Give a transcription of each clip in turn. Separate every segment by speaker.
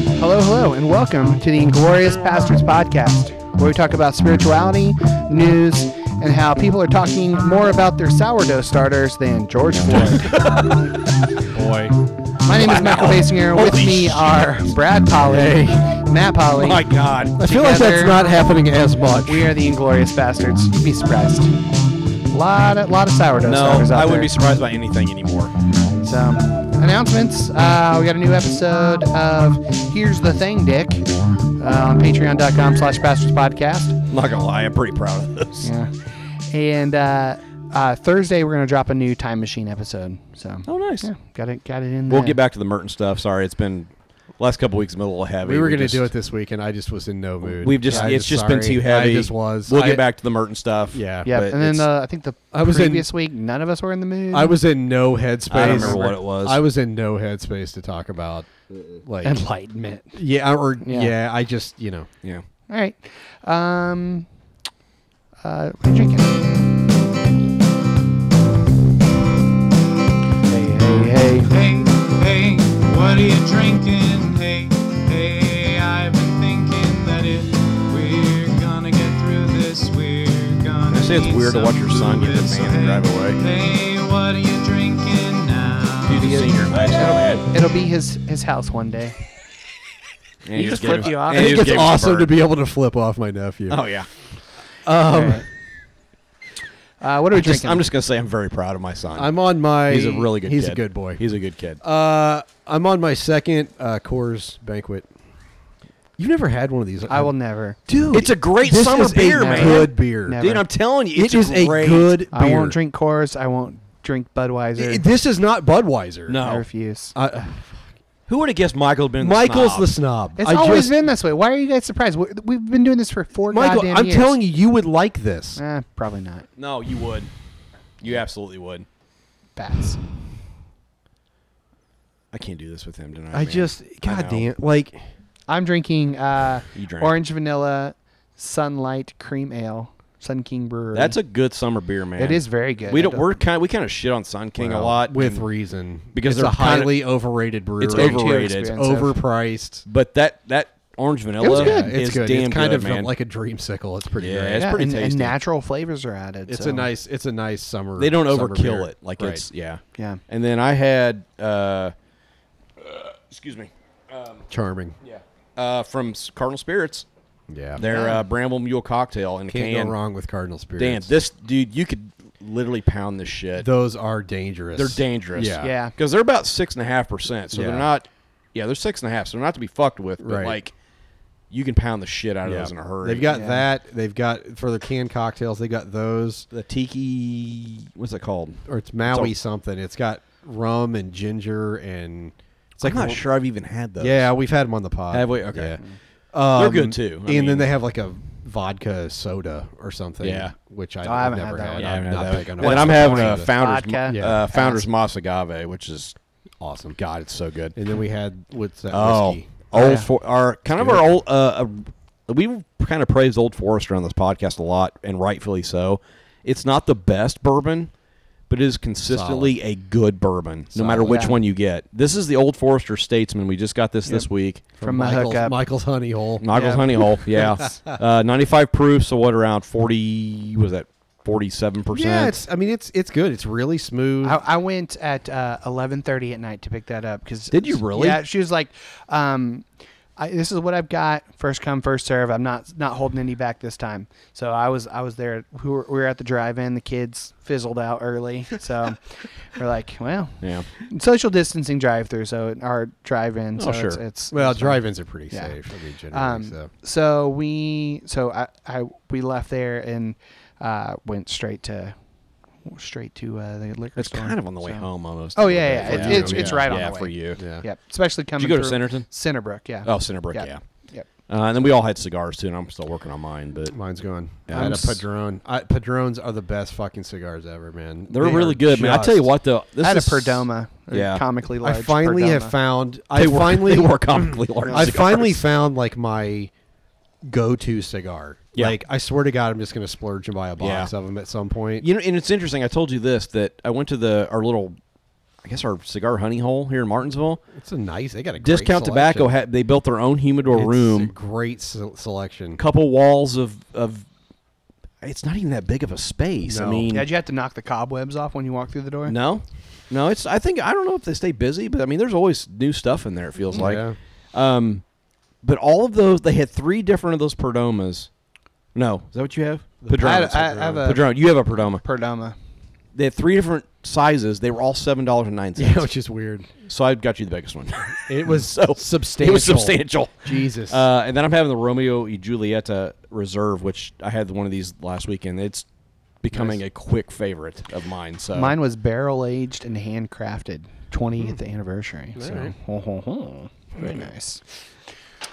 Speaker 1: Hello, and welcome to the Inglorious Pastors Podcast, where we talk about spirituality, news, and how people are talking more about their sourdough starters than George Floyd.
Speaker 2: Boy.
Speaker 1: My name is Michael Basinger. With
Speaker 2: Holy
Speaker 1: me
Speaker 2: shit.
Speaker 1: are Brad Polly, Matt Polly.
Speaker 2: My God.
Speaker 3: I feel like that's
Speaker 1: Together.
Speaker 3: not happening as much.
Speaker 1: We are the Inglorious Bastards. You'd be surprised. Lot, of, lot of sourdough
Speaker 2: No,
Speaker 1: starters out
Speaker 2: I wouldn't
Speaker 1: there.
Speaker 2: be surprised by anything anymore.
Speaker 1: So, announcements. Uh, we got a new episode of Here's the Thing, Dick, uh, on patreon.com slash bastards podcast.
Speaker 2: I'm not gonna lie, I'm pretty proud of this.
Speaker 1: Yeah. And uh, uh, Thursday, we're going to drop a new Time Machine episode. So,
Speaker 2: Oh, nice.
Speaker 1: yeah, got it, got it in there.
Speaker 2: We'll get back to the Merton stuff. Sorry, it's been last couple weeks been a little heavy.
Speaker 3: We were going to
Speaker 2: just-
Speaker 3: do it this week, and I just was in no mood.
Speaker 2: We've just
Speaker 3: I
Speaker 2: it's just been
Speaker 3: sorry.
Speaker 2: too heavy.
Speaker 3: I just was.
Speaker 2: We'll get
Speaker 3: I-
Speaker 2: back to the Merton stuff.
Speaker 3: Yeah.
Speaker 1: Yeah,
Speaker 2: but
Speaker 1: and then
Speaker 2: it's-
Speaker 1: uh, I think the
Speaker 3: I was in-
Speaker 1: previous week, none of us were in the mood.
Speaker 3: I was in no headspace.
Speaker 2: I don't remember what it was.
Speaker 3: I was in no headspace to talk about, like,
Speaker 1: enlightenment.
Speaker 3: yeah, or
Speaker 1: Yeah.
Speaker 3: yeah. I just you know,
Speaker 2: yeah.
Speaker 1: All right. Um, uh, what are you drinking? Hey, hey, hey.
Speaker 4: Hey, hey, what are you drinking? Hey, hey, I've been thinking that if we're gonna get through this, we're gonna.
Speaker 2: I say it's
Speaker 4: need
Speaker 2: weird to watch your
Speaker 4: some
Speaker 2: son get the
Speaker 4: fluid.
Speaker 2: van and
Speaker 4: So,
Speaker 2: drive away.
Speaker 4: Hey, hey, what are you drinking now?
Speaker 2: He's a senior in high school, man.
Speaker 1: It'll be his his house one day.
Speaker 2: And
Speaker 1: He just
Speaker 2: gave
Speaker 1: flipped
Speaker 2: him-
Speaker 1: you off.
Speaker 2: and
Speaker 1: I
Speaker 2: he
Speaker 3: I think
Speaker 2: just
Speaker 3: it's
Speaker 2: gave him a
Speaker 3: awesome to
Speaker 2: bird.
Speaker 3: be able to flip off my nephew.
Speaker 2: Oh yeah.
Speaker 1: All right. Uh, what are we
Speaker 2: Um, Just,
Speaker 1: drinking?
Speaker 2: I'm just gonna say I'm very proud of my son.
Speaker 3: I'm on my.
Speaker 2: he's a really good.
Speaker 3: He's
Speaker 2: kid.
Speaker 3: a good boy.
Speaker 2: He's a good kid.
Speaker 3: uh, I'm on my second uh, Coors banquet. You've never had one of these.
Speaker 1: I will never.
Speaker 3: dude.
Speaker 2: It's a great
Speaker 3: this
Speaker 2: summer
Speaker 3: is
Speaker 2: beer,
Speaker 3: a
Speaker 2: man.
Speaker 3: Good beer.
Speaker 1: Never.
Speaker 2: Dude, I'm telling you,
Speaker 3: It
Speaker 2: it's
Speaker 3: is a
Speaker 2: great-
Speaker 3: good beer.
Speaker 1: I won't drink Coors. I won't drink Budweiser.
Speaker 3: I- This is not Budweiser. Uh,
Speaker 1: I
Speaker 2: No, Uh,
Speaker 1: refuse.
Speaker 3: I-
Speaker 2: who would have guessed Michael had been the
Speaker 3: Michael's
Speaker 2: snob?
Speaker 3: the snob.
Speaker 1: It's
Speaker 3: I
Speaker 1: always
Speaker 3: just-
Speaker 1: been this way. Why are you guys surprised? We- We've been doing this for four
Speaker 3: Michael,
Speaker 1: goddamn
Speaker 3: I'm
Speaker 1: years.
Speaker 3: telling you, you would like this.
Speaker 1: Eh, probably not.
Speaker 2: No, you would. You absolutely would.
Speaker 1: Bats.
Speaker 2: I can't do this with him tonight.
Speaker 3: I
Speaker 2: man.
Speaker 3: just,
Speaker 2: know.
Speaker 3: god damn, like
Speaker 1: I'm drinking uh,
Speaker 2: You drank.
Speaker 1: orange vanilla sunlight cream ale, Sun King Brewery.
Speaker 2: That's a good summer beer, man.
Speaker 1: It is very good.
Speaker 2: We
Speaker 1: I
Speaker 2: don't.
Speaker 1: don't-
Speaker 2: We're kind. We kind of shit on Sun King a lot
Speaker 3: with
Speaker 2: and-
Speaker 3: reason
Speaker 2: because
Speaker 3: it's
Speaker 2: they're
Speaker 3: a
Speaker 2: kinda-
Speaker 3: highly overrated brewery.
Speaker 2: It's
Speaker 1: Very too
Speaker 2: overrated,
Speaker 1: expensive.
Speaker 3: overpriced.
Speaker 2: but that that orange vanilla
Speaker 1: was good.
Speaker 3: It's
Speaker 2: is
Speaker 3: good.
Speaker 2: damn
Speaker 3: it's kind
Speaker 2: good,
Speaker 3: of
Speaker 2: man.
Speaker 3: like a dreamsicle. It's pretty
Speaker 2: Yeah,
Speaker 3: great.
Speaker 2: it's pretty
Speaker 1: and, and
Speaker 2: tasty.
Speaker 1: natural flavors are added.
Speaker 3: It's
Speaker 1: so,
Speaker 3: a nice. It's a nice summer.
Speaker 2: they don't
Speaker 3: summer
Speaker 2: overkill
Speaker 3: beer.
Speaker 2: it. Like
Speaker 3: Right.
Speaker 2: it's yeah.
Speaker 1: Yeah.
Speaker 2: And then I had uh, uh, excuse me,
Speaker 3: charming.
Speaker 2: yeah, uh, from S- Cardinal Spirits
Speaker 3: Yeah,
Speaker 2: their uh, Bramble Mule cocktail in a
Speaker 3: can't
Speaker 2: can.
Speaker 3: go wrong with Cardinal Spirits.
Speaker 2: Damn, this dude, you could literally pound this shit.
Speaker 3: those are dangerous.
Speaker 2: They're dangerous.
Speaker 3: Yeah.
Speaker 1: Yeah.
Speaker 2: Because they're about six and a half percent. So
Speaker 3: Yeah.
Speaker 2: they're not. Yeah, they're six and a half. So they're not to be fucked with. But
Speaker 3: Right.
Speaker 2: like, you can pound the shit out of those in a hurry.
Speaker 3: They've got
Speaker 1: Yeah.
Speaker 3: that. They've got for the canned cocktails. They got those.
Speaker 2: the tiki. What's it called?
Speaker 3: or it's Maui
Speaker 2: It's
Speaker 3: something. It's got rum and ginger and it's
Speaker 2: I'm not sure I've even had those.
Speaker 3: Yeah, we've had them on the pod.
Speaker 2: Have we? Okay. Uh,
Speaker 3: Yeah.
Speaker 2: They're
Speaker 3: Um,
Speaker 2: good, too.
Speaker 3: and
Speaker 2: I mean-
Speaker 3: then they have like a vodka soda or something.
Speaker 2: Yeah.
Speaker 3: which I,
Speaker 1: Oh, I
Speaker 3: have
Speaker 1: haven't had
Speaker 3: never
Speaker 1: that
Speaker 3: had.
Speaker 1: one.
Speaker 2: Yeah,
Speaker 3: I'm
Speaker 2: I've
Speaker 3: not
Speaker 2: had
Speaker 3: big
Speaker 2: that.
Speaker 3: on
Speaker 2: And I'm having a
Speaker 3: vodka.
Speaker 2: founder's
Speaker 1: Vodka.
Speaker 2: mo-
Speaker 3: Yeah.
Speaker 2: uh, founder's moss agave, which is
Speaker 3: awesome.
Speaker 2: God, it's so good.
Speaker 3: And then we had what's that
Speaker 2: Oh,
Speaker 3: whiskey?
Speaker 2: old
Speaker 1: Yeah.
Speaker 2: for our kind of our old. Uh, uh, we kind of praised Old Forester on this podcast a lot, and rightfully so. It's not the best bourbon, but it is consistently a good bourbon, no matter which
Speaker 1: Yeah.
Speaker 2: one you get. This is the Old Forester Statesman. We just got this this week.
Speaker 1: from a
Speaker 3: Michael's,
Speaker 1: hookup.
Speaker 3: Michael's Honey Hole.
Speaker 2: Michael's
Speaker 1: Yeah.
Speaker 2: Honey Hole, yeah, uh, ninety-five proof. So what, around forty? Was that forty-seven percent? oh,
Speaker 3: yeah, it's. I mean, it's it's good. It's really smooth.
Speaker 2: Mm-hmm.
Speaker 1: I, I went at uh, eleven thirty at night to pick that up because
Speaker 2: Did you really?
Speaker 1: Yeah, she was like, um, I, "This is what I've got. First come, first serve. I'm not not holding any back this time." So I was I was there. We were, we were at the drive-in. The kids fizzled out early, so we're like, "Well,
Speaker 2: yeah.
Speaker 1: social distancing drive-through." So our drive-in. so
Speaker 2: Oh, sure.
Speaker 1: It's, it's
Speaker 3: well,
Speaker 1: it's fine.
Speaker 3: drive-ins are pretty
Speaker 1: Yeah.
Speaker 3: safe. I mean, generally.
Speaker 1: Um,
Speaker 3: so.
Speaker 1: so we so I, I we left there and uh, went straight to straight to uh, the liquor
Speaker 2: It's
Speaker 1: store.
Speaker 2: kind of on the way
Speaker 1: So-
Speaker 2: home almost.
Speaker 1: Oh,
Speaker 2: a little
Speaker 1: yeah,
Speaker 2: bit
Speaker 1: yeah,
Speaker 2: for
Speaker 1: it's-
Speaker 2: you.
Speaker 3: it's- it's
Speaker 1: right on
Speaker 2: yeah,
Speaker 1: the
Speaker 2: for
Speaker 1: way.
Speaker 2: you.
Speaker 3: Yeah.
Speaker 1: Yep. Especially coming.
Speaker 2: go to
Speaker 1: through-
Speaker 2: Centerton?
Speaker 1: Centerbrook. Yeah.
Speaker 2: Oh, Centerbrook,
Speaker 1: Yep.
Speaker 2: yeah.
Speaker 1: Yep.
Speaker 2: Uh, and then we all had cigars too, and I'm still working on mine, but
Speaker 3: Mine's gone.
Speaker 2: Yeah,
Speaker 3: I had
Speaker 2: I'm
Speaker 3: a
Speaker 2: s-
Speaker 3: Padron. I, Padrones are the best fucking cigars ever, man.
Speaker 2: they're
Speaker 3: They
Speaker 2: really
Speaker 3: are
Speaker 2: good, man. I tell you
Speaker 3: just-
Speaker 2: what, though, this
Speaker 1: I had a
Speaker 2: is
Speaker 1: Perdoma. a
Speaker 2: Yeah.
Speaker 1: Comically
Speaker 3: I
Speaker 1: large.
Speaker 3: finally have
Speaker 1: Perdoma.
Speaker 3: found.
Speaker 2: They
Speaker 3: I
Speaker 2: were-
Speaker 3: finally
Speaker 2: they were comically large.
Speaker 3: I
Speaker 2: cigars.
Speaker 3: finally found like my go-to cigar.
Speaker 2: Yeah.
Speaker 3: Like I swear to God, I'm just gonna splurge and buy a box
Speaker 2: Yeah.
Speaker 3: of them at some point.
Speaker 2: you know, and it's interesting. I told you this that I went to the our little I guess our cigar honey hole here in Martinsville.
Speaker 3: It's a nice. They got a great
Speaker 2: Discount Tobacco
Speaker 3: selection.
Speaker 2: had they built their own humidor
Speaker 3: It's a
Speaker 2: room,
Speaker 3: great se- selection.
Speaker 2: couple walls of of. It's not even that big of a space. I
Speaker 3: No.
Speaker 2: mean,
Speaker 1: Yeah, did you have to knock the cobwebs off when you walk through the door?
Speaker 2: No, no. It's I think I don't know if they stay busy, but I mean, there's always new stuff in there. It feels like.
Speaker 3: Mm, Yeah.
Speaker 2: Um, but all of those, they had three different of those Perdomas. No, is that what you have? Padronas.
Speaker 1: I- I have a-
Speaker 2: Padron. You have a Perdoma.
Speaker 1: Perdoma.
Speaker 2: They had three different sizes. They were all seven dollars and nine
Speaker 3: Yeah,
Speaker 2: cents.
Speaker 3: which is weird.
Speaker 2: So I got you the biggest one.
Speaker 3: It was
Speaker 2: So, it
Speaker 3: substantial.
Speaker 2: was substantial.
Speaker 3: Jesus.
Speaker 2: Uh, and then I'm having the Romeo y Julieta Reserve, which I had one of these last weekend. It's becoming a quick favorite of mine. So
Speaker 1: Mine was barrel aged and handcrafted. 20th
Speaker 2: Hmm.
Speaker 1: anniversary. So, very nice.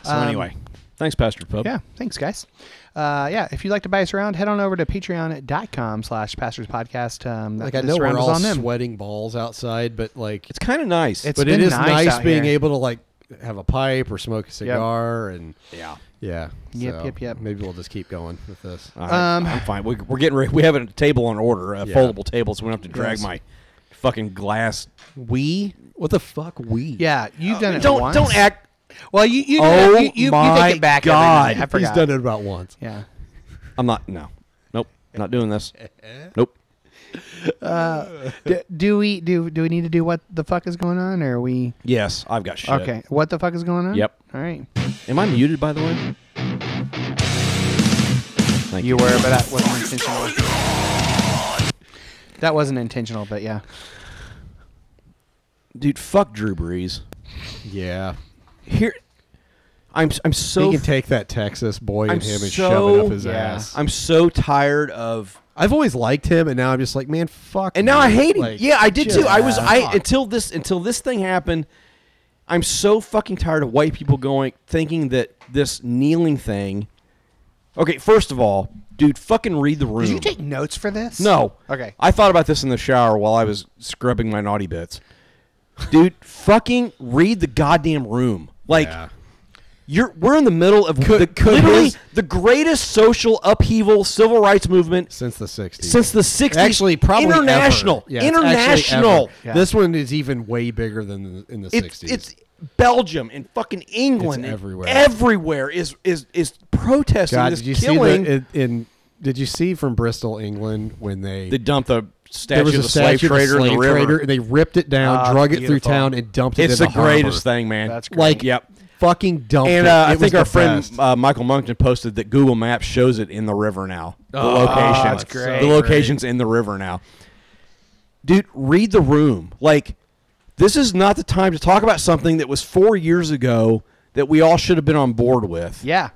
Speaker 2: So
Speaker 1: Um,
Speaker 2: anyway, thanks, Pastor Pope.
Speaker 1: Yeah, thanks, guys. Uh, yeah, if you'd like to buy us around, head on over to patreon.com slash pastors podcast. Um, that-
Speaker 3: like I
Speaker 1: this
Speaker 3: know
Speaker 1: round
Speaker 3: we're
Speaker 1: is
Speaker 3: all
Speaker 1: on them.
Speaker 3: sweating balls outside, but like,
Speaker 2: it's kind of nice.
Speaker 1: It's-
Speaker 3: but it
Speaker 1: been
Speaker 3: is
Speaker 1: nice
Speaker 3: nice,
Speaker 1: out
Speaker 3: being
Speaker 1: here.
Speaker 3: able to like have a pipe or smoke a cigar and
Speaker 2: yeah.
Speaker 3: yeah.
Speaker 1: Yep,
Speaker 3: so
Speaker 1: yep, yep.
Speaker 3: Maybe we'll just keep going with this.
Speaker 1: Um,
Speaker 2: um, I'm fine. We, we're getting ready. We have a table on order, a
Speaker 3: Yeah.
Speaker 2: foldable table, so we don't have to drag
Speaker 1: Yes.
Speaker 2: my fucking glass.
Speaker 3: We? What the fuck? We?
Speaker 1: Yeah, you've done it
Speaker 2: Uh, Don't
Speaker 1: once.
Speaker 2: don't act.
Speaker 1: Well, you you,
Speaker 2: Oh
Speaker 1: you, you, you
Speaker 2: my
Speaker 1: take it back. every
Speaker 2: God.
Speaker 1: night. I
Speaker 3: He's
Speaker 1: forgot.
Speaker 3: done it about once.
Speaker 1: Yeah.
Speaker 2: I'm not. No. Nope. Not doing this. Nope.
Speaker 1: Do, do we do do we need to do what the fuck is going on, or are we
Speaker 2: Yes, I've got shit.
Speaker 1: okay? What the fuck is going on?
Speaker 2: Yep.
Speaker 1: All right.
Speaker 2: Am I muted by the way? Thank you.
Speaker 1: You were, but that wasn't intentional. That wasn't intentional, but yeah.
Speaker 2: dude. Fuck Drew Brees.
Speaker 3: Yeah.
Speaker 2: Here, I'm. I'm so.
Speaker 3: he can take that Texas boy in
Speaker 2: I'm
Speaker 3: him and
Speaker 2: so-
Speaker 3: shove it up his
Speaker 1: Yeah.
Speaker 3: ass.
Speaker 2: I'm so tired of
Speaker 3: I've always liked him, and now I'm just like, man, fuck.
Speaker 2: And now
Speaker 3: you.
Speaker 2: I hate him.
Speaker 3: Like,
Speaker 2: yeah, I did too.
Speaker 3: just
Speaker 2: I was I
Speaker 3: fuck.
Speaker 2: until this until this thing happened. I'm so fucking tired of white people going thinking that this kneeling thing. Okay, first of all, dude, fucking read the room.
Speaker 1: Did you take notes for this?
Speaker 2: no?
Speaker 1: Okay.
Speaker 2: I thought about this in the shower while I was scrubbing my naughty bits. Dude, fucking read the goddamn room. Like
Speaker 3: Yeah.
Speaker 2: you're we're in the middle of
Speaker 3: Could-
Speaker 2: the,
Speaker 3: could
Speaker 2: literally
Speaker 3: his-
Speaker 2: the greatest social upheaval, civil rights movement
Speaker 3: since the '60s.
Speaker 2: since the 60s
Speaker 3: actually, probably ever.
Speaker 2: international
Speaker 3: Yeah, it's actually
Speaker 2: international
Speaker 3: ever.
Speaker 1: Yeah.
Speaker 3: This one is even way bigger than the, in the
Speaker 2: it's,
Speaker 3: 60s.
Speaker 2: it's Belgium and fucking England and
Speaker 3: It's everywhere.
Speaker 2: everywhere is is is protesting
Speaker 3: God,
Speaker 2: this
Speaker 3: did you
Speaker 2: killing.
Speaker 3: see the, in, in? Did you see from Bristol, England, when they
Speaker 2: they dumped the statue
Speaker 3: there was
Speaker 2: of
Speaker 3: a
Speaker 2: the slave
Speaker 3: statue of a
Speaker 2: trader in the
Speaker 3: slave
Speaker 2: river.
Speaker 3: trader, and they ripped it down,
Speaker 1: Ah,
Speaker 3: drug it through
Speaker 1: beautiful.
Speaker 3: town, and dumped it.
Speaker 2: it's
Speaker 3: in
Speaker 2: the, greatest thing, man.
Speaker 1: That's great.
Speaker 3: Like,
Speaker 2: Yep.
Speaker 3: Fucking dumped
Speaker 2: And
Speaker 3: it.
Speaker 2: uh, I
Speaker 3: It was
Speaker 2: think our
Speaker 3: the
Speaker 2: friend
Speaker 3: best.
Speaker 2: uh, Michael Monkton posted that Google Maps shows it in the river now. The location.
Speaker 1: Oh, that's great.
Speaker 2: The location's in the river now. Dude, read the room. Like, this is not the time to talk about something that was four years ago that we all should have been on board with.
Speaker 1: Yeah.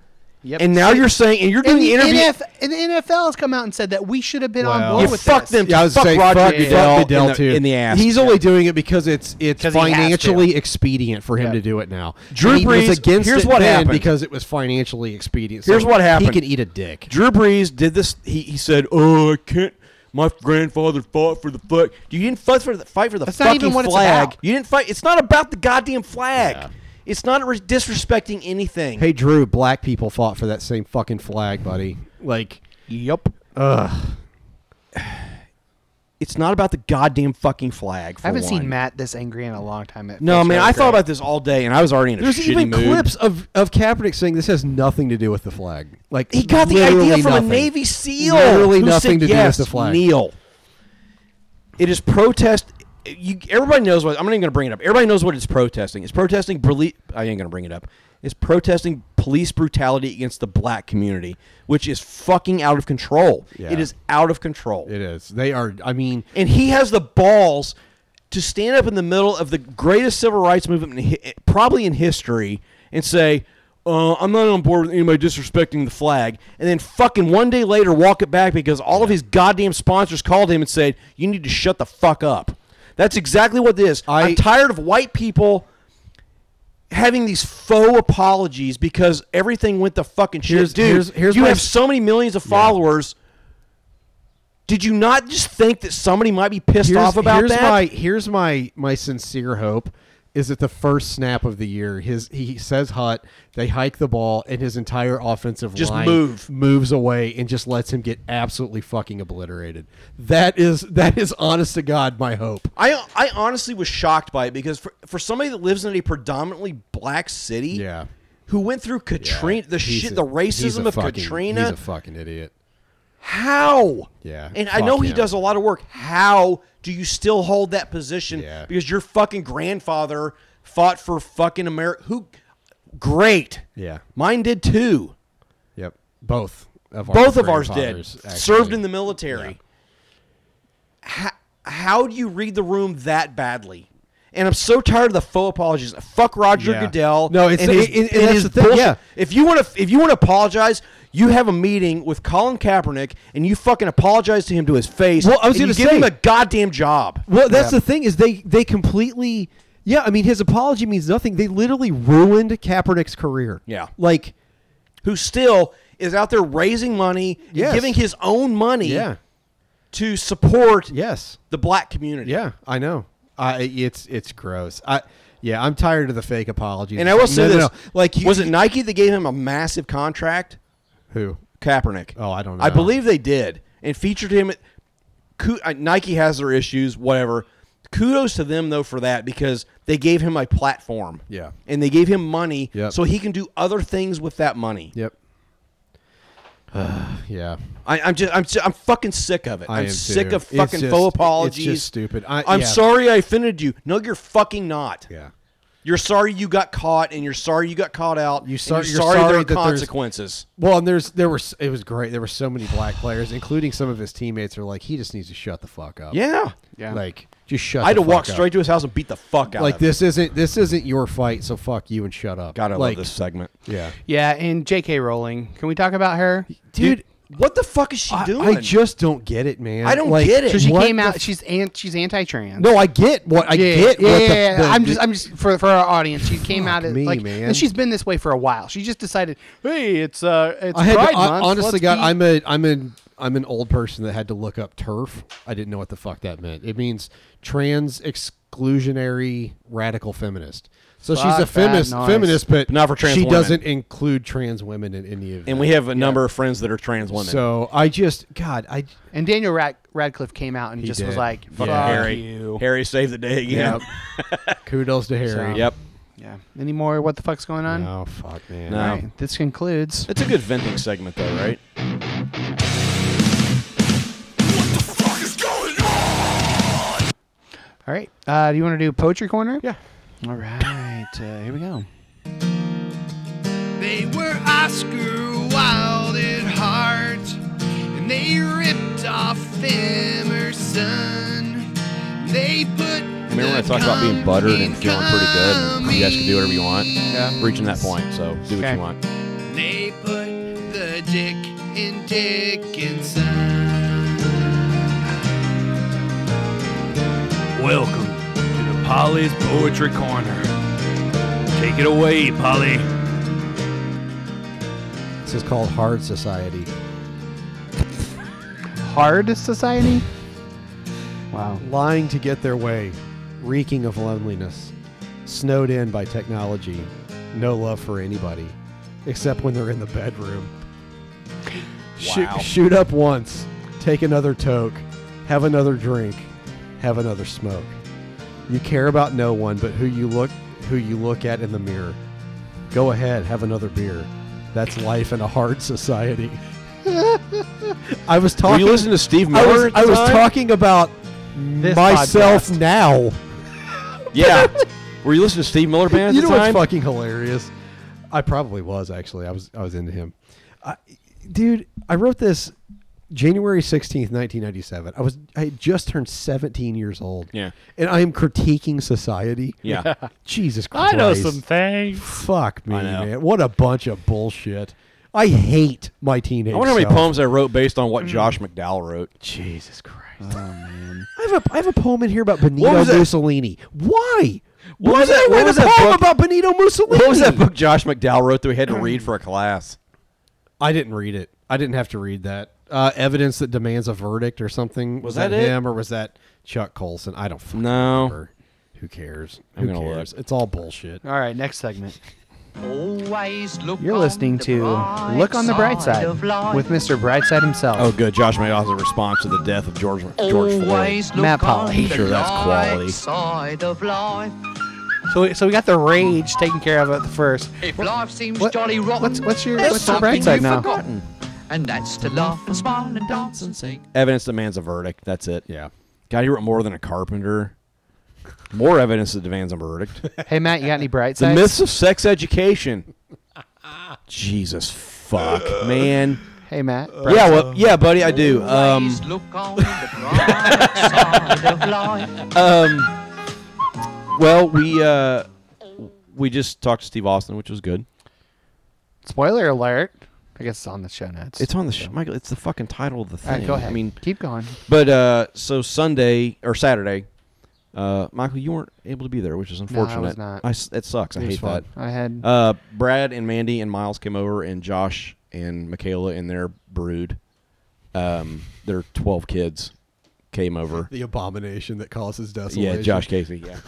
Speaker 1: Yep.
Speaker 2: And now you're saying, and you're doing
Speaker 1: And the,
Speaker 2: the interview.
Speaker 1: NF, and the NFL has come out and said that we should have been
Speaker 3: Well-
Speaker 1: on board
Speaker 2: you
Speaker 1: with
Speaker 2: fuck
Speaker 1: this.
Speaker 2: them.
Speaker 3: Yeah, I was
Speaker 2: fuck
Speaker 3: saying,
Speaker 2: Roger
Speaker 3: fuck,
Speaker 2: Goodell
Speaker 3: fuck Goodell
Speaker 2: in the,
Speaker 3: too.
Speaker 2: in the ass.
Speaker 3: He's only doing it because it's it's
Speaker 1: 'Cause he has
Speaker 3: financially
Speaker 1: to.
Speaker 3: expedient for him
Speaker 1: Yeah.
Speaker 3: to do it now.
Speaker 2: Drew
Speaker 3: And he was
Speaker 2: Brees-
Speaker 3: against
Speaker 2: here's
Speaker 3: it
Speaker 2: what
Speaker 3: then
Speaker 2: happened.
Speaker 3: because it was financially expedient. So
Speaker 2: Here's what happened.
Speaker 3: He can eat a dick.
Speaker 2: Drew Brees did this. He, he said, "Oh, I can't. My grandfather fought for the flag. You didn't fight for the fight for the
Speaker 1: That's not
Speaker 2: fucking
Speaker 1: even what it's
Speaker 2: flag.
Speaker 1: about.
Speaker 2: You didn't fight. It's not about the goddamn flag.
Speaker 3: Yeah.
Speaker 2: It's not re- disrespecting anything.
Speaker 3: Hey Drew, black people fought for that same fucking flag, buddy. Like
Speaker 1: Yep.
Speaker 2: It's not about the goddamn fucking flag. for
Speaker 1: I haven't
Speaker 2: one.
Speaker 1: seen Matt this angry in a long time. It
Speaker 2: No,
Speaker 1: feels
Speaker 2: man.
Speaker 1: really
Speaker 2: I thought
Speaker 1: great.
Speaker 2: about this all day, and I was already in a
Speaker 3: there's
Speaker 2: shitty
Speaker 3: even
Speaker 2: mood.
Speaker 3: clips of of Kaepernick saying this has nothing to do with the flag. Like
Speaker 2: He got the idea
Speaker 3: literally
Speaker 2: from
Speaker 3: nothing.
Speaker 2: a Navy SEAL.
Speaker 3: Literally
Speaker 2: who
Speaker 3: nothing
Speaker 2: said,
Speaker 3: to do with
Speaker 2: yes,
Speaker 3: the flag."
Speaker 2: Kneel. It is protest. You, everybody knows what. I'm not even going to bring it up. Everybody knows what it's protesting. It's protesting. Beli- I ain't going to bring it up. It's protesting police brutality against the black community, which is fucking out of control.
Speaker 3: Yeah.
Speaker 2: It is out of control.
Speaker 3: It is. They are. I mean,
Speaker 2: And he has the balls to stand up in the middle of the greatest civil rights movement, in, hi- probably in history, and say, uh, "I'm not on board with anybody disrespecting the flag," and then fucking one day later walk it back because all of his goddamn sponsors called him and said, "You need to shut the fuck up." That's exactly what this. is.
Speaker 3: I-
Speaker 2: I'm tired of white people having these faux apologies because everything went the fucking shit.
Speaker 3: Here's-
Speaker 2: Dude,
Speaker 3: here's- here's
Speaker 2: you
Speaker 3: my-
Speaker 2: have so many millions of followers. Did you not just think that somebody might be pissed off about
Speaker 3: here's
Speaker 2: that?
Speaker 3: My, here's my my sincere hope is at the first snap of the year. His he says hut. They hike the ball, and his entire offensive
Speaker 1: Just
Speaker 3: line
Speaker 1: move.
Speaker 3: moves away and just lets him get absolutely fucking obliterated. That is that is honest to god my hope.
Speaker 2: I I honestly was shocked by it because for, for somebody that lives in a predominantly black city,
Speaker 3: Yeah.
Speaker 2: who went through Katrina, the
Speaker 3: He's
Speaker 2: shit,
Speaker 3: a-
Speaker 2: the
Speaker 3: he's
Speaker 2: racism
Speaker 3: a
Speaker 2: of
Speaker 3: fucking-
Speaker 2: Katrina,
Speaker 3: He's a fucking idiot.
Speaker 2: how?
Speaker 3: Yeah,
Speaker 2: and I
Speaker 3: fuck
Speaker 2: know he
Speaker 3: him.
Speaker 2: does a lot of work. How do you still hold that position?
Speaker 3: Yeah.
Speaker 2: Because your fucking grandfather fought for fucking America. Who? Great.
Speaker 3: Yeah.
Speaker 2: mine did too.
Speaker 3: Yep. Both of our
Speaker 2: Both of ours did.
Speaker 3: grandfathers, actually.
Speaker 2: Served in the military. How, how do you read the room that badly? And I'm so tired of the faux apologies. Fuck Roger
Speaker 3: Yeah.
Speaker 2: Goodell.
Speaker 3: No, it's-
Speaker 2: and his,
Speaker 3: it- it-
Speaker 2: and
Speaker 3: that's
Speaker 2: his
Speaker 3: the thing,
Speaker 2: bullshit.
Speaker 3: yeah.
Speaker 2: If you want to, if you want to apologize, you have a meeting with Colin Kaepernick and you fucking apologize to him to his face.
Speaker 3: Well, I was
Speaker 2: and you
Speaker 3: gonna
Speaker 2: give him
Speaker 3: say-
Speaker 2: a goddamn job.
Speaker 3: Well, that's the thing is they they completely yeah. I mean, his apology means nothing. They literally ruined Kaepernick's career.
Speaker 2: Yeah.
Speaker 3: like
Speaker 2: Who still is out there raising money, and
Speaker 3: Yes.
Speaker 2: giving his own money
Speaker 3: yeah,
Speaker 2: to support
Speaker 3: yes,
Speaker 2: the black community.
Speaker 3: yeah. I know. I it's it's gross. I yeah. I'm tired of the fake apologies.
Speaker 2: And I will say
Speaker 3: No, no,
Speaker 2: this:
Speaker 3: no.
Speaker 2: like,
Speaker 3: like you,
Speaker 2: was it Nike that gave him a massive contract?
Speaker 3: who?
Speaker 2: Kaepernick.
Speaker 3: Oh, I don't
Speaker 2: I
Speaker 3: know.
Speaker 2: believe they did, and featured him. At, ku- uh, Nike has their issues, whatever. Kudos to them though for that because they gave him a platform.
Speaker 3: Yeah.
Speaker 2: and they gave him money,
Speaker 3: Yep.
Speaker 2: so he can do other things with that money.
Speaker 3: Yep. yeah.
Speaker 2: I, I'm just, I'm, just, I'm fucking sick of it.
Speaker 3: I
Speaker 2: I'm
Speaker 3: am
Speaker 2: sick
Speaker 3: too.
Speaker 2: of
Speaker 3: It's
Speaker 2: fucking
Speaker 3: just-
Speaker 2: faux
Speaker 3: it's
Speaker 2: apologies.
Speaker 3: just stupid. I-
Speaker 2: am
Speaker 3: yeah.
Speaker 2: sorry I offended you. No, you're fucking not.
Speaker 3: Yeah.
Speaker 2: You're sorry you got caught, and you're sorry you got caught out.
Speaker 3: You
Speaker 2: and
Speaker 3: sor-
Speaker 2: you're
Speaker 3: you're
Speaker 2: sorry,
Speaker 3: sorry
Speaker 2: there are
Speaker 3: that there's-
Speaker 2: consequences.
Speaker 3: Well, and there's there were s- it was great. There were so many black players, including some of his teammates, who were like he just needs to shut the fuck up.
Speaker 2: Yeah.
Speaker 1: Yeah.
Speaker 3: Like just shut.
Speaker 2: I had
Speaker 3: the
Speaker 2: to walk
Speaker 3: fuck up.
Speaker 2: straight to his house and beat the fuck out
Speaker 3: like
Speaker 2: of him.
Speaker 3: this isn't this isn't your fight, so fuck you and shut up.
Speaker 2: God, I
Speaker 3: like,
Speaker 2: love this segment.
Speaker 3: Yeah,
Speaker 1: Yeah, and J.K. Rowling. Can we talk about her?
Speaker 2: Dude, what the fuck is she
Speaker 3: I,
Speaker 2: doing?
Speaker 3: I just don't get it, man.
Speaker 2: I don't
Speaker 3: Like,
Speaker 2: get it.
Speaker 1: So she
Speaker 3: what
Speaker 1: came
Speaker 3: the
Speaker 1: out.
Speaker 3: f-
Speaker 1: she's ant, she's anti-trans.
Speaker 3: no, I get what I
Speaker 1: yeah,
Speaker 3: get.
Speaker 1: yeah,
Speaker 3: what
Speaker 1: yeah,
Speaker 3: the-
Speaker 1: yeah.
Speaker 3: the-
Speaker 1: I'm just, I'm just for for our audience. She came
Speaker 3: Fuck
Speaker 1: out at
Speaker 3: me,
Speaker 1: like,
Speaker 3: man.
Speaker 1: and she's been this way for a while. She just decided, hey, it's uh, it's
Speaker 3: I had
Speaker 1: Pride
Speaker 3: to, I,
Speaker 1: Month.
Speaker 3: honestly,
Speaker 1: Let's
Speaker 3: God,
Speaker 1: be-
Speaker 3: I'm a I'm an I'm an old person that had to look up turf. I didn't know what the fuck that meant. It means trans exclusionary radical feminist. So
Speaker 1: Fuck
Speaker 3: she's a
Speaker 1: that
Speaker 3: feminist,
Speaker 1: noise.
Speaker 3: feminist, but
Speaker 2: Not for trans
Speaker 3: She
Speaker 2: women.
Speaker 3: doesn't include trans women in any of.
Speaker 2: and
Speaker 3: that.
Speaker 2: we have a number of friends that are trans women.
Speaker 3: So I just, God, I
Speaker 1: And Daniel Rad- Radcliffe came out and just was
Speaker 3: did.
Speaker 1: like,
Speaker 3: Yeah.
Speaker 1: fuck
Speaker 2: Fucking Harry,
Speaker 1: you.
Speaker 2: Harry saved the day again.
Speaker 3: yeah. Kudos to Harry.
Speaker 1: So-
Speaker 2: Yep.
Speaker 1: Yeah. Any more? What the fuck's going on?
Speaker 3: Oh fuck, man.
Speaker 2: No.
Speaker 1: All right. This concludes.
Speaker 2: It's a good venting segment though, right?
Speaker 1: All right. Uh, do you want to do poetry corner? Yeah. All right. Uh, here we go.
Speaker 5: They were Oscar Wilde at heart, and they ripped off Emerson. They put.
Speaker 2: Remember when I talked about being buttered and feeling pretty good? And you guys can do whatever you want. Yeah. Reaching that point, so do what
Speaker 1: Okay.
Speaker 2: you want.
Speaker 5: They put the dick in Dickinson.
Speaker 6: Welcome to the Polly's Poetry Corner. Take it away, Polly.
Speaker 3: This is called Hard Society.
Speaker 1: Hard Society. Wow.
Speaker 3: Lying to get their way, reeking of loneliness, snowed in by technology, no love for anybody, except when they're in the bedroom. Shoot,
Speaker 2: Wow.
Speaker 3: shoot up once, take another toke, have another drink, have another smoke. You care about no one but who you look who you look at in the mirror. Go ahead, have another beer. That's life in a hard society. I was
Speaker 2: Were
Speaker 3: talking
Speaker 2: you listening to Steve
Speaker 3: I
Speaker 2: Miller?
Speaker 3: was,
Speaker 2: at the
Speaker 3: I was
Speaker 2: time?
Speaker 3: talking about
Speaker 1: This
Speaker 3: myself
Speaker 1: podcast.
Speaker 3: now.
Speaker 2: Yeah. Were you listening to Steve Miller band at
Speaker 3: you
Speaker 2: the
Speaker 3: know what's
Speaker 2: time?
Speaker 3: fucking hilarious? I probably was actually. I was I was into him. I, dude, I wrote this January 16th, 1997. I was I had just turned 17 years old.
Speaker 2: Yeah.
Speaker 3: And I am critiquing society.
Speaker 2: Yeah.
Speaker 3: Jesus Christ.
Speaker 6: things.
Speaker 3: Fuck me,
Speaker 2: I know.
Speaker 3: man. What a bunch of bullshit. I hate my teenage
Speaker 2: I wonder how many
Speaker 3: self.
Speaker 2: poems I wrote based on
Speaker 3: Mm.
Speaker 2: what Josh McDowell wrote.
Speaker 3: Jesus Christ.
Speaker 1: Uh,
Speaker 3: I have a I have a poem in here about Benito
Speaker 2: was that-
Speaker 3: Mussolini. Why?
Speaker 2: What
Speaker 3: Why
Speaker 2: was
Speaker 3: did
Speaker 2: that-
Speaker 3: I
Speaker 2: what
Speaker 3: write
Speaker 2: was
Speaker 3: a
Speaker 2: that
Speaker 3: poem
Speaker 2: book-
Speaker 3: about Benito Mussolini?
Speaker 2: What was that book Josh McDowell wrote that we had to read for a class?
Speaker 3: I didn't read it. I didn't have to read that. Uh, evidence that demands a verdict or something.
Speaker 2: Was that it?
Speaker 3: him or was that Chuck Colson? I don't fucking
Speaker 2: No.
Speaker 3: remember. Who cares?
Speaker 2: I'm
Speaker 3: Who
Speaker 2: gonna look.
Speaker 3: cares? It's all bullshit.
Speaker 1: All right, next segment.
Speaker 7: Always look
Speaker 1: You're listening to Look on the Bright Side with Mr. Brightside himself.
Speaker 2: Oh, good. Josh Madoff's response to the death of George George Floyd.
Speaker 1: Matt Polly.
Speaker 2: Sure, that's quality.
Speaker 7: Side of life.
Speaker 1: So, so we got the rage taken care of at the first.
Speaker 7: If life seems
Speaker 1: What-
Speaker 7: jolly rotten,
Speaker 1: what's- what's your-
Speaker 7: there's
Speaker 1: what's your
Speaker 7: something
Speaker 1: bright side
Speaker 7: you've
Speaker 1: now?
Speaker 7: forgotten, And that's to laugh and smile and dance and sing.
Speaker 2: Evidence demands a verdict. That's it.
Speaker 3: Yeah.
Speaker 2: God, he wrote more than a carpenter. More evidence that demands a verdict.
Speaker 1: Hey Matt, you got any bright
Speaker 2: the
Speaker 1: sides?
Speaker 2: myths of sex education. Jesus fuck, man.
Speaker 1: hey Matt. bright-
Speaker 2: Uh, Yeah, well, yeah, buddy, I do. Um,
Speaker 7: Always look on the bright side of life.
Speaker 2: well, we uh, we just talked to Steve Austin, which was good.
Speaker 1: Spoiler alert. I guess it's on the show notes.
Speaker 2: It's on the sh- Michael. It's the fucking title of the thing.
Speaker 1: All right, go ahead.
Speaker 2: I mean,
Speaker 1: keep going.
Speaker 2: But uh, so Sunday or Saturday, uh, Michael, you weren't able to be there, which is unfortunate.
Speaker 1: was not.
Speaker 2: s- it sucks. I
Speaker 3: was
Speaker 2: hate
Speaker 3: fun.
Speaker 2: that.
Speaker 1: I had
Speaker 2: Uh, Brad and Mandy and Miles came over, and Josh and Michaela and their brood, um, their twelve kids, came over.
Speaker 3: The abomination that causes desolation.
Speaker 2: Yeah, Josh Casey. Yeah.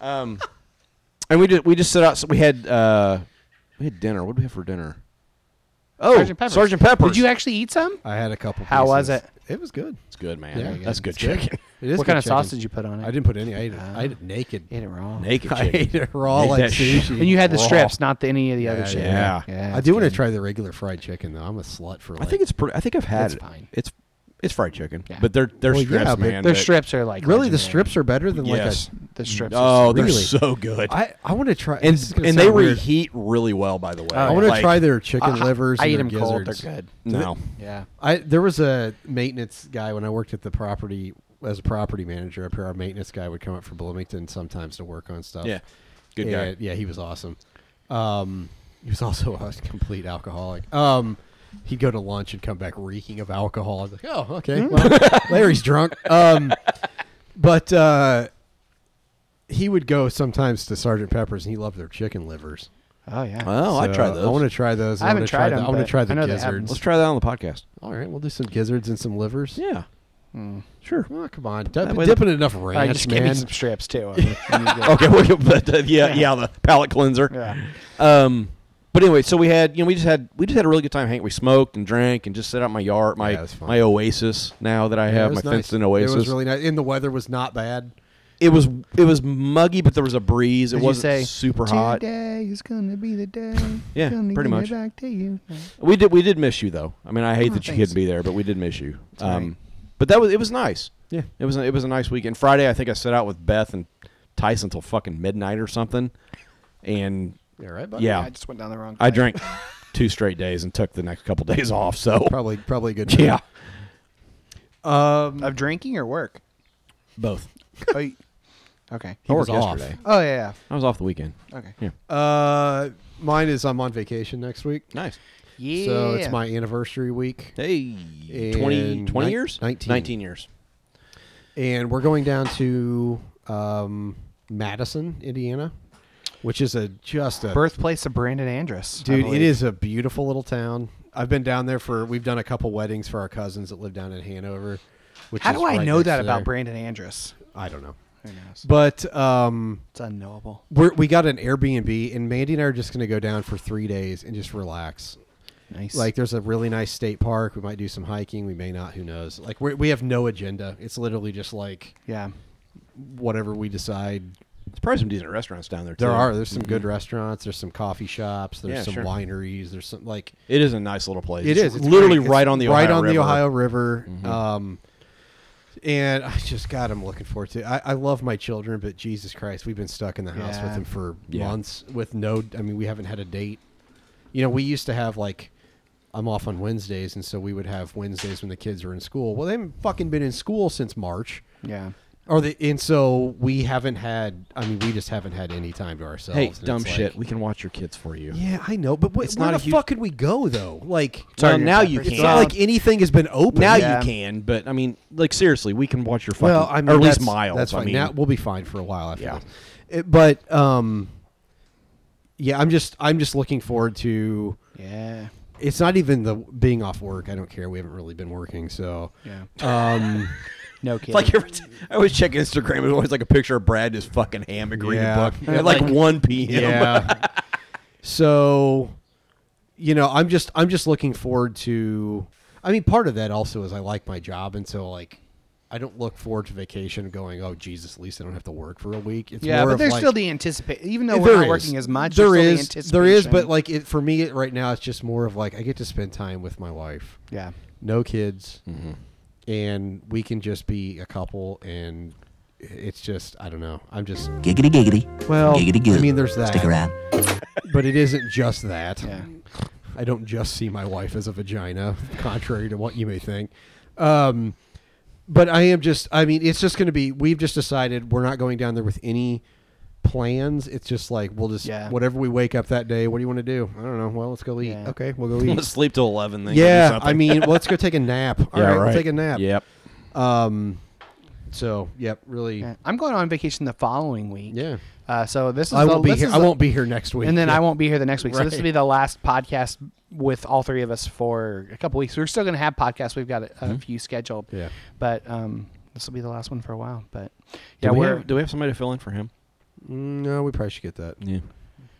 Speaker 2: um, and we just we just set out. So we had uh, we had dinner. What did we have for dinner? Oh, Sergeant Pepper.
Speaker 1: Did you actually eat some?
Speaker 3: I had a couple.
Speaker 1: How was
Speaker 3: pieces.
Speaker 1: it?
Speaker 3: It was good.
Speaker 2: It's good, man.
Speaker 3: Yeah,
Speaker 2: That's good
Speaker 3: it's good.
Speaker 2: chicken.
Speaker 3: It is
Speaker 1: What
Speaker 3: good
Speaker 1: kind of sauce
Speaker 3: chicken.
Speaker 1: did you put on it?
Speaker 3: I didn't put any. I ate it. I ate it naked.
Speaker 1: Ate it raw.
Speaker 2: Naked
Speaker 3: I
Speaker 2: Uh, chicken.
Speaker 3: ate it raw
Speaker 2: Ate
Speaker 3: like
Speaker 2: that shit.
Speaker 3: sushi.
Speaker 1: And you had the
Speaker 3: Raw.
Speaker 1: strips, not the, any of the other
Speaker 3: Yeah,
Speaker 1: shit.
Speaker 2: yeah.
Speaker 1: yeah
Speaker 3: I do want to try the regular fried chicken though. I'm a slut for.
Speaker 2: I
Speaker 3: Like,
Speaker 2: think it's pretty. I think I've had
Speaker 1: It's
Speaker 2: it.
Speaker 1: fine.
Speaker 2: It's it's fried chicken,
Speaker 1: Yeah.
Speaker 2: but they're they're
Speaker 3: Well, yeah,
Speaker 2: strips,
Speaker 3: but
Speaker 2: man.
Speaker 1: Their
Speaker 2: that-
Speaker 1: strips are like
Speaker 3: really the
Speaker 1: legendary.
Speaker 3: strips are better than
Speaker 2: Yes.
Speaker 1: The strips. are
Speaker 2: oh, they're
Speaker 3: Really?
Speaker 2: so good.
Speaker 3: like a. I I want to try.
Speaker 2: and
Speaker 3: this is gonna
Speaker 2: and
Speaker 3: sound
Speaker 2: they
Speaker 3: weird.
Speaker 2: reheat really well, by the way.
Speaker 3: I want to
Speaker 2: Like,
Speaker 3: try their chicken livers.
Speaker 1: I
Speaker 3: and
Speaker 1: eat
Speaker 3: their
Speaker 1: them cold. They're
Speaker 3: gizzards.
Speaker 1: good.
Speaker 2: No,
Speaker 1: Yeah.
Speaker 3: I there was a maintenance guy when I worked at the property as a property manager up here. Our maintenance guy would come up from Bloomington sometimes to work on stuff.
Speaker 2: yeah, good
Speaker 3: yeah,
Speaker 2: guy.
Speaker 3: yeah, he was awesome. Um, he was also a complete alcoholic. Um, he'd go to lunch and come back reeking of alcohol. I was like, oh, okay,
Speaker 1: Mm.
Speaker 3: well, Larry's drunk. Um, but uh, he would go sometimes to Sergeant Pepper's, and he loved their chicken livers.
Speaker 1: Oh yeah.
Speaker 2: Oh, I
Speaker 3: So uh,
Speaker 2: tried those.
Speaker 3: I want to try those.
Speaker 1: I
Speaker 3: and
Speaker 1: haven't
Speaker 3: wanna try
Speaker 1: tried
Speaker 3: the-
Speaker 1: them,
Speaker 3: I want
Speaker 1: but
Speaker 3: to try
Speaker 1: I know
Speaker 3: the
Speaker 1: they have 'em.
Speaker 2: Let's
Speaker 3: gizzards.
Speaker 2: try that on the podcast.
Speaker 3: All right, we'll do some gizzards and some livers.
Speaker 2: Yeah,
Speaker 3: Sure. Well, come on. Dip,
Speaker 2: way
Speaker 3: dip it in enough
Speaker 1: I
Speaker 3: ranch,
Speaker 1: just give me
Speaker 3: man.
Speaker 1: some strips too. I mean, you get-
Speaker 2: okay, well, but uh, yeah, yeah, the palate cleanser.
Speaker 1: Yeah.
Speaker 2: Um, but anyway, so we had you know we just had we just had a really good time. Hank, we smoked and drank and just set out my yard, my
Speaker 3: Yeah, it was fun.
Speaker 2: my oasis. Now that I
Speaker 3: Yeah, it
Speaker 2: have my
Speaker 3: was nice.
Speaker 2: fenced in oasis,
Speaker 3: It was really nice. And the weather was not bad.
Speaker 2: it was it was muggy, but there was a breeze. It
Speaker 1: Did you
Speaker 2: wasn't
Speaker 1: say,
Speaker 2: super hot.
Speaker 1: Today is gonna be the day.
Speaker 2: Yeah,
Speaker 1: gonna
Speaker 2: pretty
Speaker 1: give
Speaker 2: much.
Speaker 1: It back to you.
Speaker 2: We did we did miss you though. I mean, I hate that you
Speaker 1: Oh, thanks.
Speaker 2: couldn't be there, but we did miss you.
Speaker 1: all
Speaker 2: Um,
Speaker 1: right.
Speaker 2: But that was it was nice.
Speaker 3: Yeah.
Speaker 2: it was a, it was a nice weekend. Friday, I think I set out with Beth and Tyson until fucking midnight or something, and
Speaker 3: All right, buddy.
Speaker 2: yeah,
Speaker 1: I just went down the wrong.
Speaker 2: I
Speaker 1: path.
Speaker 2: drank two straight days and took the next couple days off. So
Speaker 3: Probably, probably a good.
Speaker 2: yeah,
Speaker 1: of drinking or work.
Speaker 2: both.
Speaker 1: Oh, you- okay.
Speaker 2: I
Speaker 3: was
Speaker 2: worked
Speaker 3: off.
Speaker 2: yesterday.
Speaker 1: Oh yeah.
Speaker 2: I was off the weekend.
Speaker 1: yeah. Okay.
Speaker 2: Yeah,
Speaker 3: Uh, mine is I'm on vacation next week,
Speaker 2: nice.
Speaker 1: Yeah.
Speaker 3: so it's my anniversary week,
Speaker 2: Hey,
Speaker 3: And
Speaker 2: 20, 20
Speaker 3: nine-
Speaker 2: years,
Speaker 3: 19.
Speaker 2: years.
Speaker 3: and we're going down to um, Madison, Indiana, which is a just a
Speaker 1: birthplace of Brandon Andrus. I
Speaker 3: dude. It
Speaker 1: believe.
Speaker 3: is a beautiful little town. I've been down there for. We've done a couple weddings for our cousins that live down in Hanover. Which
Speaker 1: How
Speaker 3: is
Speaker 1: do I
Speaker 3: right
Speaker 1: know
Speaker 3: next
Speaker 1: that
Speaker 3: to
Speaker 1: about
Speaker 3: there.
Speaker 1: Brandon Andrus?
Speaker 3: I don't know,
Speaker 1: Who knows?
Speaker 3: but um,
Speaker 1: It's unknowable.
Speaker 3: we're, we got an Airbnb, and Mandy and I are just going to go down for three days and just relax.
Speaker 1: Nice.
Speaker 3: Like, there's a really nice state park. We might do some hiking. We may not. Who knows? Like, we we have no agenda. It's literally just like
Speaker 1: yeah.
Speaker 3: whatever we decide.
Speaker 2: There's probably some decent restaurants down there.
Speaker 3: There
Speaker 2: too.
Speaker 3: are there's some good restaurants. There's some coffee shops. There's
Speaker 2: mm-hmm. Yeah,
Speaker 3: some
Speaker 2: sure.
Speaker 3: wineries. There's some like
Speaker 2: It is a nice little place.
Speaker 3: it is. It's
Speaker 2: literally
Speaker 3: great. It's
Speaker 2: right on the
Speaker 3: right
Speaker 2: Ohio
Speaker 3: on the
Speaker 2: River. Mm-hmm.
Speaker 3: Ohio River. Um, and I just God, I'm looking forward to. It. I, I love my children, but Jesus Christ, we've been stuck in the house with
Speaker 1: Yeah.
Speaker 3: them for
Speaker 2: Yeah.
Speaker 3: months with no. I mean, we haven't had a date. You know, we used to have like. I'm off on Wednesdays, and so we would have Wednesdays when the kids were in school. Well, they haven't fucking been in school since March,
Speaker 1: Yeah.
Speaker 3: or the and so we haven't had. I mean, we just haven't had any time to ourselves.
Speaker 2: Hey,
Speaker 3: and it's
Speaker 2: dumb
Speaker 3: like-
Speaker 2: shit. we can watch your kids for you.
Speaker 3: yeah, I know, but what,
Speaker 2: It's
Speaker 3: where
Speaker 2: not a
Speaker 3: the
Speaker 2: huge-
Speaker 3: fuck could we go though? Like,
Speaker 2: Well,
Speaker 1: Sergeant
Speaker 2: now you
Speaker 1: Pepper's.
Speaker 2: can.
Speaker 3: it's not like anything has been open.
Speaker 2: now
Speaker 1: Yeah.
Speaker 2: you can, but I mean, like seriously, we can watch your fucking.
Speaker 3: well, I mean,
Speaker 2: or at least
Speaker 3: that's-
Speaker 2: Miles.
Speaker 3: That's fine.
Speaker 2: I mean,
Speaker 3: now we'll be fine for a while after
Speaker 2: Yeah.
Speaker 3: this. It- but um, yeah, I'm just I'm just looking forward to.
Speaker 1: Yeah.
Speaker 3: It's not even the being off work. I don't care. We haven't really been working, so
Speaker 1: Yeah.
Speaker 3: um,
Speaker 1: No
Speaker 2: It's like
Speaker 1: kidding.
Speaker 2: every time I always check Instagram, there's always like a picture of Brad just fucking hammock reading
Speaker 3: Yeah.
Speaker 2: a book at like, 1 p.m.
Speaker 3: Yeah. so, you know, I'm just I'm just looking forward to. I mean, part of that also is I like my job, and so like, I don't look forward to vacation. Going, oh Jesus, at least I don't have to work for a week. It's
Speaker 1: yeah,
Speaker 3: more
Speaker 1: but
Speaker 3: of
Speaker 1: there's
Speaker 3: like,
Speaker 1: still the anticipation. Even though
Speaker 3: There
Speaker 1: we're not
Speaker 3: is.
Speaker 1: working as much,
Speaker 3: There
Speaker 1: there's
Speaker 3: is,
Speaker 1: still the
Speaker 3: there is, but
Speaker 1: anticipation.
Speaker 3: like it, for me it- right now, it's just more of like I get to spend time with my wife,
Speaker 1: yeah,
Speaker 3: no kids,
Speaker 1: Mm-hmm.
Speaker 3: and we can just be a couple, and it's just I don't know. I'm just
Speaker 8: Giggity giggity.
Speaker 3: well.
Speaker 8: giggity goo.
Speaker 3: I mean, there's that.
Speaker 8: Stick around.
Speaker 3: but it isn't just that.
Speaker 1: Yeah.
Speaker 3: I don't just see my wife as a vagina, contrary to what you may think. Um, but I am just, I mean, it's just going to be, we've just decided we're not going down there with any plans. It's just like, we'll just,
Speaker 1: Yeah.
Speaker 3: whatever we wake up that day, what do you want to do? I don't know. Well, let's go eat.
Speaker 1: Yeah.
Speaker 3: Okay, we'll go
Speaker 2: Let's
Speaker 3: eat.
Speaker 2: sleep till 11 then. go do
Speaker 3: yeah,
Speaker 2: something.
Speaker 3: I mean, let's go take a nap. All
Speaker 2: Yeah,
Speaker 3: right, we'll
Speaker 2: right.
Speaker 3: take a nap.
Speaker 2: Yep.
Speaker 3: Um, so, yep, really.
Speaker 1: yeah.
Speaker 3: Yeah.
Speaker 1: I'm going on vacation the following week. Uh, so this is
Speaker 3: I
Speaker 1: the,
Speaker 3: won't be
Speaker 1: this
Speaker 3: here.
Speaker 1: is
Speaker 3: I
Speaker 1: the-
Speaker 3: won't be here next week.
Speaker 1: and then
Speaker 3: Yeah.
Speaker 1: I won't be here the next week. So this will
Speaker 3: Right.
Speaker 1: be the last podcast with all three of us for a couple weeks. We're still going to have podcasts. We've got a, a few scheduled.
Speaker 3: Yeah.
Speaker 1: But um, this will be the last one for a while. But yeah,
Speaker 2: Do, we
Speaker 1: we're
Speaker 2: have, do we have somebody to fill in for him?
Speaker 3: Mm, No, we probably should get that.
Speaker 2: Yeah.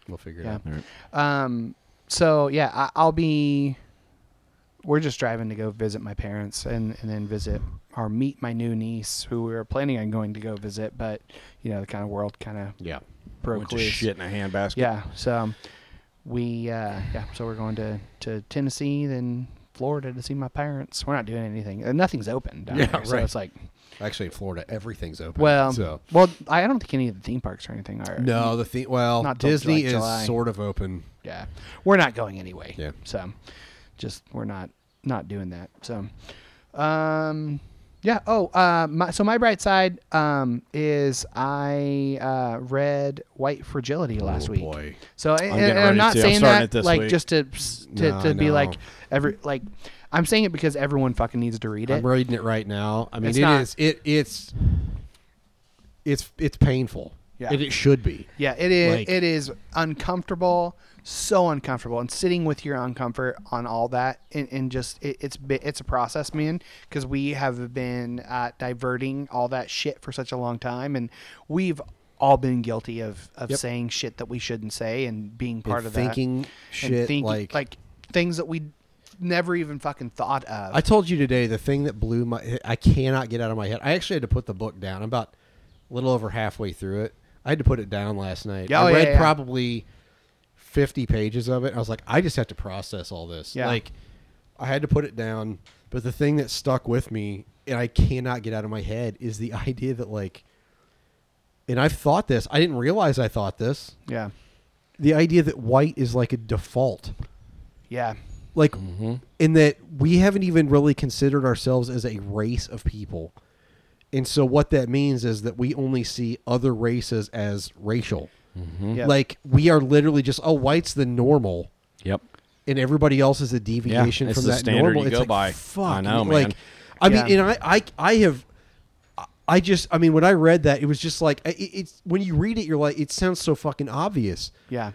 Speaker 3: We'll figure it
Speaker 1: yeah.
Speaker 3: out.
Speaker 2: All right.
Speaker 1: Um. So yeah, I, I'll be. We're just driving to go visit my parents and, and then visit or meet my new niece who we were planning on going to go visit, but you know the kind of world kind of
Speaker 3: Yeah.
Speaker 1: broke
Speaker 2: Went to
Speaker 1: loose.
Speaker 2: shit in a handbasket.
Speaker 1: Yeah. So um, we uh, yeah. So we're going to to Tennessee, then Florida to see my parents. We're not doing anything. Uh, Nothing's open. Down
Speaker 3: Yeah,
Speaker 1: there, So
Speaker 3: right.
Speaker 1: it's like
Speaker 3: Actually, in Florida, everything's open.
Speaker 1: well,
Speaker 3: so
Speaker 1: well, I don't think any of the theme parks or anything are.
Speaker 3: no, the thing. Well,
Speaker 1: Not till,
Speaker 3: Disney
Speaker 1: like,
Speaker 3: is
Speaker 1: July.
Speaker 3: sort of open.
Speaker 1: Yeah, we're not going anyway.
Speaker 3: Yeah.
Speaker 1: So just we're not not doing that. So um yeah, oh, uh, my, so my bright side um, is I uh, read White Fragility last week.
Speaker 3: boy.
Speaker 1: So and,
Speaker 2: getting
Speaker 1: and I'm
Speaker 2: ready
Speaker 1: not
Speaker 2: to. Oh, I'm
Speaker 1: saying
Speaker 2: starting it
Speaker 1: that
Speaker 2: this
Speaker 1: like
Speaker 2: week.
Speaker 1: just to to,
Speaker 3: No, I
Speaker 1: to be
Speaker 3: know.
Speaker 1: like every like I'm saying it because everyone fucking needs to read it.
Speaker 3: I'm reading it right now. I mean,
Speaker 1: It's
Speaker 3: it
Speaker 1: not-
Speaker 3: is- It it's it's it's painful.
Speaker 1: Yeah.
Speaker 3: And it should be.
Speaker 1: Yeah, it is.
Speaker 3: Like-
Speaker 1: it is uncomfortable, so uncomfortable, and sitting with your uncomfort on all that, and, and just it, it's bi- it's a process, man. Because we have been uh, diverting all that shit for such a long time, and we've all been guilty of of
Speaker 3: Yep.
Speaker 1: saying shit that we shouldn't say, and being part
Speaker 3: And
Speaker 1: of
Speaker 3: thinking
Speaker 1: that,
Speaker 3: shit like-
Speaker 1: like things that we never even fucking thought of.
Speaker 3: I told you today the thing that blew my. I cannot get out of my head. I actually had to put the book down. I'm about a little over halfway through it. I had to put it down last night.
Speaker 1: Yeah, oh,
Speaker 3: I
Speaker 1: yeah,
Speaker 3: read
Speaker 1: yeah.
Speaker 3: probably 50 pages of it. I was like, I just have to process all this.
Speaker 1: Yeah.
Speaker 3: Like, I had to put it down. But the thing that stuck with me, and I cannot get out of my head, is the idea that, like, and I've thought this, I didn't realize I thought this.
Speaker 1: yeah,
Speaker 3: The idea that white is like a default
Speaker 1: yeah,
Speaker 3: like
Speaker 2: Mm-hmm.
Speaker 3: in that we haven't even really considered ourselves as a race of people and so what that means is that we only see other races as racial
Speaker 2: Mm-hmm.
Speaker 1: yeah.
Speaker 3: like we are literally just oh white's the normal
Speaker 2: Yep.
Speaker 3: and everybody else is a deviation
Speaker 2: it's
Speaker 3: from
Speaker 2: the
Speaker 3: that
Speaker 2: standard
Speaker 3: normal
Speaker 2: you
Speaker 3: it's
Speaker 2: go
Speaker 3: like
Speaker 2: by.
Speaker 3: fuck
Speaker 2: I know,
Speaker 3: like
Speaker 2: man.
Speaker 3: i mean
Speaker 1: Yeah.
Speaker 3: and I, I i have i just i mean when i read that it was just like it, it's when you read it you're like it sounds so fucking obvious
Speaker 1: yeah.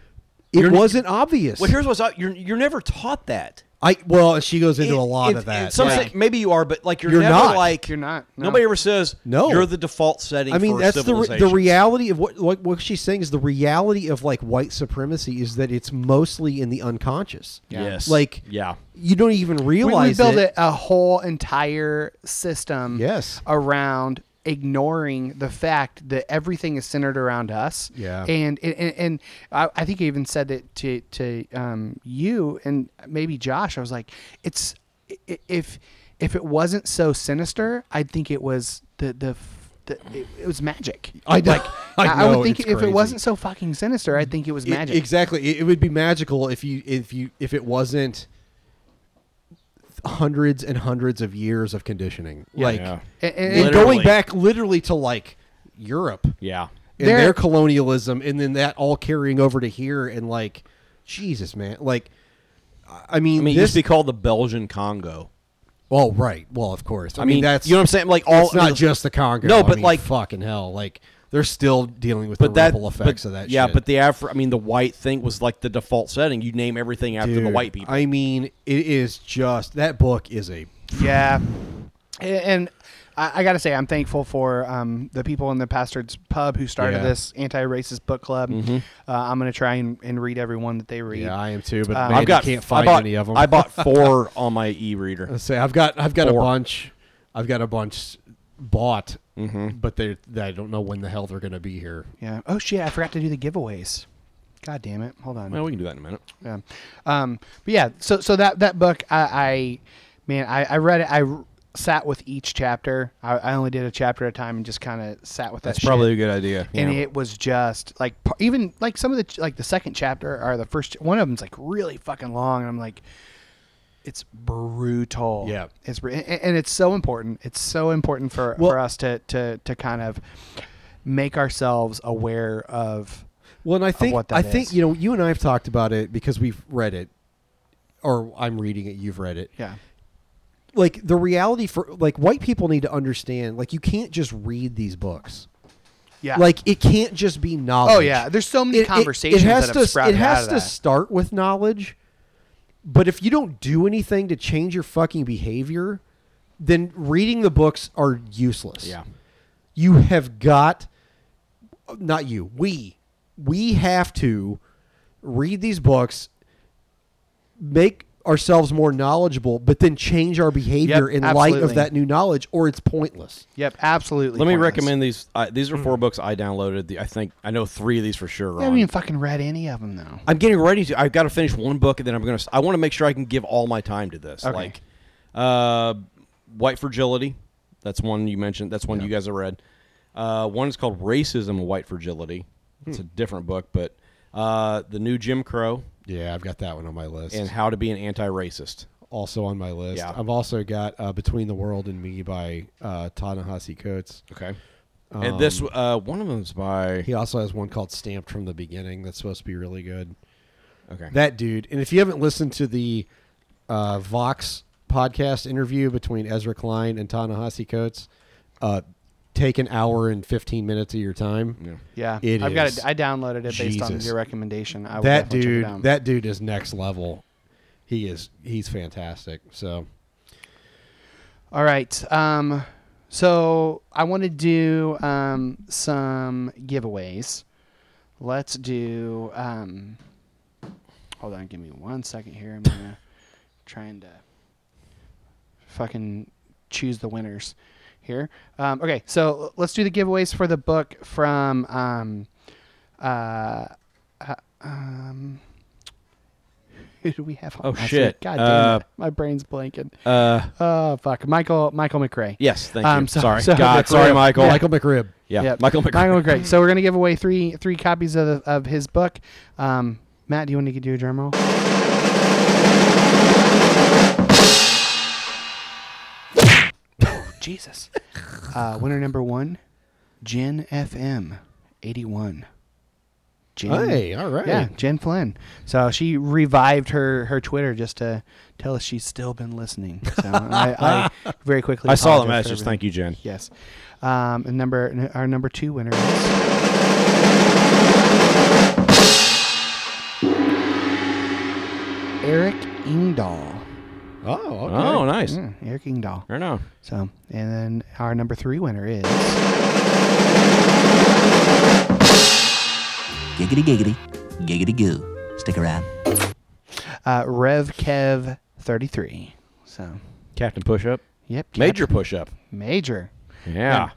Speaker 3: it
Speaker 2: You're-
Speaker 3: wasn't obvious
Speaker 2: Well, here's what's up. You're, you're never taught that.
Speaker 3: i well and she goes into a lot
Speaker 2: It-
Speaker 3: of that
Speaker 2: it- some
Speaker 3: Yeah.
Speaker 2: say- maybe you are, but like you're,
Speaker 3: You're
Speaker 2: never
Speaker 3: not.
Speaker 2: like
Speaker 1: You're not, no.
Speaker 2: Nobody ever says
Speaker 3: No.
Speaker 2: You're the default setting.
Speaker 3: I mean,
Speaker 2: for
Speaker 3: that's the re- the
Speaker 2: civilization.
Speaker 3: reality of what like what she's saying is the reality of like white supremacy is that it's mostly in the unconscious.
Speaker 1: Yeah.
Speaker 2: Yes.
Speaker 3: Like
Speaker 2: Yeah.
Speaker 3: you don't even
Speaker 1: we,
Speaker 3: realize
Speaker 1: we built
Speaker 3: it.
Speaker 1: a, a whole entire system
Speaker 3: Yes.
Speaker 1: around ignoring the fact that everything is centered around us
Speaker 3: Yeah.
Speaker 1: and and, and, and I, I think i even said it to to um, you and maybe josh i was like it's i- i- if if it wasn't so sinister i'd think it was the the, f- the it, it was magic
Speaker 3: I know-
Speaker 1: like
Speaker 3: I know,
Speaker 1: would think
Speaker 3: it's
Speaker 1: if it
Speaker 3: crazy. E,
Speaker 1: wasn't so fucking sinister i'd think it was
Speaker 3: It-
Speaker 1: magic
Speaker 3: exactly. It, it would be magical if you if you if it wasn't hundreds and hundreds of years of conditioning. Like
Speaker 2: Yeah.
Speaker 1: And- and-
Speaker 3: and
Speaker 2: Literally.
Speaker 3: going back literally to like Europe.
Speaker 2: Yeah.
Speaker 3: and
Speaker 1: There-
Speaker 3: their colonialism, and then that all carrying over to here, and like, Jesus, man, like, I I mean,
Speaker 2: I mean, it used
Speaker 3: this.
Speaker 2: to be called the Belgian Congo.
Speaker 3: well, right, well, of course. I,
Speaker 2: I
Speaker 3: mean,
Speaker 2: mean,
Speaker 3: that's
Speaker 2: you know what I'm saying? Like all
Speaker 3: it's not
Speaker 2: the-
Speaker 3: just the Congo.
Speaker 2: No,
Speaker 3: I
Speaker 2: but,
Speaker 3: mean,
Speaker 2: like-
Speaker 3: fucking hell, like they're still dealing with
Speaker 2: But
Speaker 3: the
Speaker 2: that
Speaker 3: ripple effects
Speaker 2: but,
Speaker 3: of that.
Speaker 2: Yeah,
Speaker 3: shit.
Speaker 2: but the Afro. I mean, the white thing was like the default setting. You name everything after the
Speaker 3: Dude,
Speaker 2: white people.
Speaker 3: I mean, it is just that book is a
Speaker 1: yeah A- and I, I got to say, I'm thankful for um, the people in the Pastor's Pub who started
Speaker 3: Yeah.
Speaker 1: this anti-racist book club. Uh, I'm going to try and, and read every one that they read.
Speaker 3: Yeah, I am too, but
Speaker 1: Um,
Speaker 3: man,
Speaker 1: I've
Speaker 3: you
Speaker 2: I've got
Speaker 3: can't find
Speaker 2: I bought,
Speaker 3: any of them.
Speaker 2: I bought four on my e-reader.
Speaker 3: Let's say I've got I've got
Speaker 2: Four.
Speaker 3: a bunch. I've got a bunch bought,
Speaker 2: Mm-hmm.
Speaker 3: but they they- I don't know when the hell they're going to be here.
Speaker 1: Yeah. Oh shit! I forgot to do the giveaways. God damn it! Hold on.
Speaker 2: Well, we can do that in a minute.
Speaker 1: Yeah. Um, but yeah, so so that that book, I, I man, I, I read it. I r- sat with each chapter. I, I only did a chapter at a time and just kind of sat with that.
Speaker 2: That's
Speaker 1: shit.
Speaker 2: probably a good idea.
Speaker 1: And it was just like par- even like some of the ch- like the second chapter or the first ch- one of them's like really fucking long, and I'm like, it's brutal.
Speaker 3: Yeah.
Speaker 1: It's br- and, and it's so important. It's so important for for us to to to kind of make ourselves aware of.
Speaker 3: Well, and I think
Speaker 1: what
Speaker 3: I
Speaker 1: that
Speaker 3: think
Speaker 1: is.
Speaker 3: you know you and I have talked about it because we've read it, or I'm reading it. You've read it.
Speaker 1: Yeah.
Speaker 3: Like the reality for like white people need to understand. Like you can't just read these books.
Speaker 1: Yeah.
Speaker 3: Like it can't just be knowledge.
Speaker 1: Oh yeah, there's so many conversations
Speaker 3: It has
Speaker 1: that
Speaker 3: to.
Speaker 1: have sprouted
Speaker 3: it
Speaker 1: out
Speaker 3: has
Speaker 1: of
Speaker 3: to
Speaker 1: that.
Speaker 3: start with knowledge. But if you don't do anything to change your fucking behavior, then reading the books are useless.
Speaker 2: Yeah.
Speaker 3: you have got. Not you. We we have to read these books, make ourselves more knowledgeable, but then change our behavior in light of
Speaker 1: absolutely.
Speaker 3: that new knowledge, or it's pointless.
Speaker 1: Yep, absolutely.
Speaker 2: Let me
Speaker 1: pointless.
Speaker 2: recommend these. I these are four books I downloaded. The, I think I know three of these for sure.
Speaker 1: Hmm. I
Speaker 2: Ron.
Speaker 1: haven't even fucking read any of them though.
Speaker 2: I'm getting ready to. I've got to finish one book, and then I'm gonna. I want to make sure I can give all my time to this.
Speaker 1: Okay.
Speaker 2: Like, uh, White Fragility. That's one you mentioned. That's one you guys have read. Uh, one is called Racism and White Fragility.
Speaker 1: Hmm.
Speaker 2: It's a different book, but uh, the new Jim Crow
Speaker 3: Yeah, I've got that one on my list.
Speaker 2: and How to Be an Anti-Racist.
Speaker 3: also on my list.
Speaker 2: Yeah.
Speaker 3: I've also got uh, Between the World and Me by uh, Ta-Nehisi Coates.
Speaker 2: Okay. and this
Speaker 1: Um,
Speaker 2: uh, one of them's by
Speaker 3: He also has one called Stamped from the Beginning that's supposed to be really good.
Speaker 2: okay.
Speaker 3: That dude, and if you haven't listened to the uh, Vox podcast interview between Ezra Klein and Ta-Nehisi Coates, uh, take an hour and 15 minutes of your time.
Speaker 1: Yeah,
Speaker 3: It
Speaker 1: I've got
Speaker 3: is.
Speaker 1: it. I downloaded it based on
Speaker 3: Jesus.
Speaker 1: your recommendation. I will
Speaker 3: that
Speaker 1: definitely check it
Speaker 3: dude,
Speaker 1: out.
Speaker 3: that dude is next level. He is, he's fantastic. So
Speaker 1: All right. Um, so I want to do um, some giveaways. Let's do. Um, hold on, give me one second here. I'm gonna trying to fucking choose the winners here. Um, okay, so let's do the giveaways for the book from um, uh, uh, um, who do we have? on
Speaker 2: Oh,
Speaker 1: last week?
Speaker 2: shit.
Speaker 1: God damn
Speaker 2: Uh,
Speaker 1: it! My brain's blanking.
Speaker 2: Uh,
Speaker 1: Oh fuck, Michael Michael McRae.
Speaker 2: yes. Thank
Speaker 1: Um,
Speaker 2: you.
Speaker 1: so-
Speaker 2: sorry.
Speaker 1: so-
Speaker 2: God. Sorry,
Speaker 1: Yeah.
Speaker 2: Michael.
Speaker 3: Michael McRib.
Speaker 2: Yeah.
Speaker 1: Yep.
Speaker 2: Michael McCrae.
Speaker 1: Michael McRae. So we're gonna give away three three copies of the, of his book. Um, Matt, do you want to do a drum roll? Oh, Jesus. Uh, winner number one, Jen FM, eighty one. Jen.
Speaker 3: Hey, all right.
Speaker 1: Yeah, Jen Flynn. So she revived her, her Twitter just to tell us she's still been listening. So I, I very quickly.
Speaker 2: I saw the
Speaker 1: apologize for
Speaker 2: message.
Speaker 1: everything.
Speaker 2: Thank you, Jen.
Speaker 1: Yes. Um, and number our number two winner is Eric Ingdahl.
Speaker 3: Oh, okay.
Speaker 2: Oh, nice.
Speaker 1: Yeah, Mm. Eric Ingdahl.
Speaker 2: Fair enough.
Speaker 1: So, and then our number three winner is
Speaker 8: Giggity giggity, giggity goo. Stick around.
Speaker 1: uh, Rev Kev thirty three. So,
Speaker 2: Captain Push Up.
Speaker 1: yep,
Speaker 2: Major Push Up.
Speaker 1: major.
Speaker 2: yeah.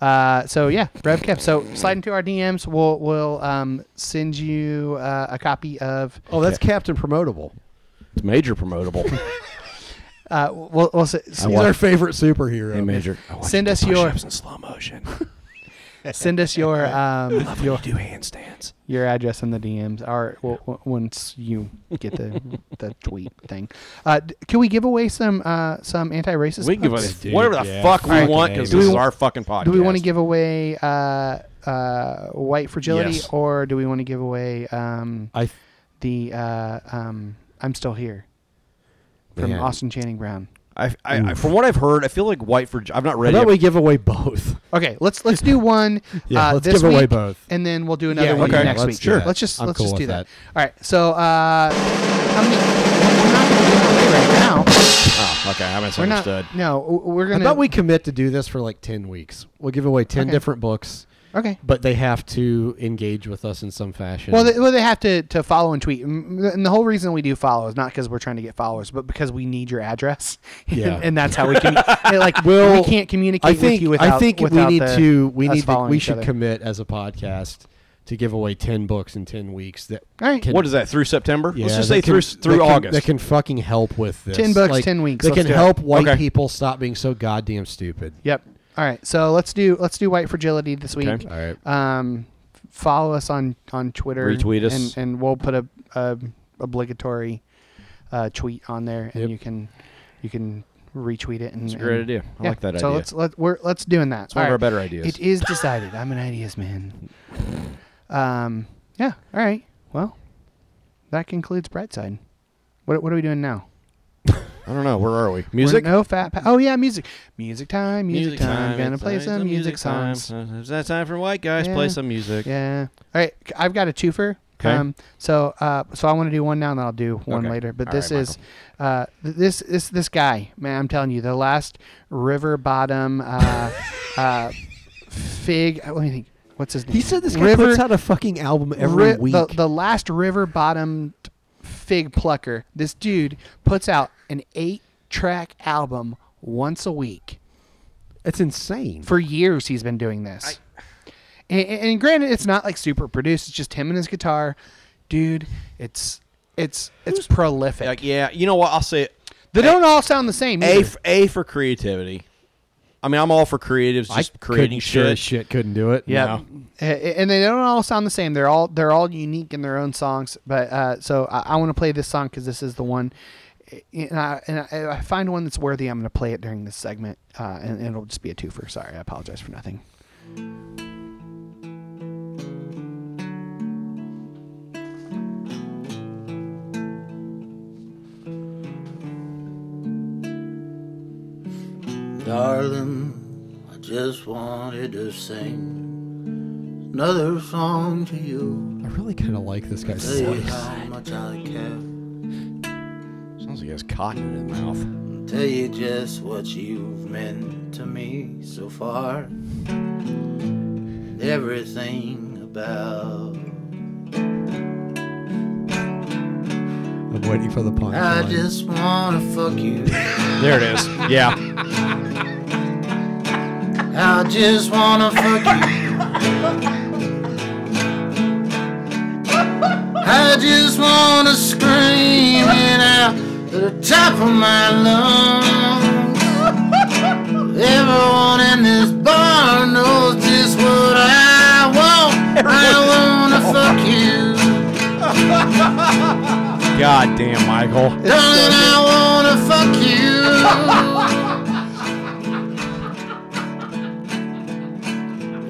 Speaker 1: Uh, so yeah, Rev Kev. So slide into our DMs. We'll we'll um, send you uh, a copy of
Speaker 3: Oh, that's Captain Promotable.
Speaker 2: It's major promotable.
Speaker 1: uh, we'll, we'll s-
Speaker 3: He's our favorite superhero.
Speaker 2: hey, major.
Speaker 1: Send us your-
Speaker 2: push-ups in slow motion.
Speaker 1: send us your um,
Speaker 2: you do handstands.
Speaker 1: your address in the DMs, or w- w- once you get the the tweet thing. Uh, d- can we give away some uh, some anti racist?
Speaker 2: We can give
Speaker 1: books?
Speaker 2: us whatever the
Speaker 3: yeah.
Speaker 2: fuck we
Speaker 1: Alright.
Speaker 2: want because
Speaker 1: Do
Speaker 2: this
Speaker 1: we
Speaker 2: is
Speaker 1: wa-
Speaker 2: our fucking podcast.
Speaker 1: Do we want to give away uh, uh, white fragility,
Speaker 2: Yes.
Speaker 1: or do we want to give away um,
Speaker 3: I th-
Speaker 1: the uh, um, I'm still here from
Speaker 3: Man.
Speaker 1: Austin Channing Brown?
Speaker 2: I, I, I,
Speaker 1: Mm.
Speaker 2: from what I've heard, I feel like white for. I've not
Speaker 3: How
Speaker 2: read
Speaker 3: about
Speaker 2: it.
Speaker 3: we give away both?
Speaker 1: Okay, let's let's do one.
Speaker 3: Yeah,
Speaker 1: uh,
Speaker 3: let's
Speaker 1: this
Speaker 3: give away
Speaker 1: week,
Speaker 3: both.
Speaker 1: and then we'll do another
Speaker 3: Yeah,
Speaker 1: one
Speaker 2: okay.
Speaker 1: next
Speaker 3: Let's
Speaker 1: week.
Speaker 3: do Sure. that.
Speaker 1: let's just
Speaker 3: I'm
Speaker 1: let's
Speaker 3: cool
Speaker 1: just
Speaker 3: with
Speaker 1: do that.
Speaker 3: that.
Speaker 1: All right, so uh, how many? We're not going to give it away right now.
Speaker 2: Oh, okay. I
Speaker 1: We're not.
Speaker 2: misunderstood.
Speaker 1: No, w- we're
Speaker 3: I
Speaker 1: gonna.
Speaker 3: bet we commit to do this for like ten weeks. We'll give away ten
Speaker 1: Okay.
Speaker 3: different books,
Speaker 1: okay.
Speaker 3: but they have to engage with us in some fashion.
Speaker 1: Well they, well, they have to, to follow and tweet. Mm, And the whole reason we do follow is not because we're trying to get followers, but because we need your address.
Speaker 3: Yeah.
Speaker 1: and, that's how we can. like,
Speaker 3: Well,
Speaker 1: we can't communicate
Speaker 3: I think
Speaker 1: with you without.
Speaker 3: I think we
Speaker 1: without
Speaker 3: need
Speaker 1: the-
Speaker 3: to we
Speaker 1: us
Speaker 3: need to,
Speaker 1: following
Speaker 3: we
Speaker 1: each
Speaker 3: should
Speaker 1: other.
Speaker 3: commit as a podcast to give away ten books in ten weeks. That
Speaker 1: All right.
Speaker 3: can-
Speaker 2: What is that through September?
Speaker 3: yeah,
Speaker 2: Let's just
Speaker 3: that
Speaker 2: say
Speaker 3: can-
Speaker 2: through
Speaker 3: that
Speaker 2: through
Speaker 3: can-
Speaker 2: August.
Speaker 3: that can fucking help with this.
Speaker 1: 10 books, 10 weeks.
Speaker 3: That
Speaker 1: Let's
Speaker 3: can
Speaker 1: do it.
Speaker 3: help white
Speaker 2: Okay.
Speaker 3: people stop being so goddamn stupid.
Speaker 1: Yep. All right. So let's do let's do white fragility this week.
Speaker 2: Okay.
Speaker 3: All right.
Speaker 1: Um, f- follow us on on Twitter.
Speaker 2: Retweet us.
Speaker 1: and, and we'll put a, a obligatory uh, tweet on there, and
Speaker 3: Yep.
Speaker 1: you can you can retweet it. And,
Speaker 2: That's a great idea. I like that
Speaker 1: so
Speaker 2: idea.
Speaker 1: let's let we're let's doing that.
Speaker 2: It's one
Speaker 1: All
Speaker 2: of our
Speaker 1: right.
Speaker 2: better ideas.
Speaker 1: It is decided. I'm an ideas man. Um. Yeah. All right. Well, that concludes Brightside. What what are we doing now?
Speaker 2: I don't know. Where are we? Music.
Speaker 1: We're no fat. Pa- oh yeah, music. Music time. Music, time. Gonna
Speaker 2: it's
Speaker 1: play
Speaker 2: time,
Speaker 1: some
Speaker 2: it's
Speaker 1: music
Speaker 2: time.
Speaker 1: songs.
Speaker 2: It's that time for white guys. Play
Speaker 1: Yeah.
Speaker 2: some music.
Speaker 1: Yeah. All right. c- I've got a twofer.
Speaker 2: 'Kay.
Speaker 1: so uh, so I want to do one now, and I'll do one
Speaker 2: Okay.
Speaker 1: later. But
Speaker 2: All
Speaker 1: this
Speaker 2: right,
Speaker 1: is uh, th- this this this guy. Man, I'm telling you, the last river bottom uh, uh, fig. uh, Let me think. What's his name?
Speaker 3: He said this guy
Speaker 1: river,
Speaker 3: puts out a fucking album every
Speaker 1: ri-
Speaker 3: week.
Speaker 1: The, the last river bottomed fig plucker. This dude puts out an eight track album once a week
Speaker 3: it's insane.
Speaker 1: for years he's been doing this. and, and- and granted, it's not like super produced. It's just him and his guitar, dude. It's it's it's prolific.
Speaker 2: Like, yeah. You know what? I'll say it.
Speaker 1: they don't all sound the same.
Speaker 2: A,
Speaker 1: either.
Speaker 2: f- a for creativity. I mean, I'm all for creatives
Speaker 3: I
Speaker 2: just creating
Speaker 3: couldn't- sure as
Speaker 2: shit.
Speaker 3: shit couldn't do it.
Speaker 1: Yeah,
Speaker 2: No.
Speaker 1: A- and they don't all sound the same. They're all they're all unique in their own songs. But uh, so I, I want to play this song because this is the one, eh, and I and I, I find one that's worthy. I'm going to play it during this segment, uh, and, and it'll just be a twofer. Sorry, I apologize for nothing.
Speaker 9: Darling, I just wanted to sing another song to you.
Speaker 3: I really kind of like this guy's
Speaker 9: Tell you
Speaker 3: voice.
Speaker 9: how much I care.
Speaker 2: Sounds like he has cotton in his mouth.
Speaker 9: Tell you just what you've meant to me so far. Everything about.
Speaker 3: I'm waiting for the
Speaker 9: I
Speaker 3: punchline.
Speaker 9: just wanna fuck you.
Speaker 2: There it is. Yeah.
Speaker 9: I just wanna fuck you. I just wanna scream it out at the top of my lungs. Everyone in this bar knows just what I want. I wanna fuck you.
Speaker 2: God damn, Michael.
Speaker 9: Darling, I wanna fuck you.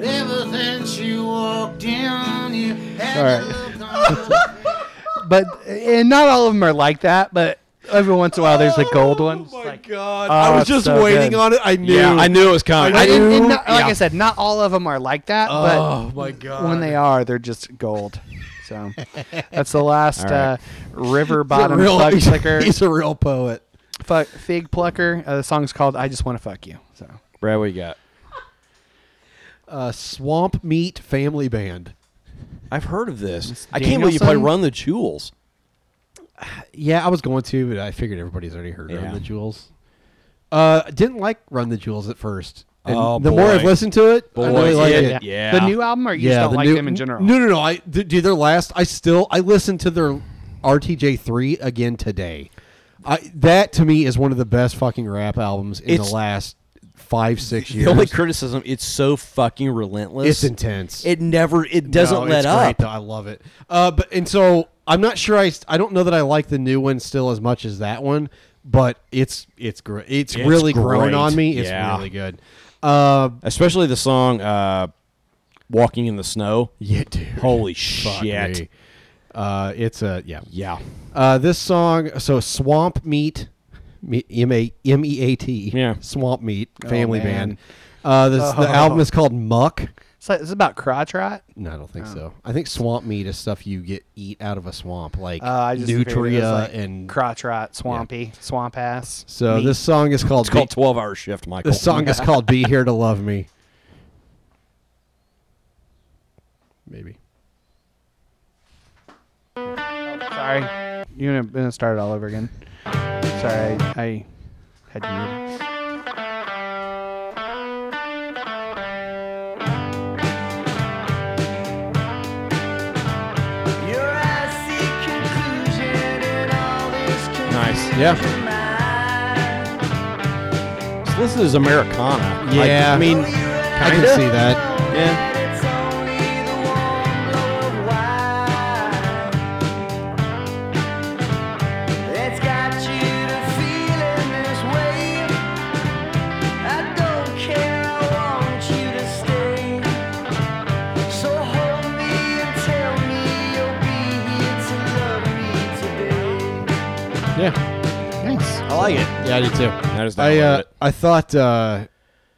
Speaker 9: Ever since you walked in, you had to look on.
Speaker 1: But and not all of them are like that. But every once in a while, there's a gold
Speaker 3: Oh
Speaker 1: one. It's like,
Speaker 2: God.
Speaker 1: I was just waiting
Speaker 2: on it. I knew. Yeah, I knew it was coming.
Speaker 1: I didn't, and not, like
Speaker 2: Yeah.
Speaker 1: I said, not all of them are like that,
Speaker 3: oh my
Speaker 1: but
Speaker 3: god!
Speaker 1: when they are, they're just gold. So that's the last
Speaker 2: All right.
Speaker 1: uh, river
Speaker 3: He's a
Speaker 1: bottom
Speaker 3: real-
Speaker 1: plug
Speaker 3: he's,
Speaker 1: flicker,
Speaker 3: he's a real poet.
Speaker 1: fuck, fig plucker. Uh, the song's called "I Just Want to Fuck You." So
Speaker 2: Brad, what you got?
Speaker 3: Uh, Swamp Meat Family Band.
Speaker 2: I've heard of this. I
Speaker 1: Danielson?
Speaker 2: can't believe you play Run the Jewels.
Speaker 3: Yeah, I was going to, but I figured everybody's already heard
Speaker 2: Yeah.
Speaker 3: Run the Jewels. Uh, didn't like Run the Jewels at first. And
Speaker 2: Oh,
Speaker 3: the more
Speaker 2: boy.
Speaker 3: I've listened to it, I really
Speaker 2: Boy,
Speaker 3: like
Speaker 2: yeah,
Speaker 3: it.
Speaker 1: the
Speaker 2: yeah.
Speaker 1: new album, or you just don't
Speaker 3: the
Speaker 1: like
Speaker 3: new-
Speaker 1: them in general?
Speaker 3: No, no, no. I d- dude, their last. I still I listened to their RTJ three again today. I that to me is one of the best fucking rap albums in
Speaker 2: It's-
Speaker 3: the last five six
Speaker 2: The only
Speaker 3: years.
Speaker 2: criticism, it's so fucking relentless.
Speaker 3: It's intense.
Speaker 2: It never, it doesn't
Speaker 3: No,
Speaker 2: let
Speaker 3: it's
Speaker 2: up.
Speaker 3: Great, though. I love it. Uh, but and so I'm not sure. I I don't know that I like the new one still as much as that one, but it's it's great. It's,
Speaker 2: It's
Speaker 3: really
Speaker 2: great.
Speaker 3: growing on me. It's
Speaker 2: Yeah.
Speaker 3: really good. Uh,
Speaker 2: Especially the song uh, Walking in the Snow.
Speaker 3: yeah, dude.
Speaker 2: Holy
Speaker 3: Fuck
Speaker 2: shit.
Speaker 3: me. Uh, it's a yeah.
Speaker 2: Yeah.
Speaker 3: Uh, this song, so Swamp Meat, M A M E A T,
Speaker 2: Yeah.
Speaker 3: Swamp Meat, family
Speaker 1: Oh, man. Oh.
Speaker 3: band. Uh, this, The album is called Muck.
Speaker 1: It's, like, it's about crotch rot.
Speaker 3: No, I don't
Speaker 1: Oh.
Speaker 3: think so. I think swamp meat is stuff you get eat out of a swamp, like
Speaker 1: Uh, I just figured it was,
Speaker 3: nutria
Speaker 1: like,
Speaker 3: and.
Speaker 1: crotch rot, swampy, swamp ass.
Speaker 3: so
Speaker 1: meat.
Speaker 3: this song is called.
Speaker 2: It's called
Speaker 3: Be-
Speaker 2: Twelve Hour Shift, Michael.
Speaker 3: this song is called "Be Here to Love Me." Maybe.
Speaker 1: Sorry, you're gonna, gonna start it all over again. Sorry, I, I had you. muted.
Speaker 2: nice. Yeah. So this is Americana. Like,
Speaker 3: Yeah.
Speaker 2: I mean,
Speaker 3: I can see that.
Speaker 2: yeah.
Speaker 3: Yeah.
Speaker 1: Nice.
Speaker 2: I like it.
Speaker 3: Yeah, I do too.
Speaker 2: I just
Speaker 3: I
Speaker 2: downloaded
Speaker 3: uh,
Speaker 2: it.
Speaker 3: I thought uh,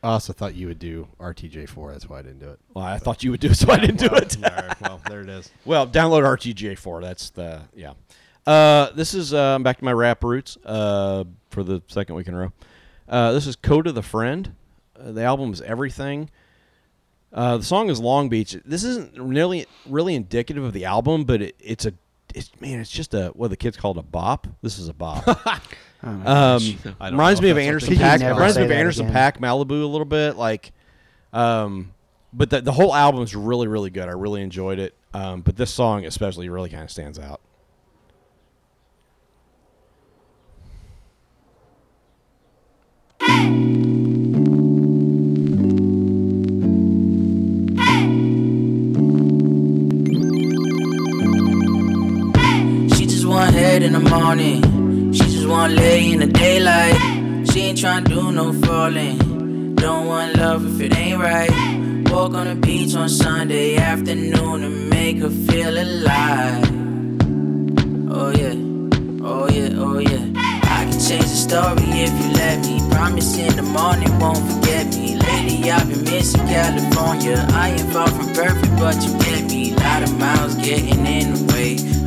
Speaker 3: I also thought you would do RTJ4. That's why I didn't do it.
Speaker 2: Well, I thought you would do it, so I didn't do it.
Speaker 3: well, there it is.
Speaker 2: Well, download RTGA four. That's the yeah. Uh, this is uh, back to my rap roots uh, for the second week in a row. Uh, this is Code of the Friend. Uh, the album is Everything. Uh, the song is Long Beach. This isn't really really indicative of the album, but it, it's a it's man, it's just a what the kids called a bop. This is a bop. um,
Speaker 3: I don't
Speaker 2: reminds
Speaker 3: know
Speaker 2: me of
Speaker 3: if that's what
Speaker 2: Anderson
Speaker 1: they
Speaker 2: Pack.
Speaker 1: call it.
Speaker 2: Reminds me of
Speaker 1: Say that
Speaker 2: Anderson
Speaker 1: again.
Speaker 2: Pack Malibu a little bit, like. Um, but the, the whole album is really really good. I really enjoyed it. Um, but this song especially really kind of stands out.
Speaker 10: She just want head in the morning. She just want lay in the daylight. She ain't tryna do no falling. Don't want love if it ain't right. Walk on the beach on Sunday afternoon to make her feel alive. Oh yeah, oh yeah, oh yeah. I can change the story if you let me. Promise in the morning won't forget me. Lately I've been missing California. I ain't far from perfect, but you get me. Lot of miles getting in the way.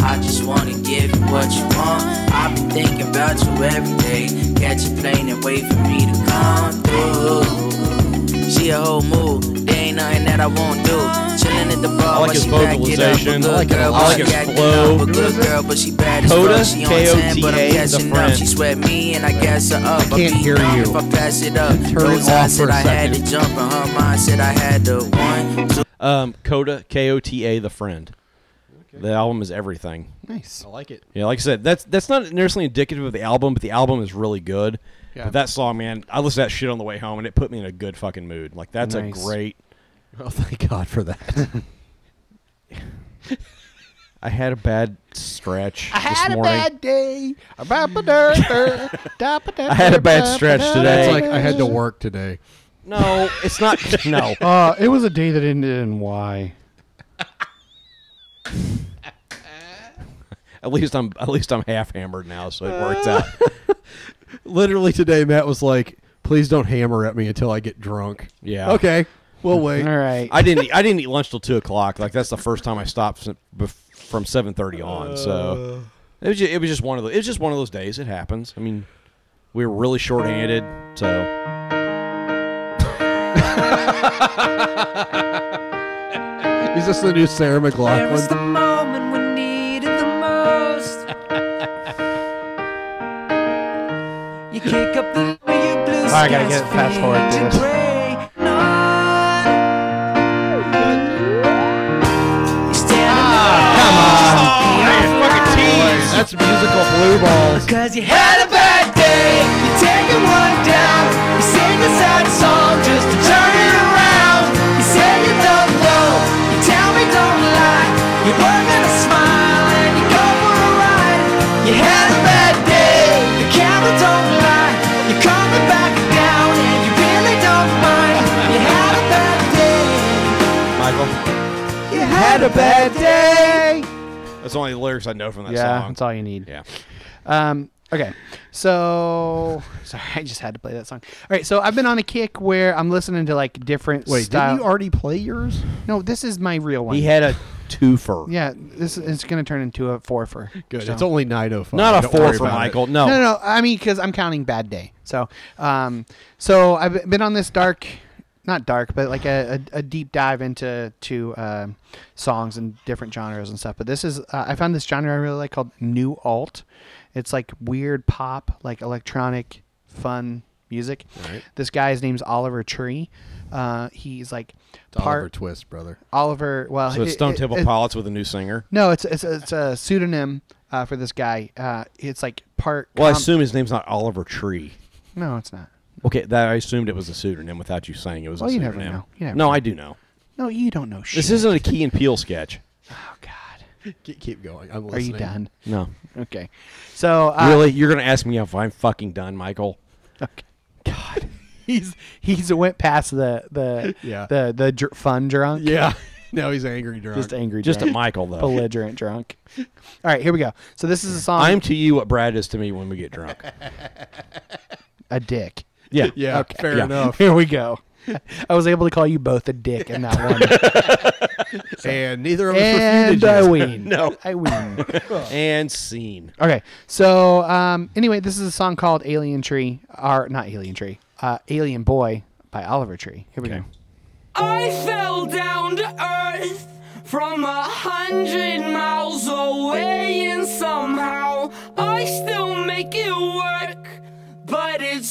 Speaker 10: I just wanna give you what you want. I've been thinking about you every day. Catch a plane and wait for me to come through. She a whole mood. There ain't nothing that I won't do. Chillin' at the bar.
Speaker 2: I like
Speaker 10: while
Speaker 2: his
Speaker 10: she back it up. A
Speaker 2: vocalization.
Speaker 10: good
Speaker 2: I like it a
Speaker 10: girl,
Speaker 2: lot. I like
Speaker 10: she
Speaker 2: his
Speaker 10: back it
Speaker 2: flow.
Speaker 10: up. A good girl, but she bad as
Speaker 2: Coda,
Speaker 10: fuck. She on 10, but
Speaker 2: K O
Speaker 10: I'm
Speaker 2: T A,
Speaker 10: catching
Speaker 2: the
Speaker 10: up.
Speaker 2: friend.
Speaker 10: She sweat me and I gas her up. I
Speaker 3: can't hear you.
Speaker 10: If I pass it up.
Speaker 3: it
Speaker 10: Those
Speaker 3: off
Speaker 10: eyes
Speaker 3: for
Speaker 10: said
Speaker 3: a
Speaker 10: I had to
Speaker 3: second.
Speaker 10: jump, and her mind said I had to one, two.
Speaker 2: Um, Coda K O T A, the friend. The album is everything.
Speaker 1: Nice.
Speaker 3: I like it.
Speaker 2: Yeah, like I said, that's that's not necessarily indicative of the album, but the album is really good. But that song, man, I listened to that shit on the way home, and it put me in a good fucking mood. Like that's
Speaker 1: Nice.
Speaker 2: a great.
Speaker 3: Oh, thank God for that.
Speaker 2: I had a bad stretch. this
Speaker 1: had
Speaker 2: morning.
Speaker 1: a bad day. I
Speaker 2: I had a bad stretch today.
Speaker 3: It's like I had to work today.
Speaker 2: no, it's not. No,
Speaker 1: Uh, it was a day that ended in Y.
Speaker 2: at least I'm at least I'm half hammered now, so it worked
Speaker 1: Uh.
Speaker 2: out.
Speaker 3: Literally today, Matt was like, "Please don't hammer at me until I get drunk."
Speaker 2: Yeah.
Speaker 3: Okay. We'll wait.
Speaker 1: All right.
Speaker 2: I didn't. Eat, I didn't eat lunch till two o'clock. Like that's the first time I stopped s- bef- from seven thirty on.
Speaker 1: Uh.
Speaker 2: So it was. Just, it was just one of those. It was just one of those days. It happens. I mean, we were really short-handed. So
Speaker 3: Is this the new Sarah
Speaker 10: There was the
Speaker 3: McLaughlin?
Speaker 10: moment we needed the most. you kick up the you blue
Speaker 1: I gotta get
Speaker 10: skies
Speaker 1: fast forward
Speaker 10: fade
Speaker 1: through
Speaker 10: into
Speaker 1: this.
Speaker 10: gray night. You stand
Speaker 1: Ah, Oh,
Speaker 10: Oh,
Speaker 3: That's musical blue balls.
Speaker 10: Cause you had a bad day, you take it one down. You sing a sad song just to turn it around. You say you don't know, you tell me don't lie. You work at a smile and you go for a ride. You had a bad day, the camera don't lie. You're coming back down and you really don't mind. You had a bad day,
Speaker 2: Michael,
Speaker 10: you had a bad day.
Speaker 2: that's the only lyrics I know from that
Speaker 1: yeah,
Speaker 2: song.
Speaker 1: that's all you need.
Speaker 2: yeah.
Speaker 1: Um, Okay. So sorry, I just had to play that song. All right, so I've been on a kick where I'm listening to like different
Speaker 3: Wait,
Speaker 1: style.
Speaker 3: didn't you already play yours?
Speaker 1: no, this is my real one.
Speaker 2: He had a twofer.
Speaker 1: yeah, this is going to turn into a four for.
Speaker 3: Good.
Speaker 1: so-
Speaker 3: It's only 905.
Speaker 2: Not a
Speaker 3: Don't worry
Speaker 2: four for
Speaker 3: about it.
Speaker 2: Michael. No.
Speaker 1: No, no, I mean, because I'm counting bad day. So, um, so I've been on this dark, not dark, but like a, a, a deep dive into to uh, songs and different genres and stuff. But this is uh, I found this genre I really like called new alt. It's like weird pop, like electronic, fun music. This guy's name's Oliver Tree. Uh, he's like
Speaker 3: It's Oliver
Speaker 1: part
Speaker 3: Twist, brother.
Speaker 1: Oliver. Well,
Speaker 2: So it's
Speaker 1: it-
Speaker 2: Stone
Speaker 1: it-
Speaker 2: Temple
Speaker 1: it-
Speaker 2: Pilots with a new singer.
Speaker 1: No, it's it's, it's a pseudonym uh, for this guy. Uh, it's like part.
Speaker 2: Well, I
Speaker 1: com-
Speaker 2: assume his name's not Oliver Tree.
Speaker 1: No, it's not.
Speaker 2: Okay, that I assumed it was a pseudonym without you saying it was
Speaker 1: Well,
Speaker 2: a
Speaker 1: you never
Speaker 2: pseudonym.
Speaker 1: know. You never
Speaker 2: no,
Speaker 1: know.
Speaker 2: I do know.
Speaker 1: No, you don't know shit.
Speaker 2: This isn't a Key and Peel sketch.
Speaker 1: Oh God.
Speaker 3: Keep, keep going. I'm
Speaker 1: Are
Speaker 3: listening.
Speaker 1: you done?
Speaker 2: No.
Speaker 1: Okay. So uh,
Speaker 2: really? You're going to ask me if I'm fucking done, Michael?
Speaker 1: Okay. God. He's he's went past the the
Speaker 3: Yeah.
Speaker 1: the the dr- fun drunk.
Speaker 3: Yeah. now he's angry drunk.
Speaker 1: Just angry.
Speaker 2: Just a
Speaker 1: drunk.
Speaker 2: Michael, though.
Speaker 1: belligerent drunk. All right, here we go. So this is a song.
Speaker 2: I'm to you what Brad is to me when we get drunk.
Speaker 1: a dick.
Speaker 2: Yeah.
Speaker 3: yeah. Fair
Speaker 2: Yeah.
Speaker 3: enough.
Speaker 1: Here we go. I was able to call you both a dick in that one.
Speaker 3: and neither of us
Speaker 1: and
Speaker 3: refuted
Speaker 1: I
Speaker 3: you.
Speaker 1: win. No, I win.
Speaker 2: And scene.
Speaker 1: Okay, so um, anyway, this is a song called "Alien Tree," or not "Alien Tree," uh, "Alien Boy" by Oliver Tree. Here we go.
Speaker 10: I fell down to earth from a hundred miles away, and somehow I still make it work. But it's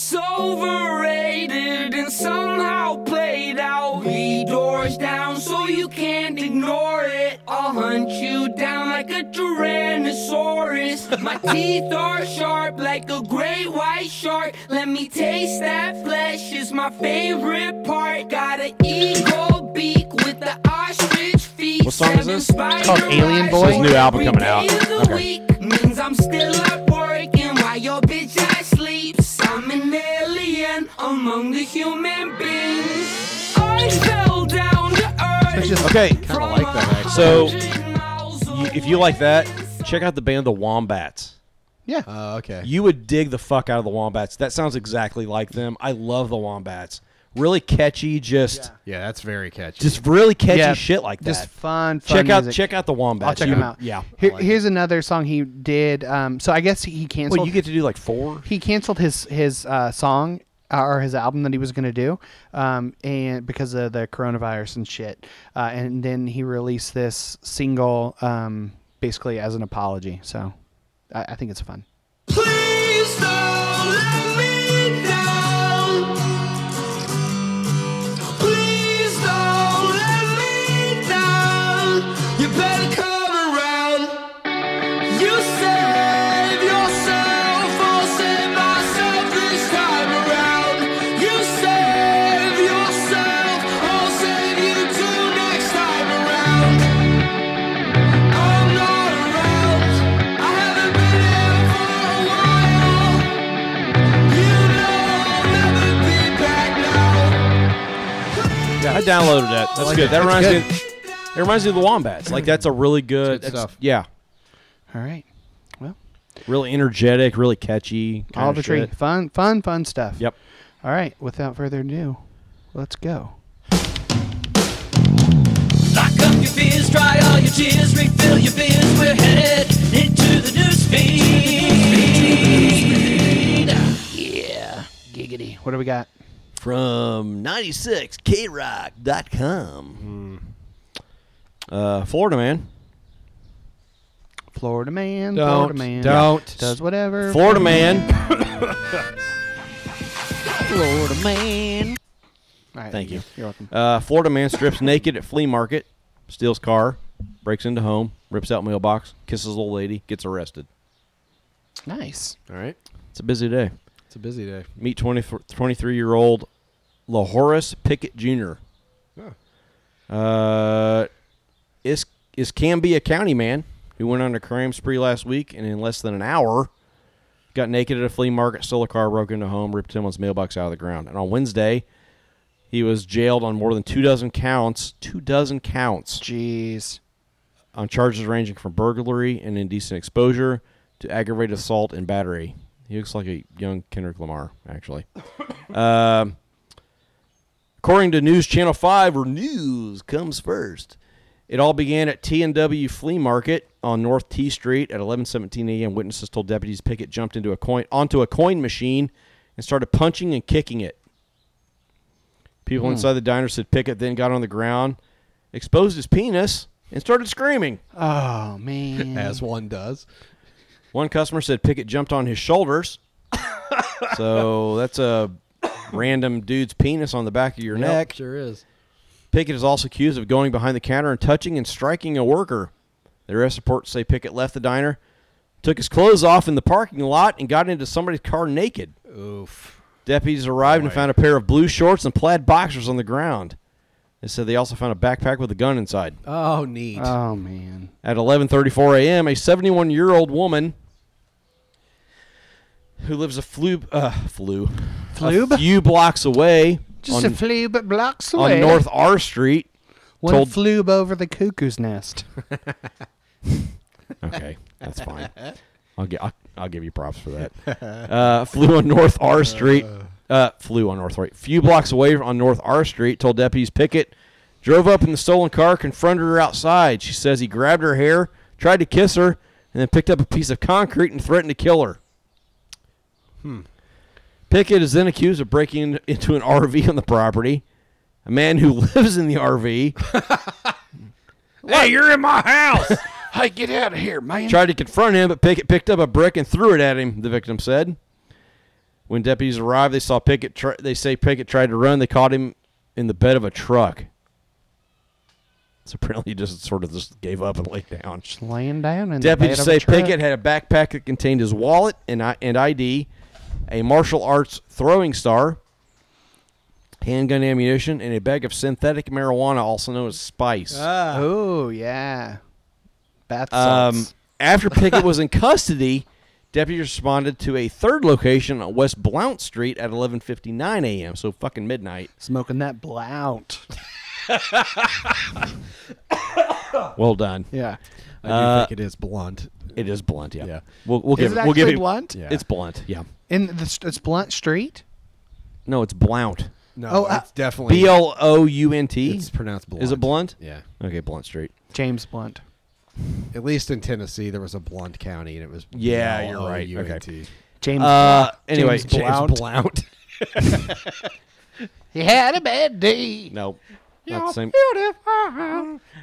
Speaker 10: overrated and somehow played out. The door's down, so you can't ignore it. I'll hunt you down like a Tyrannosaurus. My teeth are sharp like a great white shark. Let me taste that flesh, is my favorite part. Got an eagle beak with the ostrich feet.
Speaker 2: What song is
Speaker 10: seven
Speaker 2: this?
Speaker 10: spider
Speaker 1: called Alien
Speaker 10: eyes.
Speaker 1: Boy? His
Speaker 2: new album
Speaker 10: Every
Speaker 2: coming out.
Speaker 10: day of the
Speaker 2: Okay.
Speaker 10: week means I'm still up working while your bitch ass sleeps. I'm an alien among the human beings. I fell down to earth.
Speaker 2: Okay.
Speaker 10: from
Speaker 3: like that,
Speaker 10: a
Speaker 3: actually.
Speaker 2: So,
Speaker 10: hundred miles
Speaker 2: You- If you like that,
Speaker 10: away.
Speaker 2: check out the band The Wombats.
Speaker 1: Yeah.
Speaker 2: Oh,
Speaker 3: Uh, okay.
Speaker 2: You would dig the fuck out of The Wombats. That sounds exactly like them. I love The Wombats. Really catchy, just
Speaker 3: yeah, that's very catchy.
Speaker 2: just really catchy
Speaker 1: Yeah,
Speaker 2: shit like that.
Speaker 1: just fun, fun
Speaker 2: check out
Speaker 1: music.
Speaker 2: check out The Wombats.
Speaker 1: I'll check
Speaker 2: You
Speaker 1: him
Speaker 2: would-
Speaker 1: out.
Speaker 2: Yeah.
Speaker 1: Here, here's another song he did. Um, so I guess he, he canceled.
Speaker 2: Well, you get to do like four.
Speaker 1: he canceled his his uh, song uh, or his album that he was going to do, um, and because of the coronavirus and shit. Uh, and then he released this single, um, basically as an apology. So I, I think it's fun.
Speaker 10: Please don't let me down. Please don't let me down. You better come around. You save yourself, I'll save myself this time around. You save yourself, I'll save you too next time around. I'm not around. I haven't been here for a while. You know I'll never be back now.
Speaker 2: Yeah, I downloaded that. That's good. That reminds
Speaker 3: good.
Speaker 2: me. It reminds me of the Wombats. Like that's a really good,
Speaker 3: It's good
Speaker 2: that's-
Speaker 3: stuff.
Speaker 2: Yeah,
Speaker 1: All right,
Speaker 2: really energetic, really catchy. kind
Speaker 1: Oliver
Speaker 2: of
Speaker 1: Tree,
Speaker 2: shit.
Speaker 1: fun, fun, fun stuff.
Speaker 2: Yep.
Speaker 1: All right. Without further ado, let's go.
Speaker 7: Lock up your fears, dry all your tears, refill your beers. We're headed into the new speed.
Speaker 1: Yeah, giggity. What do we got?
Speaker 2: from 96krock.com. Hmm. Uh, Florida man.
Speaker 1: Florida man. Florida
Speaker 3: don't
Speaker 1: man.
Speaker 3: don't
Speaker 1: Does whatever.
Speaker 2: Florida man.
Speaker 1: All right,
Speaker 2: Thank you.
Speaker 1: You're welcome.
Speaker 2: Uh, Florida man strips naked at flea market, steals car, breaks into home, rips out mailbox, kisses little lady, gets arrested.
Speaker 1: Nice.
Speaker 3: All right.
Speaker 2: It's a busy day.
Speaker 3: It's a busy day.
Speaker 2: Meet 20, 23 year old LaHorace Pickett Jr. Uh, is is Cambia County man who went on a crime spree last week and in less than an hour got naked at a flea market, stole a car, broke into a home, ripped someone's mailbox out of the ground. And on Wednesday, he was jailed on more than two dozen counts, two dozen counts
Speaker 1: Jeez.
Speaker 2: on charges ranging from burglary and indecent exposure to aggravated assault and battery. He looks like a young Kendrick Lamar, actually. um, according to News Channel 5, where news comes first, it all began at T&W Flea Market on North T Street at 11:17 a.m. Witnesses told deputies Pickett jumped into a coin onto a coin machine and started punching and kicking it. People
Speaker 1: Hmm.
Speaker 2: inside the diner said Pickett then got on the ground, exposed his penis, and started screaming.
Speaker 1: Oh man.
Speaker 2: As one does. One customer said Pickett jumped on his shoulders. so that's a random dude's penis on the back of your
Speaker 3: Yep,
Speaker 2: neck.
Speaker 3: Sure is.
Speaker 2: Pickett is also accused of going behind the counter and touching and striking a worker. The arrest reports say Pickett left the diner, took his clothes off in the parking lot, and got into somebody's car naked. Oof. Deputies arrived and found a pair of blue shorts and plaid boxers on the ground. They said they also found a backpack with a gun inside.
Speaker 3: Oh, neat.
Speaker 2: Uh,
Speaker 1: Oh man.
Speaker 2: At 11:34 a.m., a 71-year-old woman who lives a flu uh, flu
Speaker 1: Flube?
Speaker 2: a few blocks away
Speaker 1: Just
Speaker 2: on,
Speaker 1: a flube that blocks
Speaker 2: on
Speaker 1: away.
Speaker 2: North R Street
Speaker 1: One
Speaker 2: told
Speaker 1: flube over the cuckoo's nest.
Speaker 2: Okay, that's fine. I'll get I'll, I'll give you props for that. Uh, flew on North R Street. Uh, flew on North Right. Few blocks away on North R Street, told deputies Pickett drove up in the stolen car, confronted her outside. She says he grabbed her hair, tried to kiss her, and then picked up a piece of concrete and threatened to kill her.
Speaker 3: Hmm.
Speaker 2: Pickett is then accused of breaking in- into an RV on the property. A man who lives in the RV
Speaker 6: Hey, you're in my house.
Speaker 1: hey, get out of here, man.
Speaker 2: Tried to confront him, but Pickett picked up a brick and threw it at him. The victim said. When deputies arrived, they saw Pickett. Tr- they say Pickett tried to run. They caught him in the bed of a truck. So apparently, he just sort of just gave up and laid down.
Speaker 1: laying down in the bed
Speaker 2: Deputies
Speaker 1: of
Speaker 2: say
Speaker 1: a truck.
Speaker 2: Pickett had a backpack that contained his wallet and I- and ID, a martial arts throwing star, handgun ammunition, and a bag of synthetic marijuana, also known as spice.
Speaker 1: Oh yeah. Bath
Speaker 2: Um,
Speaker 1: salts.
Speaker 2: after Pickett was in custody, deputies responded to a third location on West Blount Street at 11:59 a.m. So fucking midnight.
Speaker 1: Smoking that blount.
Speaker 2: Well done.
Speaker 1: Yeah.
Speaker 3: I do
Speaker 2: Uh,
Speaker 3: think it is blunt.
Speaker 2: It is blunt. Yeah. We'll, we'll
Speaker 1: Is
Speaker 2: give
Speaker 1: it
Speaker 2: we'll give
Speaker 1: actually
Speaker 2: you-
Speaker 1: blunt?
Speaker 3: Yeah.
Speaker 2: It's blunt. Yeah.
Speaker 1: In the, st- it's Blunt Street.
Speaker 2: No, it's Blount.
Speaker 3: No,
Speaker 1: Oh, I-
Speaker 3: it's definitely
Speaker 2: uh, B L O U N T.
Speaker 3: It's pronounced
Speaker 2: Is it blunt?
Speaker 3: Yeah.
Speaker 2: Okay, Blount Street.
Speaker 1: James Blunt.
Speaker 3: At least in Tennessee, there was a Blunt County, and it was
Speaker 2: Yeah, you're right.
Speaker 3: B-L-O-U-N-T.
Speaker 1: James.
Speaker 2: Uh,
Speaker 1: Blount.
Speaker 2: anyway,
Speaker 1: James Blount.
Speaker 2: James
Speaker 3: Blount.
Speaker 1: He had a bad day.
Speaker 2: No. Not the same.
Speaker 1: beautiful.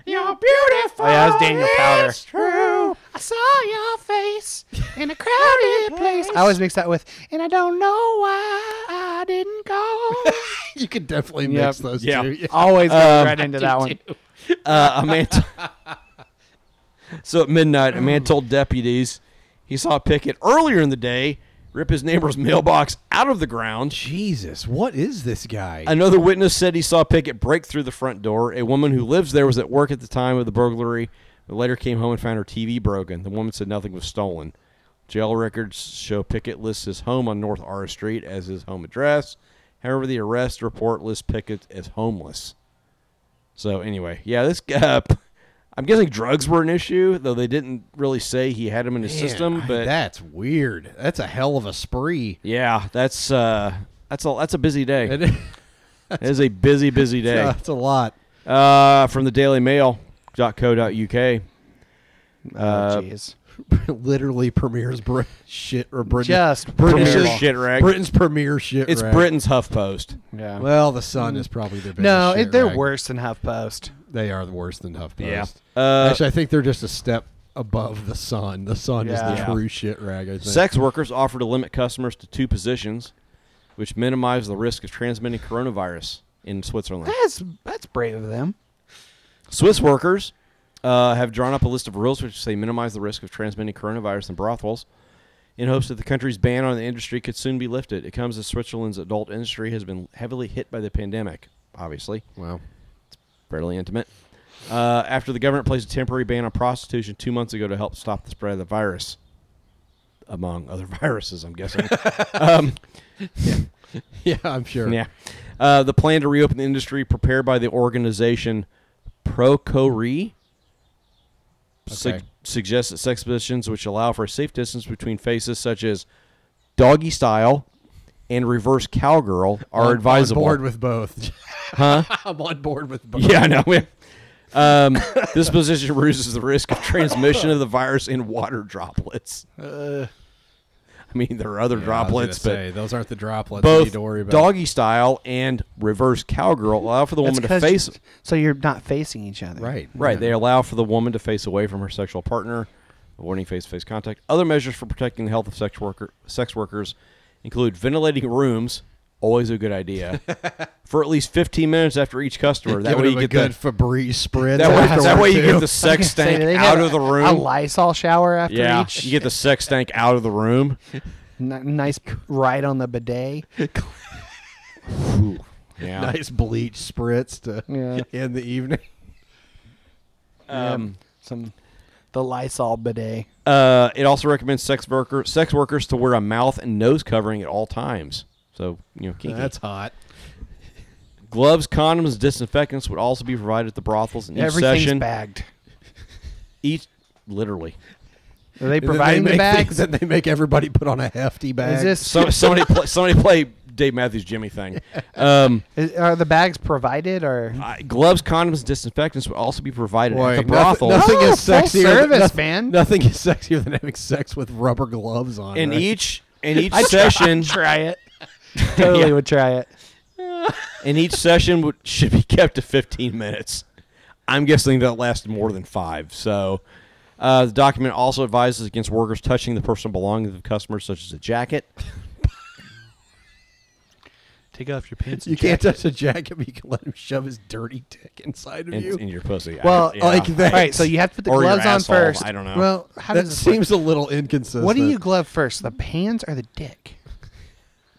Speaker 1: You're beautiful.
Speaker 6: Oh, yeah, that was Daniel Powder. it's
Speaker 1: true. I saw your face in a crowded place. I always mix that with, and I don't know why I didn't go.
Speaker 3: you could definitely
Speaker 1: Yep.
Speaker 3: mix those
Speaker 2: Yeah. Oh.
Speaker 3: two.
Speaker 1: always go right into that one.
Speaker 2: Uh, a man. T- so at midnight, a man told deputies he saw Pickett earlier in the day rip his neighbor's mailbox out of the ground.
Speaker 3: Jesus, what is this guy?
Speaker 2: Another witness said he saw Pickett break through the front door. A woman who lives there was at work at the time of the burglary, but later came home and found her TV broken. The woman said nothing was stolen. Jail records show Pickett lists his home on North R Street as his home address. However, the arrest report lists Pickett as homeless. So anyway, yeah, this guy. I'm guessing drugs were an issue, though they didn't really say he had them in his
Speaker 3: Man,
Speaker 2: system.
Speaker 3: I-
Speaker 2: But
Speaker 3: that's weird. That's a hell of a spree.
Speaker 2: yeah, that's uh, that's a that's a busy day.
Speaker 3: It-
Speaker 2: It is a busy, busy day.
Speaker 3: that's a lot.
Speaker 2: Uh, from the Daily Mail.co.uk.
Speaker 1: oh, jeez.
Speaker 3: Literally premieres Brit- shit or British
Speaker 1: Just
Speaker 3: British
Speaker 2: premier shit rag.
Speaker 3: Britain's premier shit.
Speaker 2: It's
Speaker 3: rag.
Speaker 2: Britain's HuffPost.
Speaker 1: Yeah.
Speaker 3: Well, the Sun is probably their biggest.
Speaker 1: no, it,
Speaker 3: shit
Speaker 1: they're
Speaker 3: rag.
Speaker 1: worse than HuffPost.
Speaker 3: They are the worst than HuffPost.
Speaker 2: Yeah. Uh,
Speaker 3: Actually, I think they're just a step above the Sun. The Sun is the
Speaker 1: Yeah.
Speaker 3: true shit rag. I think.
Speaker 2: Sex workers offer to limit customers to two positions, which minimize the risk of transmitting coronavirus in Switzerland.
Speaker 1: That's that's brave of them.
Speaker 2: Swiss workers uh, have drawn up a list of rules which say minimize the risk of transmitting coronavirus in brothels in hopes that the country's ban on the industry could soon be lifted. It comes as Switzerland's adult industry has been heavily hit by the pandemic, obviously.
Speaker 3: Wow.
Speaker 2: fairly intimate. Uh, after the government placed a temporary ban on prostitution two months ago to help stop the spread of the virus, among other viruses, I'm guessing.
Speaker 3: Yeah, I'm sure.
Speaker 2: yeah. Uh, the plan to reopen the industry prepared by the organization Procori sug-
Speaker 3: Okay.
Speaker 2: suggests that sex positions which allow for a safe distance between faces, such as doggy style, and reverse cowgirl are
Speaker 3: I'm
Speaker 2: advisable.
Speaker 3: On board with both.
Speaker 2: Huh?
Speaker 3: I'm on board with both.
Speaker 2: Yeah, I know. um, this position reduces the risk of transmission of the virus in water droplets.
Speaker 3: Uh,
Speaker 2: I mean, there are other
Speaker 3: Yeah, I was gonna
Speaker 2: droplets, but
Speaker 3: say, those aren't the droplets we
Speaker 2: Both
Speaker 3: need to worry about.
Speaker 2: doggy style and reverse cowgirl allow for the
Speaker 1: That's
Speaker 2: woman to
Speaker 1: 'cause-
Speaker 2: face.
Speaker 1: So you're not facing each other.
Speaker 3: Right.
Speaker 2: Right, they allow for the woman to face away from her sexual partner, avoiding face-to-face contact. Other measures for protecting the health of sex worker sex workers include ventilating rooms. Always a good idea. for at least 15 minutes after each customer. That
Speaker 3: Give
Speaker 2: way
Speaker 3: them
Speaker 2: you
Speaker 3: a
Speaker 2: get
Speaker 3: good
Speaker 2: the
Speaker 3: Febreze spread.
Speaker 2: That way- that
Speaker 3: afterward,
Speaker 2: way you get
Speaker 3: too.
Speaker 2: the sex
Speaker 1: I was gonna
Speaker 2: stank
Speaker 1: say, they
Speaker 2: out
Speaker 1: got
Speaker 2: of the
Speaker 1: a-
Speaker 2: room.
Speaker 1: A Lysol shower after
Speaker 2: yeah,
Speaker 1: each.
Speaker 2: you get the sex stank out of the room.
Speaker 1: N- nice ride on the bidet.
Speaker 2: Yeah.
Speaker 3: nice bleach spritz to
Speaker 1: Yeah.
Speaker 3: in the evening.
Speaker 2: Um,
Speaker 1: Some the Lysol bidet.
Speaker 2: Uh, it also recommends sex worker sex workers to wear a mouth and nose covering at all times. So you know, kinky.
Speaker 3: That's hot.
Speaker 2: gloves, condoms, disinfectants would also be provided at the brothels in each
Speaker 1: Everything's
Speaker 2: session.
Speaker 1: bagged.
Speaker 2: Each literally,
Speaker 1: Are they
Speaker 3: And then
Speaker 1: providing
Speaker 3: they
Speaker 1: the
Speaker 3: make
Speaker 1: bags?
Speaker 3: Then they make everybody put on a hefty bag.
Speaker 1: Is this
Speaker 2: so, somebody play, somebody play Dave Matthews Jimmy thing. Um,
Speaker 1: is, are the bags provided or
Speaker 2: I- gloves, condoms, disinfectants would also be provided
Speaker 3: Boy,
Speaker 2: at the
Speaker 3: nothing,
Speaker 2: brothels.
Speaker 3: nothing
Speaker 1: Oh,
Speaker 3: is
Speaker 1: full
Speaker 3: sexier.
Speaker 1: service,
Speaker 3: than, noth-
Speaker 1: man.
Speaker 3: Nothing is sexier than having sex with rubber gloves on.
Speaker 2: in
Speaker 3: right?
Speaker 2: each in each session,
Speaker 1: try it? totally would try it.
Speaker 2: in each session would, should be kept to 15 minutes. I'm guessing that lasted more than five. So uh, the document also advises against workers touching the personal belongings of customers, such as a jacket.
Speaker 1: Take off your pants.
Speaker 3: you can't touch a jacket, but you can let him shove his dirty dick inside of
Speaker 2: In,
Speaker 3: you.
Speaker 2: in your pussy. I-
Speaker 1: Well,
Speaker 3: like that.
Speaker 1: All right, so you have to put the
Speaker 2: Or your
Speaker 1: gloves on
Speaker 2: asshole,
Speaker 1: first.
Speaker 2: I don't know.
Speaker 1: Well, how
Speaker 3: that
Speaker 1: does this
Speaker 3: seems
Speaker 1: work?
Speaker 3: a little inconsistent.
Speaker 1: What do you glove first, the pants or the dick?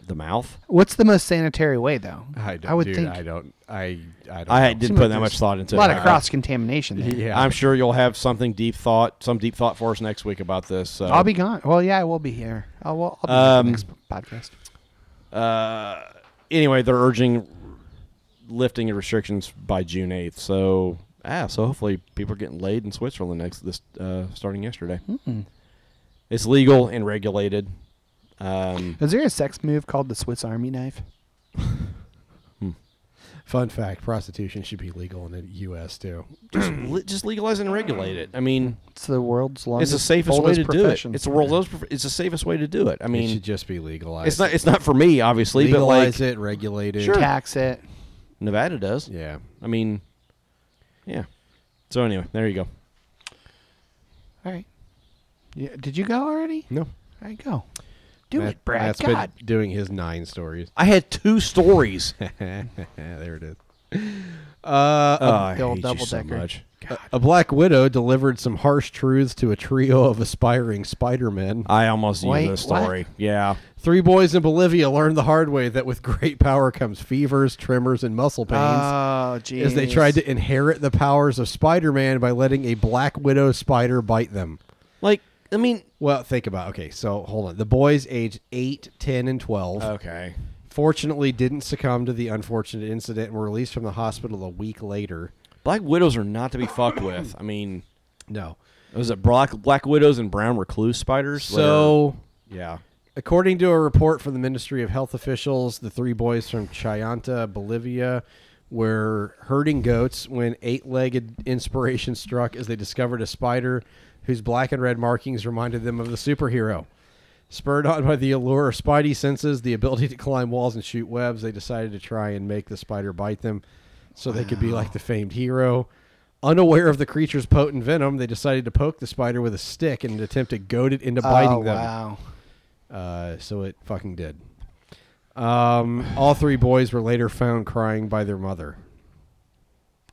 Speaker 2: the mouth.
Speaker 1: What's the most sanitary way though?
Speaker 3: I, don't,
Speaker 1: would
Speaker 3: dude,
Speaker 1: think
Speaker 3: I don't. I. I don't.
Speaker 2: I
Speaker 3: know.
Speaker 2: didn't put that much thought into
Speaker 1: a lot
Speaker 2: it.
Speaker 1: of cross contamination. there.
Speaker 3: Yeah.
Speaker 2: I'm sure you'll have something deep thought, some deep thought for us next week about this. So.
Speaker 1: I'll be gone. Well, yeah, I will be here. I'll, well, I'll be
Speaker 2: Um,
Speaker 1: here for the next podcast.
Speaker 2: Uh, anyway, they're urging lifting of restrictions by June 8th. So, ah, so hopefully people are getting laid in Switzerland next this uh, starting yesterday. It's legal and regulated. Um,
Speaker 1: Is there a sex move called the Swiss Army knife?
Speaker 3: Fun fact: prostitution should be legal in the U.S. too.
Speaker 2: just, le- just legalize and regulate it. I mean,
Speaker 1: It's the world's
Speaker 2: it's
Speaker 1: longest.
Speaker 2: the safest way
Speaker 1: oldest
Speaker 2: to do it.
Speaker 1: profession.
Speaker 2: It's the world's oldest prof- it's the safest way to do it. I
Speaker 3: it
Speaker 2: mean,
Speaker 3: should just be legalized.
Speaker 2: it's not it's not for me obviously,
Speaker 3: legalize
Speaker 2: but like
Speaker 3: it, regulate it.
Speaker 1: tax it.
Speaker 2: Nevada does.
Speaker 3: Yeah.
Speaker 2: I mean, yeah. So anyway, there you go.
Speaker 1: All right. Yeah, did you go already?
Speaker 2: No.
Speaker 1: All right, go. Do
Speaker 3: Matt-
Speaker 1: it, Brad.
Speaker 3: Matt's
Speaker 1: God.
Speaker 3: been doing his nine stories.
Speaker 2: I had two stories.
Speaker 3: there it is. Uh,
Speaker 2: Oh, I
Speaker 1: the old
Speaker 2: hate you so
Speaker 1: double-decker.
Speaker 2: much.
Speaker 3: a, a black widow delivered some harsh truths to a trio of aspiring Spider-Men. Uh,
Speaker 2: I almost
Speaker 1: Wait,
Speaker 2: used this story. Yeah.
Speaker 3: Three boys in Bolivia learned the hard way that with great power comes fevers, tremors, and muscle pains.
Speaker 2: Ah,
Speaker 1: Oh, jeez.
Speaker 3: as they tried to inherit the powers of Spider-Man by letting a black widow spider bite them.
Speaker 2: Like, I mean,
Speaker 3: Well, think about okay, so hold on. The boys aged 8, 10, and 12
Speaker 2: okay.
Speaker 3: fortunately didn't succumb to the unfortunate incident and were released from the hospital a week later.
Speaker 2: Black widows are not to be fucked with. I mean,
Speaker 3: No.
Speaker 2: was it black black widows and brown recluse spiders?
Speaker 3: So,
Speaker 2: That are- yeah.
Speaker 3: according to a report from the Ministry of Health officials, the three boys from Chayanta, Bolivia, were herding goats when eight-legged inspiration struck as they discovered a spider whose black and red markings reminded them of the superhero. Spurred on by the allure of Spidey senses, the ability to climb walls and shoot webs, they decided to try and make the spider bite them so they could be like the famed hero. Unaware of the creature's potent venom, they decided to poke the spider with a stick in an attempt to goad it into biting
Speaker 1: oh,
Speaker 3: them.
Speaker 1: Wow.
Speaker 3: Uh, so it fucking did. Um, all three boys were later found crying by their mother.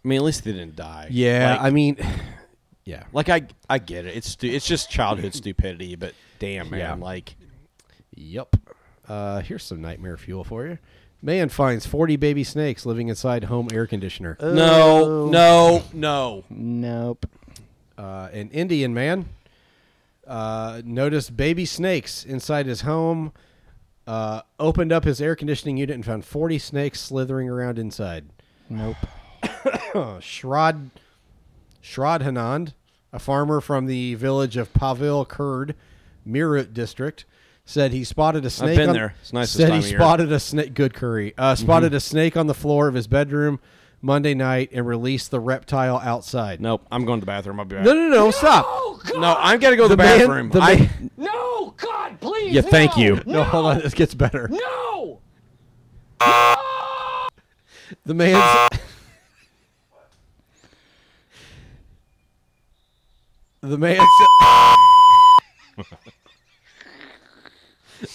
Speaker 2: I mean, at least they didn't die. Like,
Speaker 3: I mean, yeah.
Speaker 2: like I I get it. It's stu- it's just childhood stupidity, but damn man,
Speaker 3: Yeah.
Speaker 2: like
Speaker 3: Yep. Uh, here's some nightmare fuel for you. Man finds 40 baby snakes living inside home air conditioner.
Speaker 2: no, no, no.
Speaker 1: Nope.
Speaker 3: Uh, an Indian man uh, noticed baby snakes inside his home, uh, opened up his air conditioning unit and found 40 snakes slithering around inside. Uh,
Speaker 1: Nope.
Speaker 3: Shrad Shradhanand, a farmer from the village of Pavel Kurd, Mirut district, said he spotted a snake.
Speaker 2: been
Speaker 3: on-
Speaker 2: there. It's nice this
Speaker 3: Said
Speaker 2: time of
Speaker 3: he
Speaker 2: year. Mm-hmm.
Speaker 3: spotted a snake. Good curry. Uh, spotted a snake on the floor of his bedroom Monday night and released the reptile outside.
Speaker 2: Nope, I'm going to the bathroom. I'll be back.
Speaker 3: No, no, no, stop.
Speaker 2: No, I'm gonna go to the,
Speaker 3: man-
Speaker 2: bathroom.
Speaker 3: the
Speaker 2: I,
Speaker 3: man-
Speaker 7: No, God, please.
Speaker 2: yeah, thank you.
Speaker 3: no, hold on. This gets better.
Speaker 7: No.
Speaker 3: The man's. the man.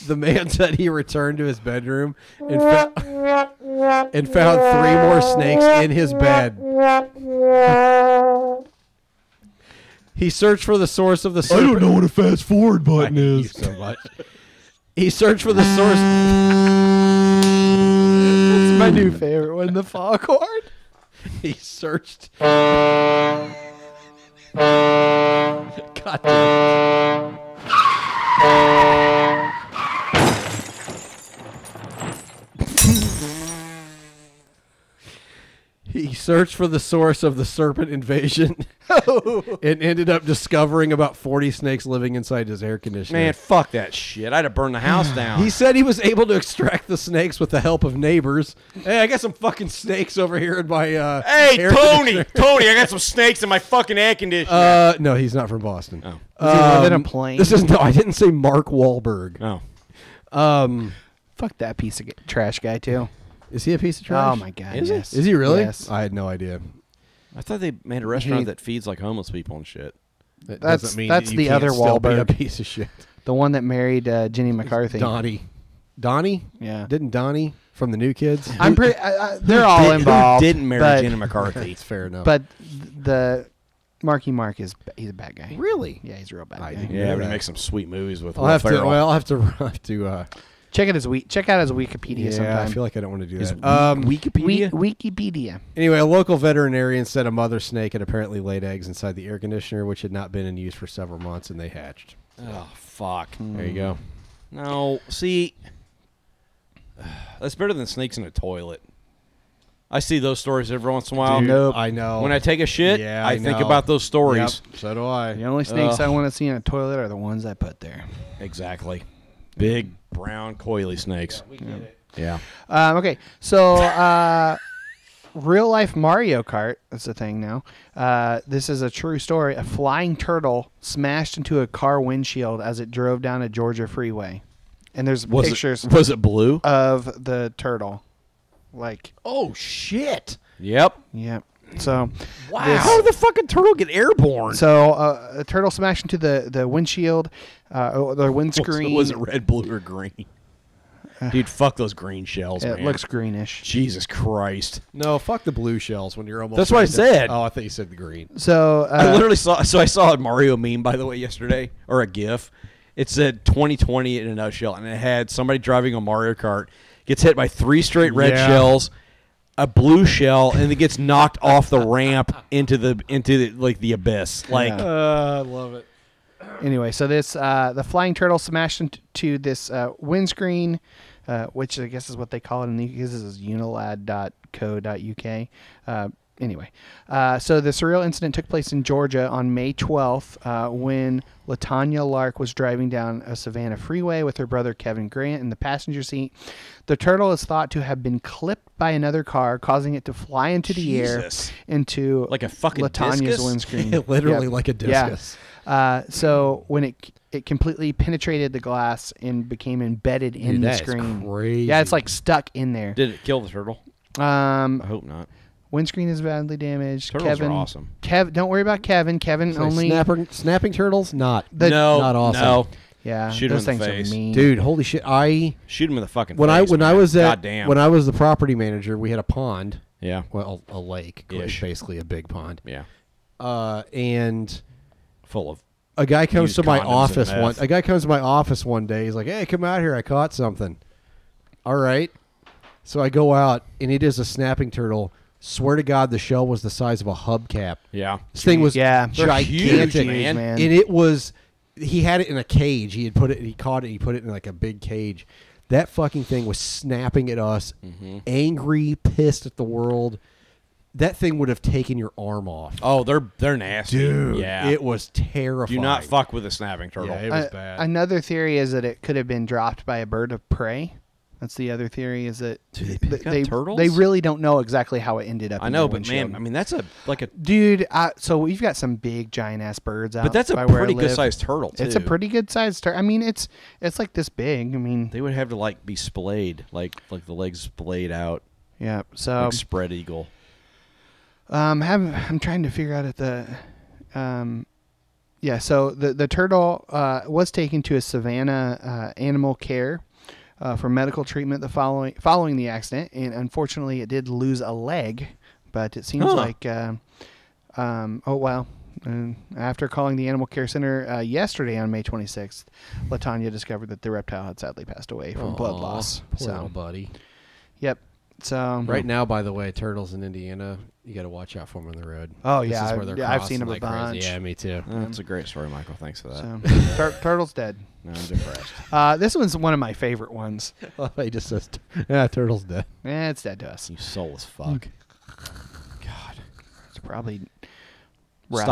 Speaker 3: the man said he returned to his bedroom and, fo- and found three more snakes in his bed. He searched for the source of the. Serpent. I don't know what a fast forward button is. so much. He searched for the source.
Speaker 1: It's my new favorite one, the foghorn.
Speaker 3: He searched. God damn. He searched for the source of the serpent invasion
Speaker 2: Oh.
Speaker 3: and ended up discovering about 40 snakes living inside his air conditioner.
Speaker 2: Man, fuck that shit. I'd have burned the house down.
Speaker 3: He said he was able to extract the snakes with the help of neighbors. Hey, I got some fucking snakes over here in my uh
Speaker 2: hey,
Speaker 3: air
Speaker 2: Tony,
Speaker 3: conditioner.
Speaker 2: Tony, I got some snakes in my fucking air conditioner.
Speaker 3: Uh, no, he's not from Boston.
Speaker 2: Oh.
Speaker 1: Does he live in a
Speaker 3: Um,
Speaker 1: plane?
Speaker 3: This is no. I didn't say Mark Wahlberg.
Speaker 2: no.
Speaker 3: Um,
Speaker 1: Fuck that piece of g- trash guy too.
Speaker 3: is he a piece of trash?
Speaker 1: Oh my god.
Speaker 2: Is he?
Speaker 1: yes.
Speaker 3: Is he really?
Speaker 1: Yes.
Speaker 3: I had no idea.
Speaker 2: I thought they made a restaurant
Speaker 1: He-
Speaker 2: that feeds like homeless people and shit.
Speaker 3: That
Speaker 1: That's-
Speaker 3: doesn't mean
Speaker 1: that's
Speaker 3: that you
Speaker 1: the
Speaker 3: can't
Speaker 1: other
Speaker 3: still be a
Speaker 1: Wahlberg.
Speaker 3: piece of shit.
Speaker 1: the one that married uh, Jenny McCarthy.
Speaker 3: Donnie. Donnie.
Speaker 1: Yeah.
Speaker 3: Didn't Donnie from the New Kids?
Speaker 1: I'm pretty. I, I, they're all
Speaker 2: Did- who
Speaker 1: involved.
Speaker 2: didn't marry
Speaker 1: but,
Speaker 2: Jenna McCarthy.
Speaker 3: It's fair enough.
Speaker 1: But the Marky Mark is he's a bad guy.
Speaker 3: really,
Speaker 1: Yeah, he's a real bad
Speaker 3: I
Speaker 1: guy.
Speaker 3: didn't-
Speaker 2: yeah,
Speaker 3: Yeah,
Speaker 2: we
Speaker 3: right.
Speaker 2: make some sweet movies with
Speaker 3: I'll
Speaker 2: Will
Speaker 3: have to.
Speaker 2: Ferrell.
Speaker 3: Well, I'll have to. I'll have to. Uh,
Speaker 1: Check out his we check out his Wikipedia
Speaker 3: yeah,
Speaker 1: sometime.
Speaker 3: I feel like I don't want to do
Speaker 2: Is
Speaker 3: that. Um,
Speaker 1: we-
Speaker 2: Wikipedia?
Speaker 1: Wikipedia.
Speaker 3: Anyway, a local veterinarian said a mother snake had apparently laid eggs inside the air conditioner, which had not been in use for several months, and they hatched.
Speaker 2: oh, fuck.
Speaker 3: There you go.
Speaker 2: No, see, that's better than snakes in a toilet. I see those stories every once in a while.
Speaker 3: Dude, Nope. I know.
Speaker 2: When I take a shit,
Speaker 3: Yeah,
Speaker 2: I,
Speaker 3: I
Speaker 2: think
Speaker 3: know.
Speaker 2: about those stories.
Speaker 3: Yep, so do I.
Speaker 1: The only snakes I want to see in a toilet are the ones I put there.
Speaker 2: Exactly. Big brown coily snakes. Yeah.
Speaker 1: Um, okay, so uh, real life Mario Kart. That's the thing now. Uh, this is a true story. A flying turtle smashed into a car windshield as it drove down a Georgia freeway, and there's
Speaker 2: Was
Speaker 1: pictures
Speaker 2: it was it blue?
Speaker 1: of the turtle. Like,
Speaker 2: Uh, oh shit. Yep.
Speaker 1: yeah. So,
Speaker 2: Wow.
Speaker 1: This-
Speaker 2: How did the fucking turtle get airborne?
Speaker 1: so uh, a turtle smashed into the the windshield, uh, or the windscreen.
Speaker 2: Was it red, blue, or green? Dude, fuck those green shells,
Speaker 1: It
Speaker 2: man.
Speaker 1: looks greenish.
Speaker 2: Jesus Christ.
Speaker 3: No, fuck the blue shells when you're almost.
Speaker 2: That's what I
Speaker 3: ready to-
Speaker 2: said.
Speaker 3: Oh, I thought you said the green.
Speaker 1: So uh,
Speaker 2: I literally saw so I saw a Mario meme by the way yesterday or a GIF. It said 2020 in a nutshell, and it had somebody driving a Mario Kart gets hit by three straight red
Speaker 3: Yeah.
Speaker 2: shells, a blue shell, and it gets knocked off the ramp into the into the, like the abyss. Like
Speaker 1: Yeah.
Speaker 3: Uh, I love it.
Speaker 1: Anyway, so this uh, the flying turtle smashed into this uh, windscreen, uh, which I guess is what they call it in the UK. This is unilad.co.uk. Uh, anyway, uh, so the surreal incident took place in Georgia on May 12th uh, when Latanya Lark was driving down a Savannah freeway with her brother Kevin Grant in the passenger seat. The turtle is thought to have been clipped by another car, causing it to fly into the
Speaker 2: Jesus.
Speaker 1: air into
Speaker 2: Like a fucking
Speaker 1: Latanya's
Speaker 2: discus?
Speaker 1: windscreen.
Speaker 3: Literally
Speaker 1: Yep.
Speaker 3: like a
Speaker 1: Yeah.
Speaker 3: discus.
Speaker 1: Uh, so when it it completely penetrated the glass and became embedded in
Speaker 3: Dude,
Speaker 1: the
Speaker 3: that is
Speaker 1: screen.
Speaker 3: crazy.
Speaker 1: Yeah, it's like stuck in there.
Speaker 2: did it kill the turtle?
Speaker 1: Um,
Speaker 2: I hope not.
Speaker 1: windscreen is badly damaged.
Speaker 2: Turtles are
Speaker 1: Kevin,
Speaker 2: awesome.
Speaker 1: Kev, don't worry about Kevin. Kevin
Speaker 3: Like
Speaker 1: only.
Speaker 3: snapper, snapping turtles, not
Speaker 1: The-
Speaker 2: no,
Speaker 3: not awesome.
Speaker 2: No,
Speaker 1: Yeah,
Speaker 2: Shoot him
Speaker 1: those
Speaker 2: in the
Speaker 1: things
Speaker 2: face.
Speaker 1: are mean.
Speaker 3: dude. Holy shit! I
Speaker 2: shoot him in the fucking.
Speaker 3: when I
Speaker 2: face,
Speaker 3: when I
Speaker 2: man.
Speaker 3: was at
Speaker 2: goddamn
Speaker 3: when I was the property manager, we had a pond.
Speaker 2: yeah
Speaker 3: Well, a, a lake,
Speaker 2: Ish.
Speaker 3: basically a big pond.
Speaker 2: yeah
Speaker 3: Uh, and
Speaker 2: full of
Speaker 3: a guy comes
Speaker 2: Use
Speaker 3: to my
Speaker 2: condoms and
Speaker 3: office
Speaker 2: meth.
Speaker 3: one. A guy comes to my office one day. He's like, "Hey, come out here. I caught something." All right. So I go out, and it is a snapping turtle. Swear to God, the shell was the size of a hubcap.
Speaker 2: yeah.
Speaker 3: This thing was
Speaker 1: Yeah. They're
Speaker 3: gigantic,
Speaker 2: huge, man.
Speaker 1: man.
Speaker 3: and it was. He had it in a cage. He had put it. He caught it. He put it in like a big cage.
Speaker 2: Mm-hmm.
Speaker 3: That fucking thing was snapping at us, angry, pissed at the world. that thing would have taken your arm off.
Speaker 2: Oh, they're they're nasty.
Speaker 3: Dude,
Speaker 2: yeah,
Speaker 3: it was terrifying.
Speaker 2: Do not fuck with a snapping turtle.
Speaker 3: Yeah, it was
Speaker 1: Uh,
Speaker 3: bad.
Speaker 1: Another theory is that it could have been dropped by a bird of prey. That's the other theory is that
Speaker 2: they
Speaker 1: th-
Speaker 2: pick up
Speaker 1: they,
Speaker 2: turtles?
Speaker 1: they really don't know exactly how it ended up.
Speaker 2: I
Speaker 1: in their
Speaker 2: know, but man,
Speaker 1: windshield.
Speaker 2: I mean that's a like a
Speaker 1: dude. I, so we've got some big giant ass birds out.
Speaker 2: that's a
Speaker 1: by where I
Speaker 2: pretty
Speaker 1: live.
Speaker 2: good-sized turtle,
Speaker 1: It's a
Speaker 2: too.
Speaker 1: pretty good sized turtle. I mean, it's it's like this big. I mean,
Speaker 2: they would have to like be splayed, like like the legs splayed out,
Speaker 1: yeah. So
Speaker 2: like spread eagle.
Speaker 1: Um, have, I'm trying to figure out if the, um, yeah. So the the turtle uh, was taken to a Savannah uh, animal care uh, for medical treatment the following following the accident, and unfortunately, it did lose a leg. But it seems
Speaker 2: Huh.
Speaker 1: like, um um, oh well. And after calling the animal care center uh, yesterday on May 26th, Latanya discovered that the reptile had sadly passed away from blood loss.
Speaker 3: Poor little
Speaker 1: So, Mm.
Speaker 3: buddy.
Speaker 1: yep. So
Speaker 3: Right now, by the way, turtles in Indiana, you got to watch out for them on the road.
Speaker 1: Oh,
Speaker 3: This
Speaker 1: yeah,
Speaker 3: is
Speaker 1: I-
Speaker 3: where they're
Speaker 1: yeah, I've seen
Speaker 3: crossing
Speaker 1: 'em a
Speaker 3: like crazy.
Speaker 1: bunch.
Speaker 3: Yeah, me too.
Speaker 2: Uh, That's a great story, Michael. Thanks for that.
Speaker 1: So, tur- turtle's dead.
Speaker 2: No, I'm depressed.
Speaker 1: Uh, this one's one of my favorite ones.
Speaker 3: he just says, "Yeah, turtles dead."
Speaker 1: Eh, it's dead to us.
Speaker 2: you soul as fuck. God,
Speaker 1: It's probably
Speaker 2: Stop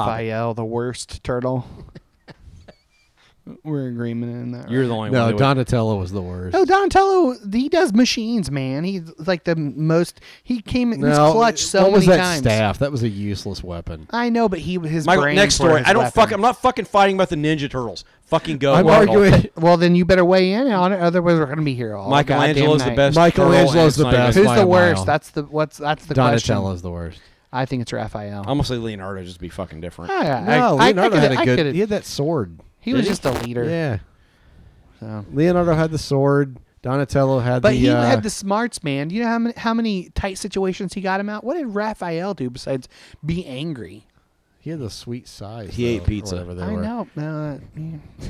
Speaker 2: it.
Speaker 1: Raphael, the worst turtle. We're in agreement in that.
Speaker 2: you're
Speaker 1: right?
Speaker 2: the only
Speaker 3: No,
Speaker 2: one. that would-
Speaker 3: Donatello was the worst.
Speaker 1: No, Donatello, he does machines, man. He's like the most. He came in
Speaker 3: No,
Speaker 1: clutch so
Speaker 3: what
Speaker 1: many
Speaker 3: was that
Speaker 1: times.
Speaker 3: staff? That was a useless weapon.
Speaker 1: I know, but he his
Speaker 2: Michael,
Speaker 1: brain
Speaker 2: next
Speaker 1: for
Speaker 2: story.
Speaker 1: his
Speaker 2: I don't fuck.
Speaker 1: weapon.
Speaker 2: I'm not fucking fighting about the Ninja Turtles. Fucking go.
Speaker 3: I'm
Speaker 2: Michael.
Speaker 3: arguing.
Speaker 1: Well, then you better weigh in on it. Otherwise, we're gonna be here all Oh, goddamn
Speaker 2: Michelangelo's the
Speaker 1: night.
Speaker 2: best.
Speaker 3: Michelangelo's
Speaker 2: turtle, and it's
Speaker 3: the
Speaker 2: not even-
Speaker 3: best.
Speaker 1: Who's
Speaker 3: by
Speaker 1: the
Speaker 3: a
Speaker 1: worst?
Speaker 3: mile.
Speaker 1: That's the what's that's the question.
Speaker 3: Donatello's the worst.
Speaker 1: I think it's Raphael.
Speaker 2: I'm gonna say Leonardo just be fucking different.
Speaker 1: Ah, yeah,
Speaker 3: No,
Speaker 1: I,
Speaker 3: Leonardo
Speaker 1: I, I
Speaker 3: had
Speaker 1: could've-
Speaker 3: a
Speaker 1: I
Speaker 3: good.
Speaker 1: could've-
Speaker 3: He had that sword.
Speaker 1: He was
Speaker 2: he?
Speaker 1: just a leader.
Speaker 3: Yeah,
Speaker 1: So.
Speaker 3: Leonardo had the sword. Donatello had
Speaker 1: But
Speaker 3: the.
Speaker 1: he
Speaker 3: uh,
Speaker 1: had the smarts, man. You know how many how many tight situations he got him out. What did Raphael do besides be angry?
Speaker 3: He had the sweet size.
Speaker 2: He ate
Speaker 3: though, or
Speaker 2: pizza.
Speaker 3: Whatever they
Speaker 1: I
Speaker 3: were.
Speaker 1: know. Uh, yeah.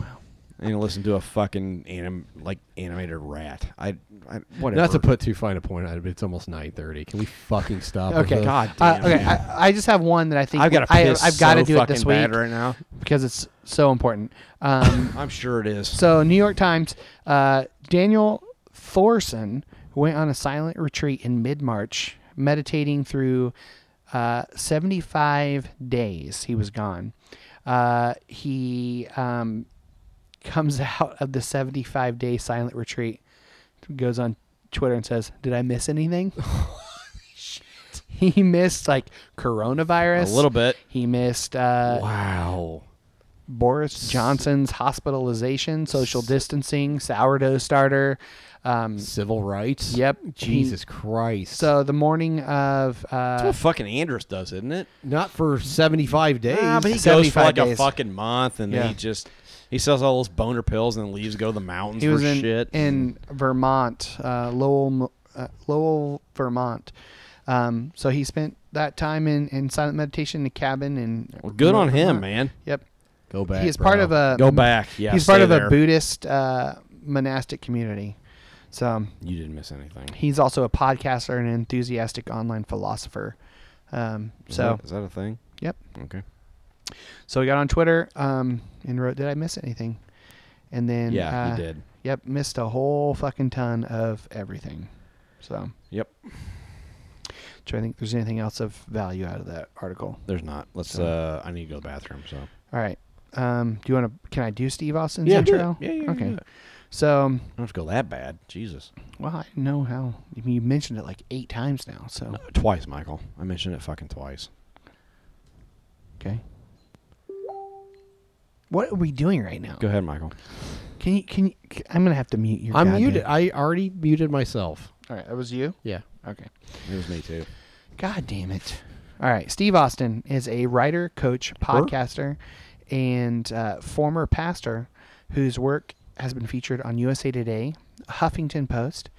Speaker 2: And listen to a fucking anim like animated rat. I, I whatever.
Speaker 3: Not to put too fine a point on it, but it's almost nine thirty. Can we fucking stop? with
Speaker 1: okay,
Speaker 3: this?
Speaker 2: God
Speaker 1: Uh,
Speaker 2: damn
Speaker 1: okay,
Speaker 2: it.
Speaker 1: I, I just have one that I think
Speaker 2: I've got to
Speaker 1: I,
Speaker 2: piss.
Speaker 1: I've got to
Speaker 2: so
Speaker 1: do it this
Speaker 2: fucking
Speaker 1: week
Speaker 2: bad right now.
Speaker 1: because it's so important. Um,
Speaker 2: I'm sure it is.
Speaker 1: so New York Times, uh, Daniel Thorson went on a silent retreat in mid March, meditating through uh, 75 days. He was gone. Uh, he um, comes out of the 75 day silent retreat, goes on Twitter and says, Did I miss anything? He missed like
Speaker 2: a
Speaker 1: coronavirus.
Speaker 2: little bit.
Speaker 1: He missed uh,
Speaker 3: Wow.
Speaker 1: Boris Johnson's hospitalization, social distancing, sourdough starter. Um,
Speaker 3: Civil rights.
Speaker 1: Yep.
Speaker 3: Jesus
Speaker 1: He-
Speaker 3: Christ.
Speaker 1: so the morning of
Speaker 2: That's
Speaker 1: uh,
Speaker 2: what fucking Andrus does, isn't it?
Speaker 3: not for seventy-five days.
Speaker 2: Ah, but he goes for
Speaker 1: 75
Speaker 2: like a
Speaker 1: days.
Speaker 2: fucking month, and then
Speaker 1: Yeah.
Speaker 2: he just he sells all those boner pills and then leaves to go to the mountains
Speaker 1: he was
Speaker 2: for
Speaker 1: in,
Speaker 2: shit.
Speaker 1: in Vermont, uh, Lowell, Mo- uh, Lowell, Vermont. Um, so he spent that time in, in silent meditation in a cabin and
Speaker 2: well, good on him, man.
Speaker 1: Yep.
Speaker 3: Go back.
Speaker 1: He is part
Speaker 3: bro.
Speaker 1: of a
Speaker 2: Go back. Yeah,
Speaker 1: he's part
Speaker 2: stay
Speaker 1: of
Speaker 2: there.
Speaker 1: a Buddhist uh, monastic community. So um,
Speaker 2: You didn't miss anything.
Speaker 1: he's also a podcaster and an enthusiastic online philosopher. Um, so
Speaker 2: is that a thing?
Speaker 1: Yep.
Speaker 2: Okay.
Speaker 1: So he got on Twitter um, and wrote, "Did I miss anything?" And then
Speaker 2: Yeah, he
Speaker 1: uh,
Speaker 2: did.
Speaker 1: Yep, missed a whole fucking ton of everything. So
Speaker 2: Yep.
Speaker 1: do I think there's anything else of value out of that article?
Speaker 2: There's not. Let's. Uh, I need to go to the bathroom. So
Speaker 1: All right. Um, do you want to? Can I do Steve Austin's
Speaker 2: Yeah, do
Speaker 1: intro?
Speaker 2: it. Yeah, yeah, yeah,
Speaker 1: Okay.
Speaker 2: yeah.
Speaker 1: So, um,
Speaker 2: I don't have to go that bad. Jesus.
Speaker 1: well, I didn't know how. I mean, you mentioned it like eight times now. So
Speaker 2: Twice, Michael. I mentioned it fucking twice.
Speaker 1: okay. What are we doing right now?
Speaker 2: Go ahead, Michael.
Speaker 1: Can you? Can you? c- I'm gonna have to mute your.
Speaker 3: I'm
Speaker 1: goddamn-
Speaker 3: muted. I already muted myself.
Speaker 1: All right, that was you.
Speaker 3: Yeah.
Speaker 1: Okay.
Speaker 2: It was me too.
Speaker 1: God damn it. All right. Steve Austin is a writer, coach, podcaster, and uh, former pastor whose work has been featured on USA Today, Huffington Post,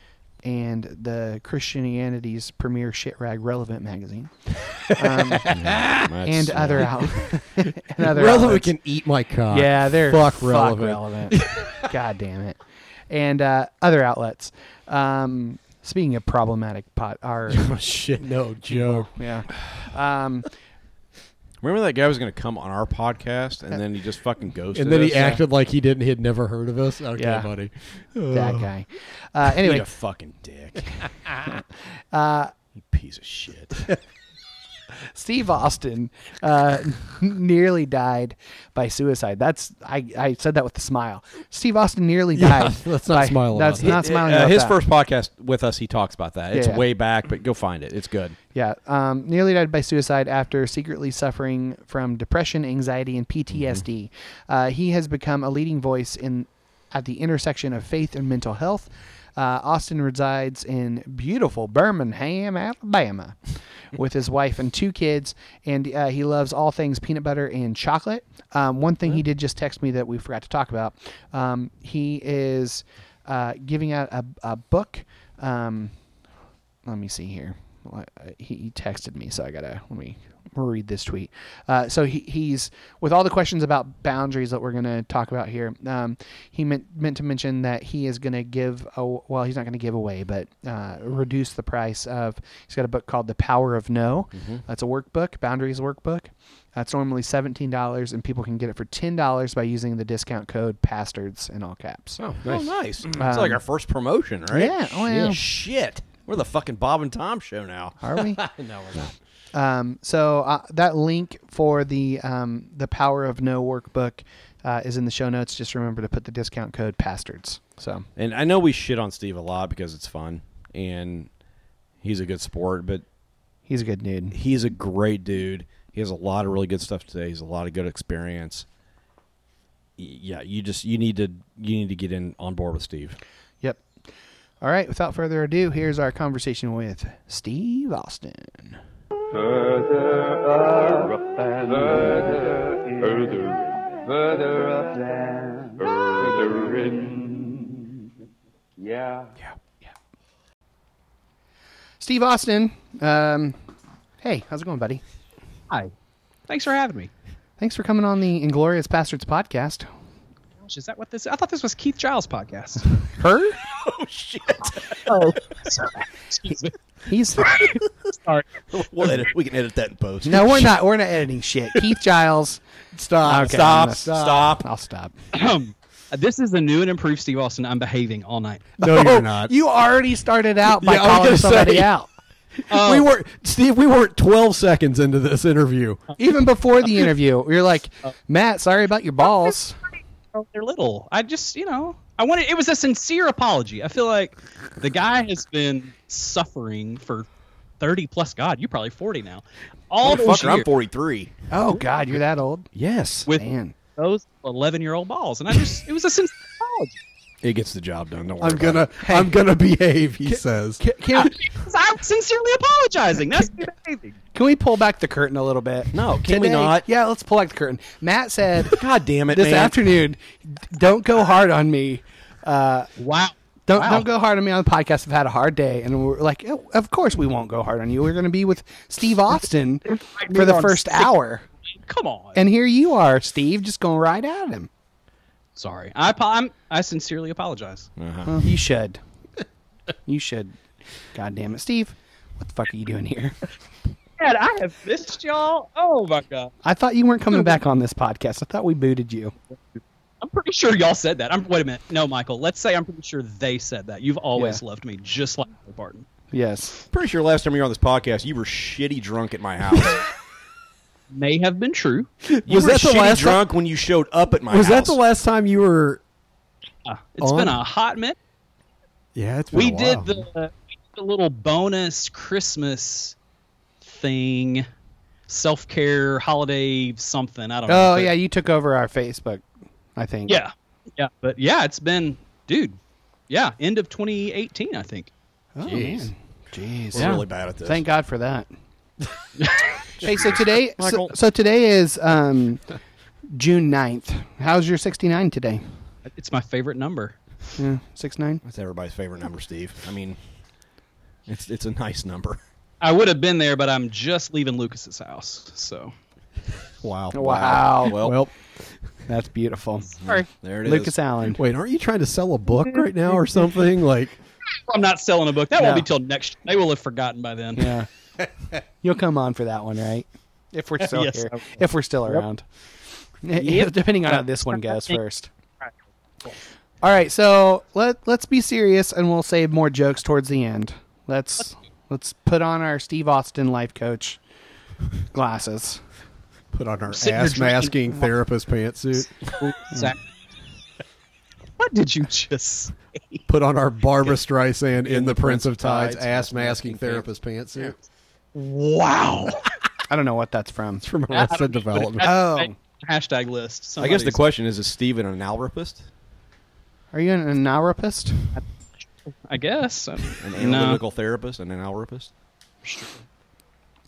Speaker 1: and the Christianity's premier shitrag relevant magazine um, and
Speaker 2: That's-
Speaker 1: other out and other
Speaker 3: relevant
Speaker 1: outlets.
Speaker 3: can eat my cock.
Speaker 1: Yeah, they're
Speaker 3: fuck
Speaker 1: fuck
Speaker 3: relevant.
Speaker 1: relevant. God damn it. And uh, other outlets. Um, speaking of problematic pot, our
Speaker 3: Oh, Shit, no joke.
Speaker 1: yeah. Um,
Speaker 2: Remember that guy was going to come on our podcast,
Speaker 1: Uh,
Speaker 2: and then he just fucking ghosted.
Speaker 3: And then he
Speaker 2: us?
Speaker 3: acted like he didn't. He had never heard of us. Okay,
Speaker 1: Yeah.
Speaker 3: buddy.
Speaker 1: that guy. Uh,
Speaker 2: Eat
Speaker 1: anyway, Uh,
Speaker 2: a fucking dick. you piece of shit.
Speaker 1: Steve Austin uh, nearly died by suicide. That's I, I said that with a smile. Steve Austin nearly
Speaker 2: Yeah,
Speaker 1: died.
Speaker 2: let's not
Speaker 1: by-
Speaker 2: smile about
Speaker 1: That's
Speaker 2: that.
Speaker 1: not
Speaker 2: Hi-
Speaker 1: smiling.
Speaker 2: uh,
Speaker 1: about
Speaker 2: his
Speaker 1: that.
Speaker 2: first podcast with us, he talks about that. It's
Speaker 1: Yeah, yeah.
Speaker 2: way back, but go find it. It's good.
Speaker 1: Yeah, um, nearly died by suicide after secretly suffering from depression, anxiety, and PTSD. Uh, he has become a leading voice in at the intersection of faith and mental health. Uh, Austin resides in beautiful Birmingham, Alabama, with his wife and two kids, and uh, he loves all things peanut butter and chocolate. Um, one thing he did just text me that we forgot to talk about. Um, he is uh, giving out a, a book. Um, let me see here. Well, I- He he texted me, so I gotta let me read this tweet. Uh, so he, he's with all the questions about boundaries that we're gonna talk about here. Um, he meant meant to mention that he is gonna give a well, he's not gonna give away, but uh, reduce the price of. He's got a book called The Power of No.
Speaker 2: Mhm.
Speaker 1: That's a workbook, boundaries workbook. That's normally seventeen dollars, and people can get it for ten dollars by using the discount code Pastards in all caps.
Speaker 2: Oh, nice. It's
Speaker 1: Um,
Speaker 2: like our first promotion, right?
Speaker 1: yeah, oh, yeah.
Speaker 2: Shit. We're the fucking Bob and Tom show now.
Speaker 1: Are we?
Speaker 2: no, we're not.
Speaker 1: Um, so uh, that link for the um, the Power of No workbook uh, is in the show notes. Just remember to put the discount code Pastards. So
Speaker 2: And I know we shit on Steve a lot because it's fun and he's a good sport, but
Speaker 1: he's a good dude.
Speaker 2: He's a great dude. He has a lot of really good stuff today. He's a lot of good experience. Y- Yeah, you just you need to you need to get in on board with Steve.
Speaker 1: yep. All right. Without further ado, here's our conversation with Steve Austin.
Speaker 11: Further up and further in, further in, further up and further in. Yeah.
Speaker 1: Steve Austin. Um, hey, how's it going, buddy?
Speaker 12: Hi. Thanks for having me.
Speaker 1: Thanks for coming on the Inglorious Bastards podcast.
Speaker 12: Gosh, is that what this? I thought this was Keith Giles' podcast.
Speaker 1: Her?
Speaker 12: oh shit. oh, sorry. Excuse me.
Speaker 1: He's
Speaker 12: sorry.
Speaker 2: We'll edit. We can edit that in post.
Speaker 1: no, we're not. We're not editing shit. Keith Giles.
Speaker 12: Stop,
Speaker 1: Okay,
Speaker 12: stop,
Speaker 1: I'm gonna
Speaker 12: stop.
Speaker 1: I'll stop.
Speaker 12: this is the new and improved Steve Austin. I'm behaving all night.
Speaker 1: Oh, You already started out by
Speaker 12: Yeah, I was
Speaker 1: calling
Speaker 12: gonna
Speaker 1: somebody
Speaker 12: say.
Speaker 1: out. Oh.
Speaker 3: we were Steve. We weren't twelve seconds into this interview.
Speaker 1: Even before the interview, you're like, Matt, sorry about your balls.
Speaker 12: Oh, They're little. I just, you know, I wanted. It was a sincere apology. I feel like the guy has been suffering for thirty plus. God, you're probably forty now. All those
Speaker 2: Motherfucker, I'm
Speaker 12: years
Speaker 2: 43.
Speaker 1: Oh God, you're that old.
Speaker 2: Yes.
Speaker 12: with
Speaker 1: Man.
Speaker 12: those eleven-year-old balls, and I just, it was a sincere apology.
Speaker 2: It gets the job done. Don't worry.
Speaker 3: I'm
Speaker 2: about
Speaker 3: gonna.
Speaker 2: it.
Speaker 3: I'm gonna behave. He says.
Speaker 1: Can,
Speaker 12: I'm sincerely apologizing. That's amazing.
Speaker 1: can we pull back the curtain a little bit?
Speaker 2: No, can we not?
Speaker 1: Yeah, let's pull back the curtain. Matt said,
Speaker 2: God damn it,
Speaker 1: this
Speaker 2: man.
Speaker 1: afternoon, don't go hard on me. Uh,
Speaker 12: wow.
Speaker 1: Don't,
Speaker 12: Wow.
Speaker 1: don't go hard on me on the podcast. I've had a hard day, and we're like, "Oh, of course we won't go hard on you. We're going to be with Steve Austin for the
Speaker 12: on
Speaker 1: first
Speaker 12: six-
Speaker 1: hour,
Speaker 12: Come on.
Speaker 1: and here you are, Steve, just going right at him.
Speaker 12: Sorry. I apo- I'm, I sincerely apologize.
Speaker 1: Well, you should. You should. God damn it, Steve. What the fuck are you doing here?
Speaker 12: Man, I have missed y'all. Oh my god.
Speaker 1: I thought you weren't coming back on this podcast. I thought we booted you.
Speaker 12: I'm pretty sure y'all said that. I'm wait a minute. No, Michael. Let's say I'm pretty sure they said that. You've always
Speaker 1: Yeah.
Speaker 12: loved me, just like Michael Barton.
Speaker 1: Yes.
Speaker 2: Pretty sure last time you were on this podcast, you were shitty drunk at my house.
Speaker 12: May have been true.
Speaker 2: you
Speaker 3: Was
Speaker 2: were
Speaker 3: that the
Speaker 2: shitty
Speaker 3: last ti-
Speaker 2: drunk when you showed up at my
Speaker 3: was
Speaker 2: house.
Speaker 3: that the last time you were?
Speaker 12: Uh, It's
Speaker 3: On-
Speaker 12: been a hot minute.
Speaker 3: Yeah, it's been
Speaker 12: We
Speaker 3: a
Speaker 12: did
Speaker 3: while.
Speaker 12: the, we did the little bonus Christmas thing, self care holiday something. I don't know.
Speaker 1: Oh
Speaker 12: But-
Speaker 1: yeah, you took over our Facebook, I think.
Speaker 12: Yeah. Yeah. But yeah, it's been, dude. Yeah, end of 2018, I think.
Speaker 1: Oh,
Speaker 2: Jeez.
Speaker 1: man. Jeez.
Speaker 2: We're really bad at this.
Speaker 1: Thank God for that. hey, so today, so,
Speaker 2: Michael.
Speaker 1: so today is um, June 9th. How's your sixty nine today?
Speaker 12: It's my favorite number.
Speaker 1: Yeah, six nine.
Speaker 2: That's everybody's favorite number, Steve. I mean, it's it's a nice number.
Speaker 12: I would have been there, but I'm just leaving Lucas's house. So
Speaker 3: Wow.
Speaker 1: Wow.
Speaker 2: Well,
Speaker 3: Well,
Speaker 1: That's beautiful.
Speaker 12: sorry,
Speaker 2: there it is.
Speaker 1: Lucas Allen.
Speaker 3: wait. Aren't you trying to sell a book right now or something? Like,
Speaker 12: I'm not selling a book. That won't
Speaker 1: No.
Speaker 12: be till next. They will have forgotten by then.
Speaker 1: Yeah. You'll come on for that one, right? If we're still
Speaker 12: Yes,
Speaker 1: here.
Speaker 12: I will.
Speaker 1: If we're still around.
Speaker 12: Yep.
Speaker 1: Depending on how this one goes first. All right, so let let's be serious and we'll save more jokes towards the end. Let's let's put on our Steve Austin life coach glasses.
Speaker 3: Put on her
Speaker 1: Sitting there
Speaker 3: ass
Speaker 1: drinking-
Speaker 3: masking therapist pantsuit.
Speaker 12: Exactly. what did you just say?
Speaker 3: Put on our Barbara Streisand in, the Prince of Tides ass masking therapist pantsuit.
Speaker 12: Wow.
Speaker 1: I don't know what that's from. It's
Speaker 3: from
Speaker 12: I don't
Speaker 3: Arrested
Speaker 12: know, but it
Speaker 3: Development.
Speaker 1: Oh.
Speaker 12: has to be Hashtag list.
Speaker 2: I guess the
Speaker 12: Somebody's-
Speaker 2: question is: Is Steven an alropist?
Speaker 1: Are you an anaropist?
Speaker 12: I guess. An
Speaker 2: An analytical therapist and an alropist?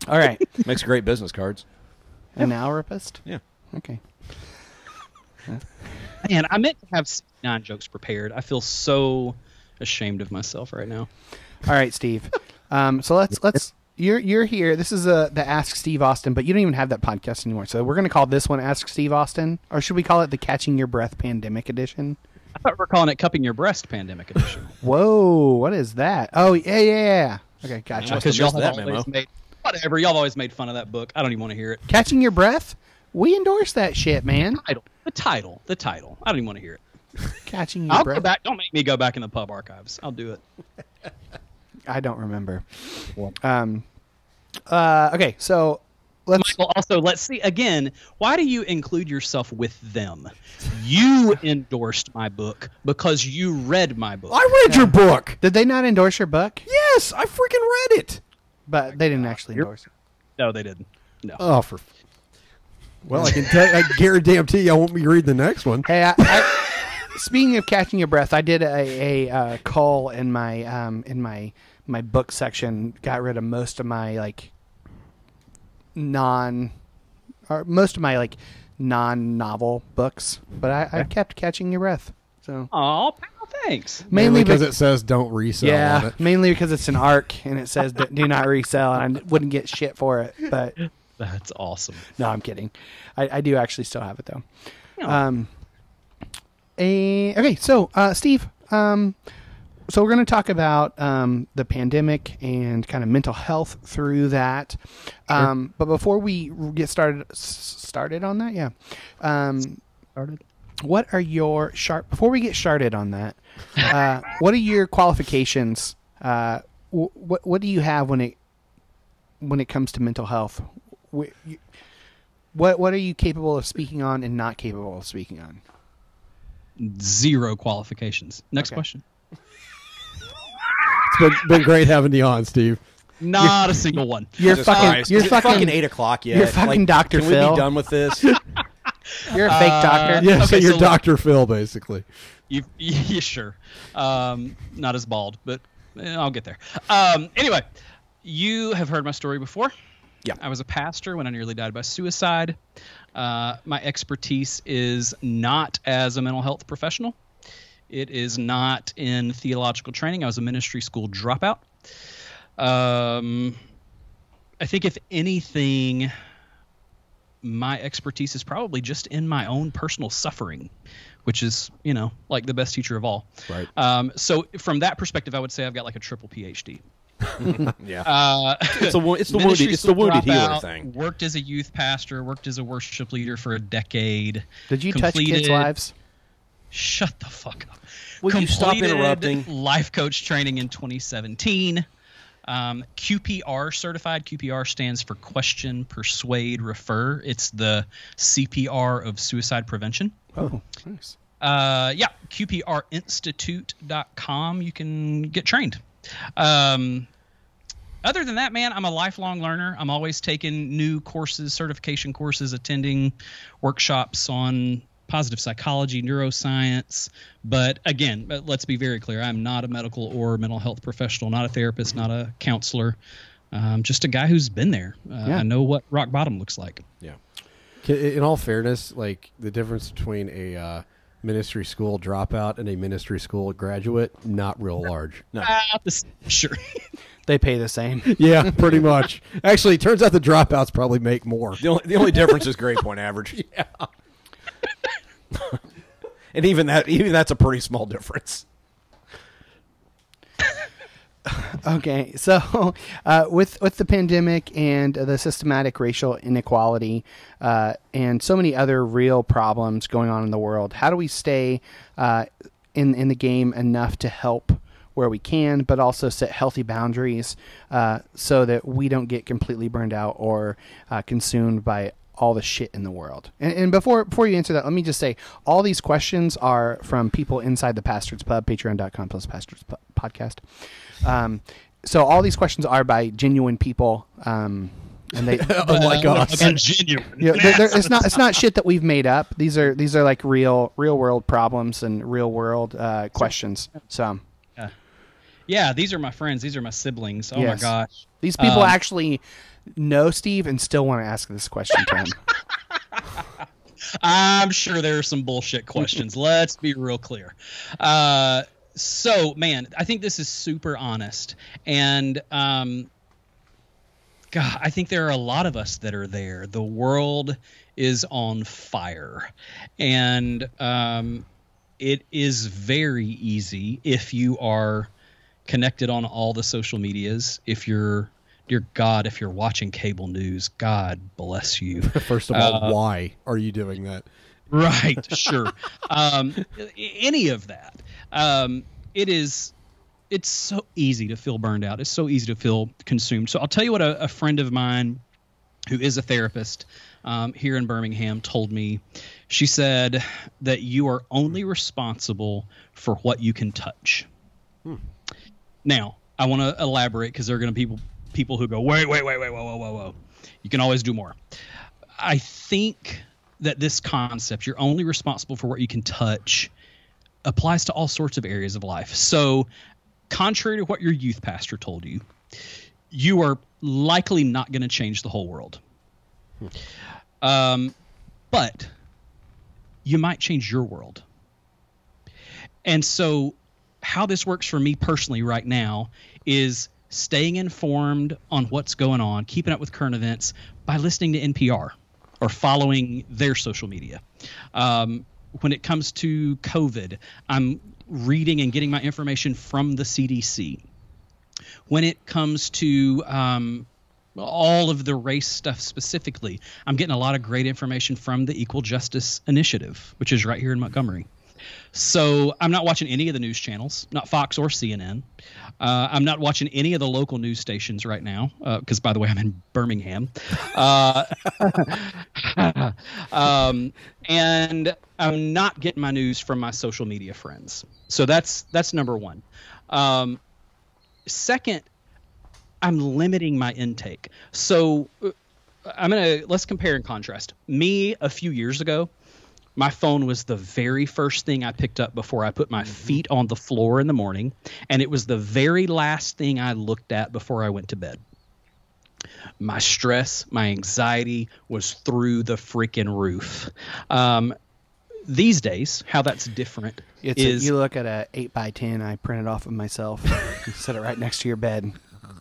Speaker 1: All right.
Speaker 2: Makes great business cards.
Speaker 1: Anaropist?
Speaker 2: Yeah.
Speaker 1: Okay.
Speaker 12: Man, I meant to have non jokes prepared. I feel so ashamed of myself right now.
Speaker 1: All right, Steve. Um, so let's let's you're you're here. This is uh the Ask Steve Austin, but you don't even have that podcast anymore. So we're gonna call this one Ask Steve Austin, or should we call it the Catching Your Breath Pandemic Edition?
Speaker 12: I thought we were calling it cupping your breast pandemic edition.
Speaker 1: Whoa, what is that? Oh yeah yeah yeah. Okay, gotcha.
Speaker 12: Because y'all have always made whatever. Y'all have always made fun of that book. I don't even want to hear it.
Speaker 1: Catching Your Breath. We endorse that shit, man.
Speaker 12: Title. The title. The title. I don't even want to hear it.
Speaker 1: Catching Your
Speaker 12: I'll
Speaker 1: Breath.
Speaker 12: go back. Don't make me go back in the pub archives. I'll do it.
Speaker 1: I don't remember. Um. Uh. Okay. So let's.
Speaker 12: Well, also, let's see again. Why do you include yourself with them? You endorsed my book because you read my book.
Speaker 3: I read your book.
Speaker 1: Did they not endorse your book?
Speaker 3: Yes, I freaking read it.
Speaker 1: But they didn't actually endorse it.
Speaker 12: No, they didn't. No.
Speaker 3: Oh, for. Well, I can tell. I guarantee you, I won't be reading the next one.
Speaker 1: Hey, I, I, speaking of catching your breath, I did a, a uh, call in my um, in my my book section. Got rid of most of my like non or most of my like non novel books, but I, I kept catching your breath. So
Speaker 12: Oh, pal, thanks.
Speaker 1: Mainly
Speaker 3: because
Speaker 1: bec-
Speaker 3: it says don't resell. on
Speaker 1: yeah,
Speaker 3: it.
Speaker 1: mainly because it's an arc and it says that do not resell, and I wouldn't get shit for it. But
Speaker 12: That's awesome.
Speaker 1: no, I'm kidding. I, I do actually still have it though.
Speaker 12: No.
Speaker 1: Um, eh, okay, so uh, Steve, um, so we're going to talk about um, the pandemic and kind of mental health through that. Um, But before we get started, s- started on that, yeah. Um,
Speaker 12: started.
Speaker 1: What are your sharp? Before we get started on that, uh, what are your qualifications? Uh, wh- what what do you have when it when it comes to mental health? Wh- you- What what are you capable of speaking on and not capable of speaking on?
Speaker 12: Zero qualifications. Next
Speaker 1: Okay.
Speaker 12: question.
Speaker 3: It's been, been great having you on, Steve.
Speaker 12: Not a single one.
Speaker 1: You're
Speaker 2: Jesus
Speaker 1: fucking.
Speaker 2: Christ.
Speaker 1: You're
Speaker 2: Is it
Speaker 1: fucking,
Speaker 2: eight o'clock yet.
Speaker 1: You're fucking
Speaker 2: Like,
Speaker 1: Doctor
Speaker 2: Can
Speaker 1: Phil.
Speaker 2: we be done with this?
Speaker 1: You're a fake doctor.
Speaker 3: Yeah, so
Speaker 12: Okay,
Speaker 3: you're
Speaker 12: so-
Speaker 3: Doctor Phil, basically.
Speaker 12: You, you sure? Um, not as bald, but eh, I'll get there. Um, anyway, you have heard my story before.
Speaker 2: Yeah.
Speaker 12: I was a pastor when I nearly died by suicide. Uh, my expertise is not as a mental health professional. It is not in theological training. I was a ministry school dropout. Um, I think if anything, my expertise is probably just in my own personal suffering, which is, you know, like the best teacher of all.
Speaker 2: Right.
Speaker 12: Um, so from that perspective, I would say I've got like a triple PhD.
Speaker 2: yeah.
Speaker 12: Uh,
Speaker 2: It's the wo- it's the
Speaker 12: ministry
Speaker 2: wounded- it's
Speaker 12: school
Speaker 2: the wounded healer
Speaker 12: dropout,
Speaker 2: thing.
Speaker 12: Worked as a youth pastor, worked as a worship leader for a decade.
Speaker 1: Did you touch kids'
Speaker 12: completed-
Speaker 1: lives?
Speaker 12: Shut the fuck up.
Speaker 2: Will you stop
Speaker 12: Completed
Speaker 2: interrupting?
Speaker 12: Life coach training in 2017. Um, QPR certified. QPR stands for Question, Persuade, Refer. It's the CPR of suicide prevention.
Speaker 1: Oh, nice.
Speaker 12: Uh, yeah, QPRinstitute.com. You can get trained. Um, other than that, man, I'm a lifelong learner. I'm always taking new courses, certification courses, attending workshops on positive psychology, neuroscience. But again, but let's be very clear I'm not a medical or mental health professional, not a therapist, not a counselor. Um, just a guy who's been there. Uh,
Speaker 1: Yeah.
Speaker 12: I know what rock bottom looks like.
Speaker 2: Yeah.
Speaker 3: K- In all fairness, like the difference between a uh, ministry school dropout and a ministry school graduate, not real large.
Speaker 2: No.
Speaker 12: Ah, this- sure.
Speaker 1: They pay the same.
Speaker 3: Yeah, pretty much. Actually, it turns out the dropouts probably make more.
Speaker 2: The only, the only difference is grade point average. Yeah. and even that even that's a pretty small difference.
Speaker 1: Okay, so uh, with with the pandemic and the systematic racial inequality uh, and so many other real problems going on in the world, how do we stay uh, in in the game enough to help where we can, but also set healthy boundaries uh, so that we don't get completely burned out or uh, consumed by all the shit in the world. And, and before before you answer that, let me just say all these questions are from people inside the Pastors Pub, patreon.com plus Pastors Pu- Podcast. Um, so all these questions are by genuine people. Um, and they,
Speaker 13: Oh my gosh. They're genuine.
Speaker 1: Yeah, they're- they're- it's
Speaker 13: Yes.
Speaker 1: not it's not shit that we've made up. These are these are like real real world problems and real world uh, questions. So
Speaker 12: Yeah, these are my friends. These are my siblings. Oh
Speaker 1: yes.
Speaker 12: my gosh.
Speaker 1: these people
Speaker 12: Um,
Speaker 1: actually know Steve and still want to ask this question to him.
Speaker 12: I'm sure there are some bullshit questions. Let's be real clear. Uh, so, man, I think this is super honest. And, um, God, I think there are a lot of us that are there. The world is on fire. And um, it is very easy if you are connected on all the social medias, if you're. Dear God, if you're watching cable news, God bless you.
Speaker 3: First of all,
Speaker 12: Uh,
Speaker 3: why are you doing that?
Speaker 12: Right, sure. um, i- any of that. Um, it is. It's so easy to feel burned out. It's so easy to feel consumed. So I'll tell you what a, a friend of mine, who is a therapist um, here in Birmingham, told me. She said that you are only responsible for what you can touch. Now, I want to elaborate because there are going to be people people who go, wait, wait, wait, wait, whoa, whoa, whoa, whoa. You can always do more. I think that this concept, you're only responsible for what you can touch, applies to all sorts of areas of life. So, contrary to what your youth pastor told you, you are likely not going to change the whole world. Um, but you might change your world. And so, how this works for me personally right now is staying informed on what's going on, keeping up with current events by listening to NPR or following their social media. Um, when it comes to COVID, I'm reading and getting my information from the CDC. When it comes to um, all of the race stuff specifically, I'm getting a lot of great information from the Equal Justice Initiative, which is right here in Montgomery. So I'm not watching any of the news channels, not Fox or CNN. Uh, I'm not watching any of the local news stations right now, because by the way, I'm in Birmingham. Uh, um, and I'm not getting my news from my social media friends. So that's that's number one. Um, second, I'm limiting my intake. So uh, I'm gonna let's compare and contrast. Me a few years ago, my phone was the very first thing I picked up before I put
Speaker 1: Mm-hmm.
Speaker 12: my feet on the floor in the morning, and it was the very last thing I looked at before I went to bed. My stress, my anxiety was through the freaking roof. Um, these days, how that's different
Speaker 1: It's a-
Speaker 12: is
Speaker 1: you look at a eight by ten. I printed off of myself. and set it right next to your bed.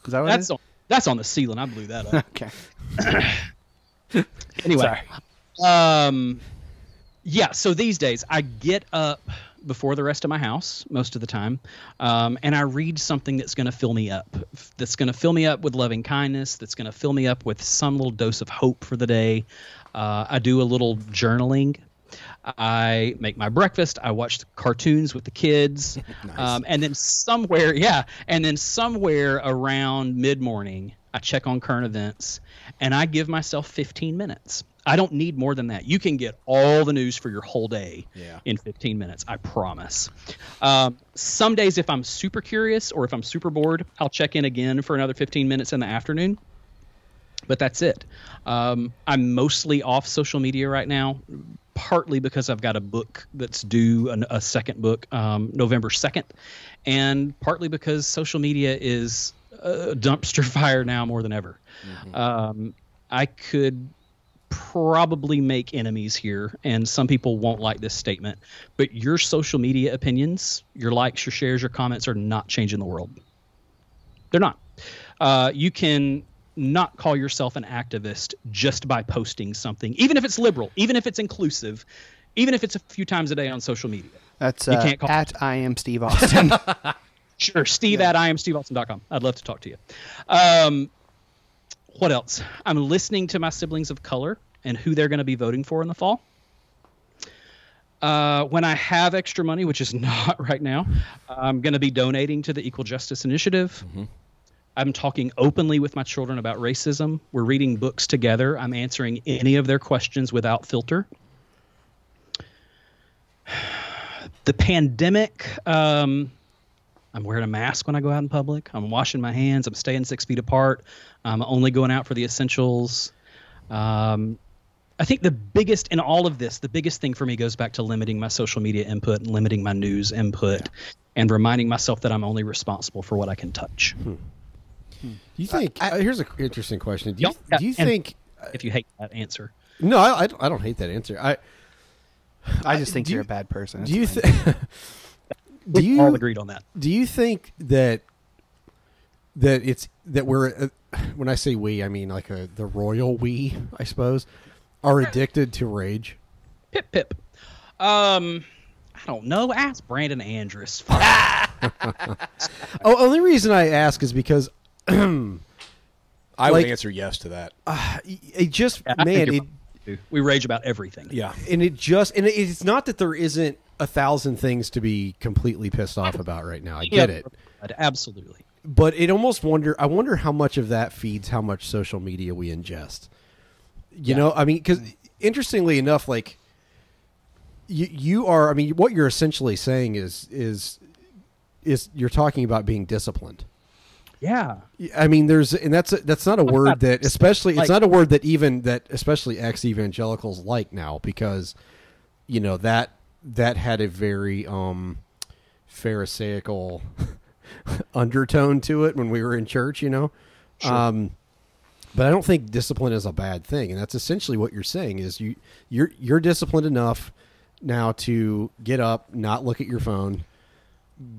Speaker 1: Is that what it
Speaker 12: that's
Speaker 1: is?
Speaker 12: on, that's on the ceiling. I blew that up.
Speaker 1: okay.
Speaker 12: anyway, um, yeah. So these days, I get up before the rest of my house most of the time, um, and I read something that's going to fill me up. f- That's going to fill me up with loving kindness. That's going to fill me up with some little dose of hope for the day. Uh, I do a little journaling. I make my breakfast. I watch the cartoons with the kids, um, and then somewhere, yeah, and then somewhere around mid-morning, I check on current events, and I give myself 15 minutes. I don't need more than that. You can get all the news for your whole day
Speaker 2: Yeah.
Speaker 12: in 15 minutes. I promise. Um, some days, if I'm super curious or if I'm super bored, I'll check in again for another 15 minutes in the afternoon but that's it. Um, I'm mostly off social media right now, partly because I've got a book that's due, an, a second book, um, November 2nd, and partly because social media is a dumpster fire now more than ever. Um, I could probably make enemies here, and some people won't like this statement, but your social media opinions, your likes, your shares, your comments are not changing the world. They're not. Uh, you can not call yourself an activist just by posting something, even if it's liberal, even if it's inclusive, even if it's a few times a day on social media.
Speaker 1: That's
Speaker 12: You
Speaker 1: uh,
Speaker 12: can't call-
Speaker 1: at I am Steve Austin.
Speaker 12: Sure, Steve at IamSteveAustin.com. I'd love to talk to you. Um, what else? I'm listening to my siblings of color and who they're going to be voting for in the fall. Uh, when I have extra money, which is not right now, I'm going to be donating to the Equal Justice Initiative. I'm talking openly with my children about racism. We're reading books together. I'm answering any of their questions without filter. The pandemic, um, I'm wearing a mask when I go out in public. I'm washing my hands. I'm staying six feet apart. I'm only going out for the essentials. Um, I think the biggest in all of this, the biggest thing for me goes back to limiting my social media input and limiting my news input and reminding myself that I'm only responsible for what I can touch.
Speaker 3: Do you think? uh, here's an interesting question. Do you,
Speaker 12: Don't-
Speaker 3: do you
Speaker 12: and
Speaker 3: think?
Speaker 12: If you hate that answer,
Speaker 3: No, I, I don't- I don't hate that answer. I
Speaker 1: I just think
Speaker 3: do
Speaker 1: you're a
Speaker 3: you-
Speaker 1: bad person.
Speaker 3: Do you
Speaker 1: It's
Speaker 3: think? do you
Speaker 12: all agreed on that.
Speaker 3: Do you think that that it's that we're uh, when I say we, I mean like a, the royal we, I suppose, are addicted to rage.
Speaker 12: Pip pip. Um, I don't know. Ask Brandon Andrus. Fuck.
Speaker 3: Ah, oh, only reason I ask is because
Speaker 2: I
Speaker 3: Like-
Speaker 2: would answer yes to that.
Speaker 3: it just
Speaker 12: I think
Speaker 3: man,
Speaker 12: you're
Speaker 3: it,
Speaker 12: right. we rage about everything.
Speaker 2: Yeah.
Speaker 3: and it just and it, it's not that there isn't a thousand things to be completely pissed off about right now. I get it.
Speaker 12: Absolutely.
Speaker 3: but it almost wonder i wonder how much of that feeds how much social media we ingest you know i mean because interestingly enough like you you are i mean what you're essentially saying is is is you're talking about being disciplined
Speaker 12: Yeah.
Speaker 3: i mean there's and that's a, that's not a word that especially
Speaker 12: like-
Speaker 3: it's not a word that even that especially ex evangelicals like now because you know that that had a very um pharisaical undertone to it when we were in church, you know. Um but I don't think discipline is a bad thing, and that's essentially what you're saying is you you're you're disciplined enough now to get up, not look at your phone,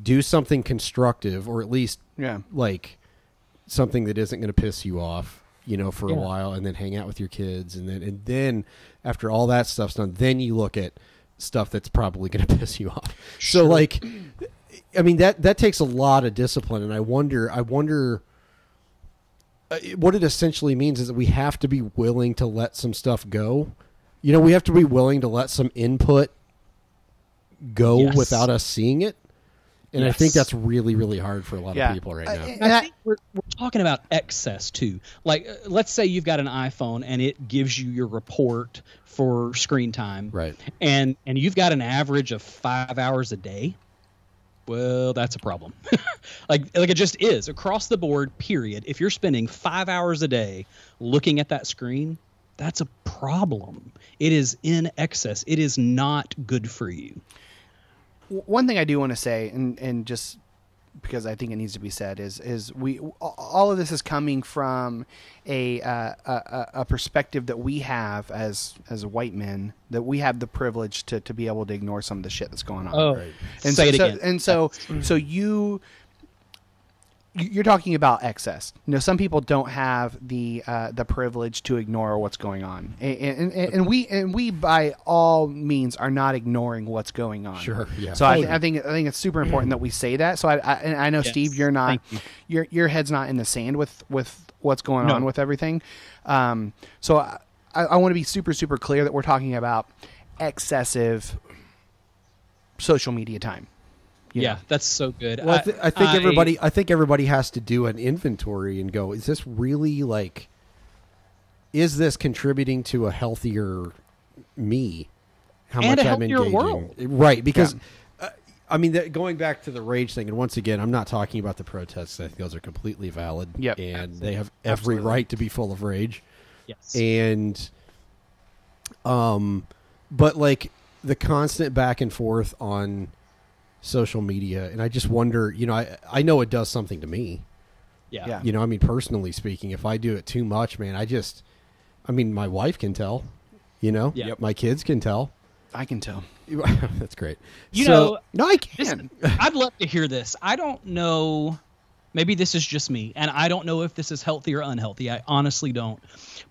Speaker 3: do something constructive or at least
Speaker 1: Yeah.
Speaker 3: like something that isn't going to piss you off, you know, for
Speaker 1: Yeah.
Speaker 3: a while and then hang out with your kids and then and then after all that stuff's done, then you look at stuff that's probably going to piss you off. So like I mean that that takes a lot of discipline and I wonder I wonder uh, what it essentially means is that we have to be willing to let some stuff go. You know, we have to be willing to let some input go
Speaker 12: Yes.
Speaker 3: without us seeing it. And I think
Speaker 12: Yes.
Speaker 3: that's really, really hard for a lot
Speaker 12: Yeah.
Speaker 3: of people right
Speaker 12: I-
Speaker 3: now.
Speaker 12: And I think we're, we're talking about excess too. Like, uh, let's say you've got an iPhone and it gives you your report for screen time,
Speaker 3: right?
Speaker 12: And and you've got an average of five hours a day. Well, that's a problem. like like it just is across the board. Period. If you're spending five hours a day looking at that screen, that's a problem. It is in excess. It is not good for you.
Speaker 1: w- one thing I do want to say, and and just because I think it needs to be said, is is we a- all of this is coming from a uh, a- a, a perspective that we have as as white men that we have the privilege to to be able to ignore some of the shit that's going on.
Speaker 12: Oh, Right.
Speaker 1: and
Speaker 12: say
Speaker 1: so,
Speaker 12: it
Speaker 1: so-
Speaker 12: again.
Speaker 1: And so so you you- you're talking about excess. You know, some people don't have the uh, the privilege to ignore what's going on, and, and, and, and we and we by all means are not ignoring what's going on.
Speaker 3: Sure, yeah.
Speaker 1: So I, th-
Speaker 3: Totally.
Speaker 1: I think I think it's super important that we say that. So I, I and I know
Speaker 3: Yes,
Speaker 1: Steve, you're not
Speaker 3: thank you.
Speaker 1: your your head's not in the sand with with what's going
Speaker 3: No.
Speaker 1: on with everything. Um, so I, I want to be super super clear that we're talking about excessive social media time.
Speaker 12: Yeah, that's so good.
Speaker 3: Well, I, th- I think everybody, I think everybody has to do an inventory and go, is this really like, is this contributing to a healthier me? How
Speaker 12: And
Speaker 3: much
Speaker 12: a
Speaker 3: I'm
Speaker 12: healthier
Speaker 3: engaging,
Speaker 12: world.
Speaker 3: right? Because, uh, I mean, that, going back to the rage thing, and once again, I'm not talking about the protests. I think those are completely valid.
Speaker 1: Yep.
Speaker 3: and
Speaker 1: Absolutely.
Speaker 3: they have every
Speaker 1: Absolutely.
Speaker 3: right to be full of rage.
Speaker 12: Yes.
Speaker 3: and um, but like the constant back and forth on social media and i just wonder you know i i know it does something to me
Speaker 12: Yeah. Yeah.
Speaker 3: you know i mean personally speaking if i do it too much man i just i mean my wife can tell you know
Speaker 1: Yeah. Yep.
Speaker 3: my kids can tell
Speaker 1: I can tell.
Speaker 3: that's great
Speaker 12: You
Speaker 3: So-
Speaker 12: know,
Speaker 3: no, I
Speaker 12: can. I'd love to hear this. I don't know. Maybe this is just me, and I don't know if this is healthy or unhealthy. I honestly don't.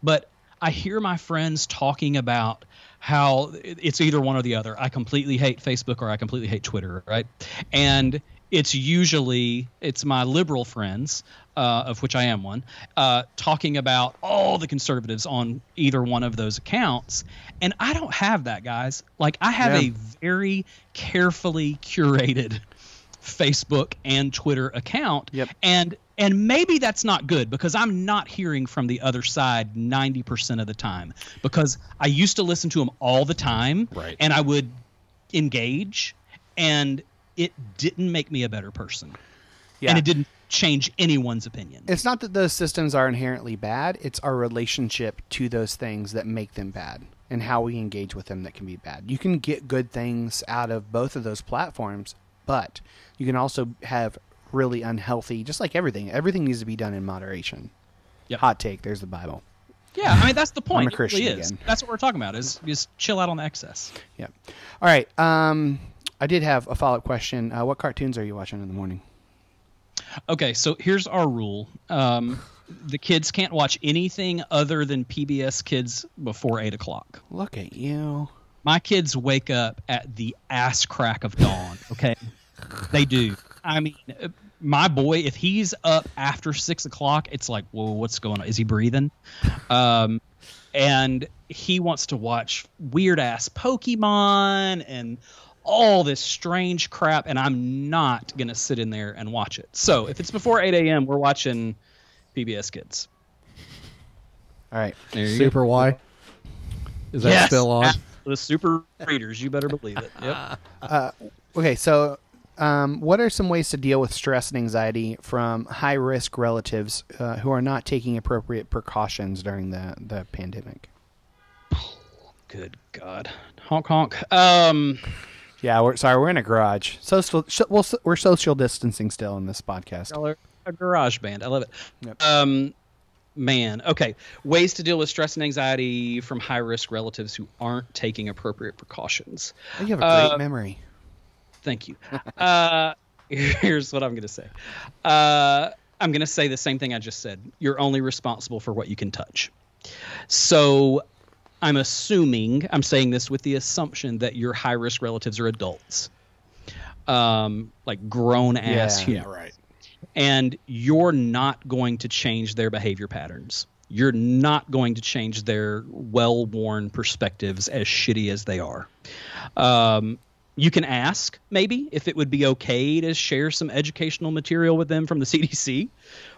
Speaker 12: But I hear my friends talking about how it- it's either one or the other. I completely hate Facebook or I completely hate Twitter, right? And it's usually it's my liberal friends, uh, of which I am one, uh, talking about all the conservatives on either one of those accounts, and I don't have that, guys. Like I have
Speaker 14: Yeah.
Speaker 12: a very carefully curated Facebook and Twitter account, and and maybe that's not good because I'm not hearing from the other side 90% of the time because I used to listen to them all the time, right. and I would engage and it didn't make me a better person
Speaker 1: Yeah.
Speaker 12: and it didn't change anyone's opinion
Speaker 1: It's not that those systems are inherently bad. It's our relationship to those things that make them bad and how we engage with them that can be bad. You can get good things out of both of those platforms, but you can also have really unhealthy, just like everything. Everything needs to be done in moderation. Hot take. There's the Bible.
Speaker 12: yeah i mean that's the
Speaker 1: I'm a
Speaker 12: point
Speaker 1: Christian
Speaker 12: it really is
Speaker 1: again.
Speaker 12: that's what we're talking about is just chill out on the excess
Speaker 1: Yeah. All right. Um, I did have a follow up question. Uh, what cartoons are you watching in the morning?
Speaker 12: okay so here's our rule um, the kids can't watch anything other than pbs kids before 8 o'clock
Speaker 1: Look at you.
Speaker 12: my kids wake up at the ass crack of dawn okay they do i mean uh, my boy if he's up after six o'clock it's like whoa what's going on is he breathing um, and he wants to watch weird ass pokemon and all this strange crap and i'm not gonna sit in there and watch it so if it's before 8 a.m we're watching pbs kids
Speaker 1: All right.
Speaker 3: Super Y. Is that
Speaker 12: Yes!
Speaker 3: still on?
Speaker 12: the super readers you better believe it yep
Speaker 1: Uh, okay, so um, what are some ways to deal with stress and anxiety from high risk relatives uh, who are not taking appropriate precautions during the, the pandemic?
Speaker 12: Good God, honk honk. Um,
Speaker 1: yeah, we're sorry, we're in a garage. Social, so, we'll, we're social distancing still in this podcast.
Speaker 12: Y'all are a garage band. I love it. Um, man. Okay. Ways to deal with stress and anxiety from high risk relatives who aren't taking appropriate precautions.
Speaker 1: You have a great
Speaker 12: Uh,
Speaker 1: memory.
Speaker 12: Thank you. uh, here's what I'm going to say. Uh, I'm going to say the same thing I just said. You're only responsible for what you can touch. So I'm assuming, I'm saying this with the assumption that your high risk relatives are adults, um, like grown ass
Speaker 6: Yeah.
Speaker 12: humans.
Speaker 6: Yeah, right.
Speaker 12: And you're not going to change their behavior patterns. You're not going to change their well worn perspectives, as shitty as they are. Um, you can ask maybe if it would be okay to share some educational material with them from the CDC,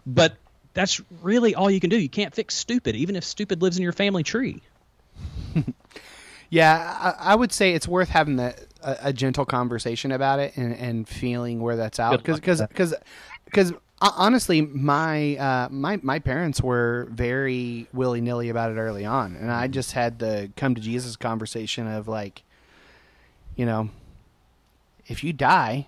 Speaker 12: but that's really all you can do. You can't fix stupid, even if stupid lives in your family tree.
Speaker 1: Yeah, I, I would say it's worth having the, a, a gentle conversation about it and, and feeling where that's out
Speaker 12: Good luck
Speaker 1: because
Speaker 12: with
Speaker 1: because because uh, honestly, my uh, my my parents were very willy nilly about it early on, and
Speaker 2: Mm-hmm.
Speaker 1: I just had the come to Jesus conversation of like, you know, if you die,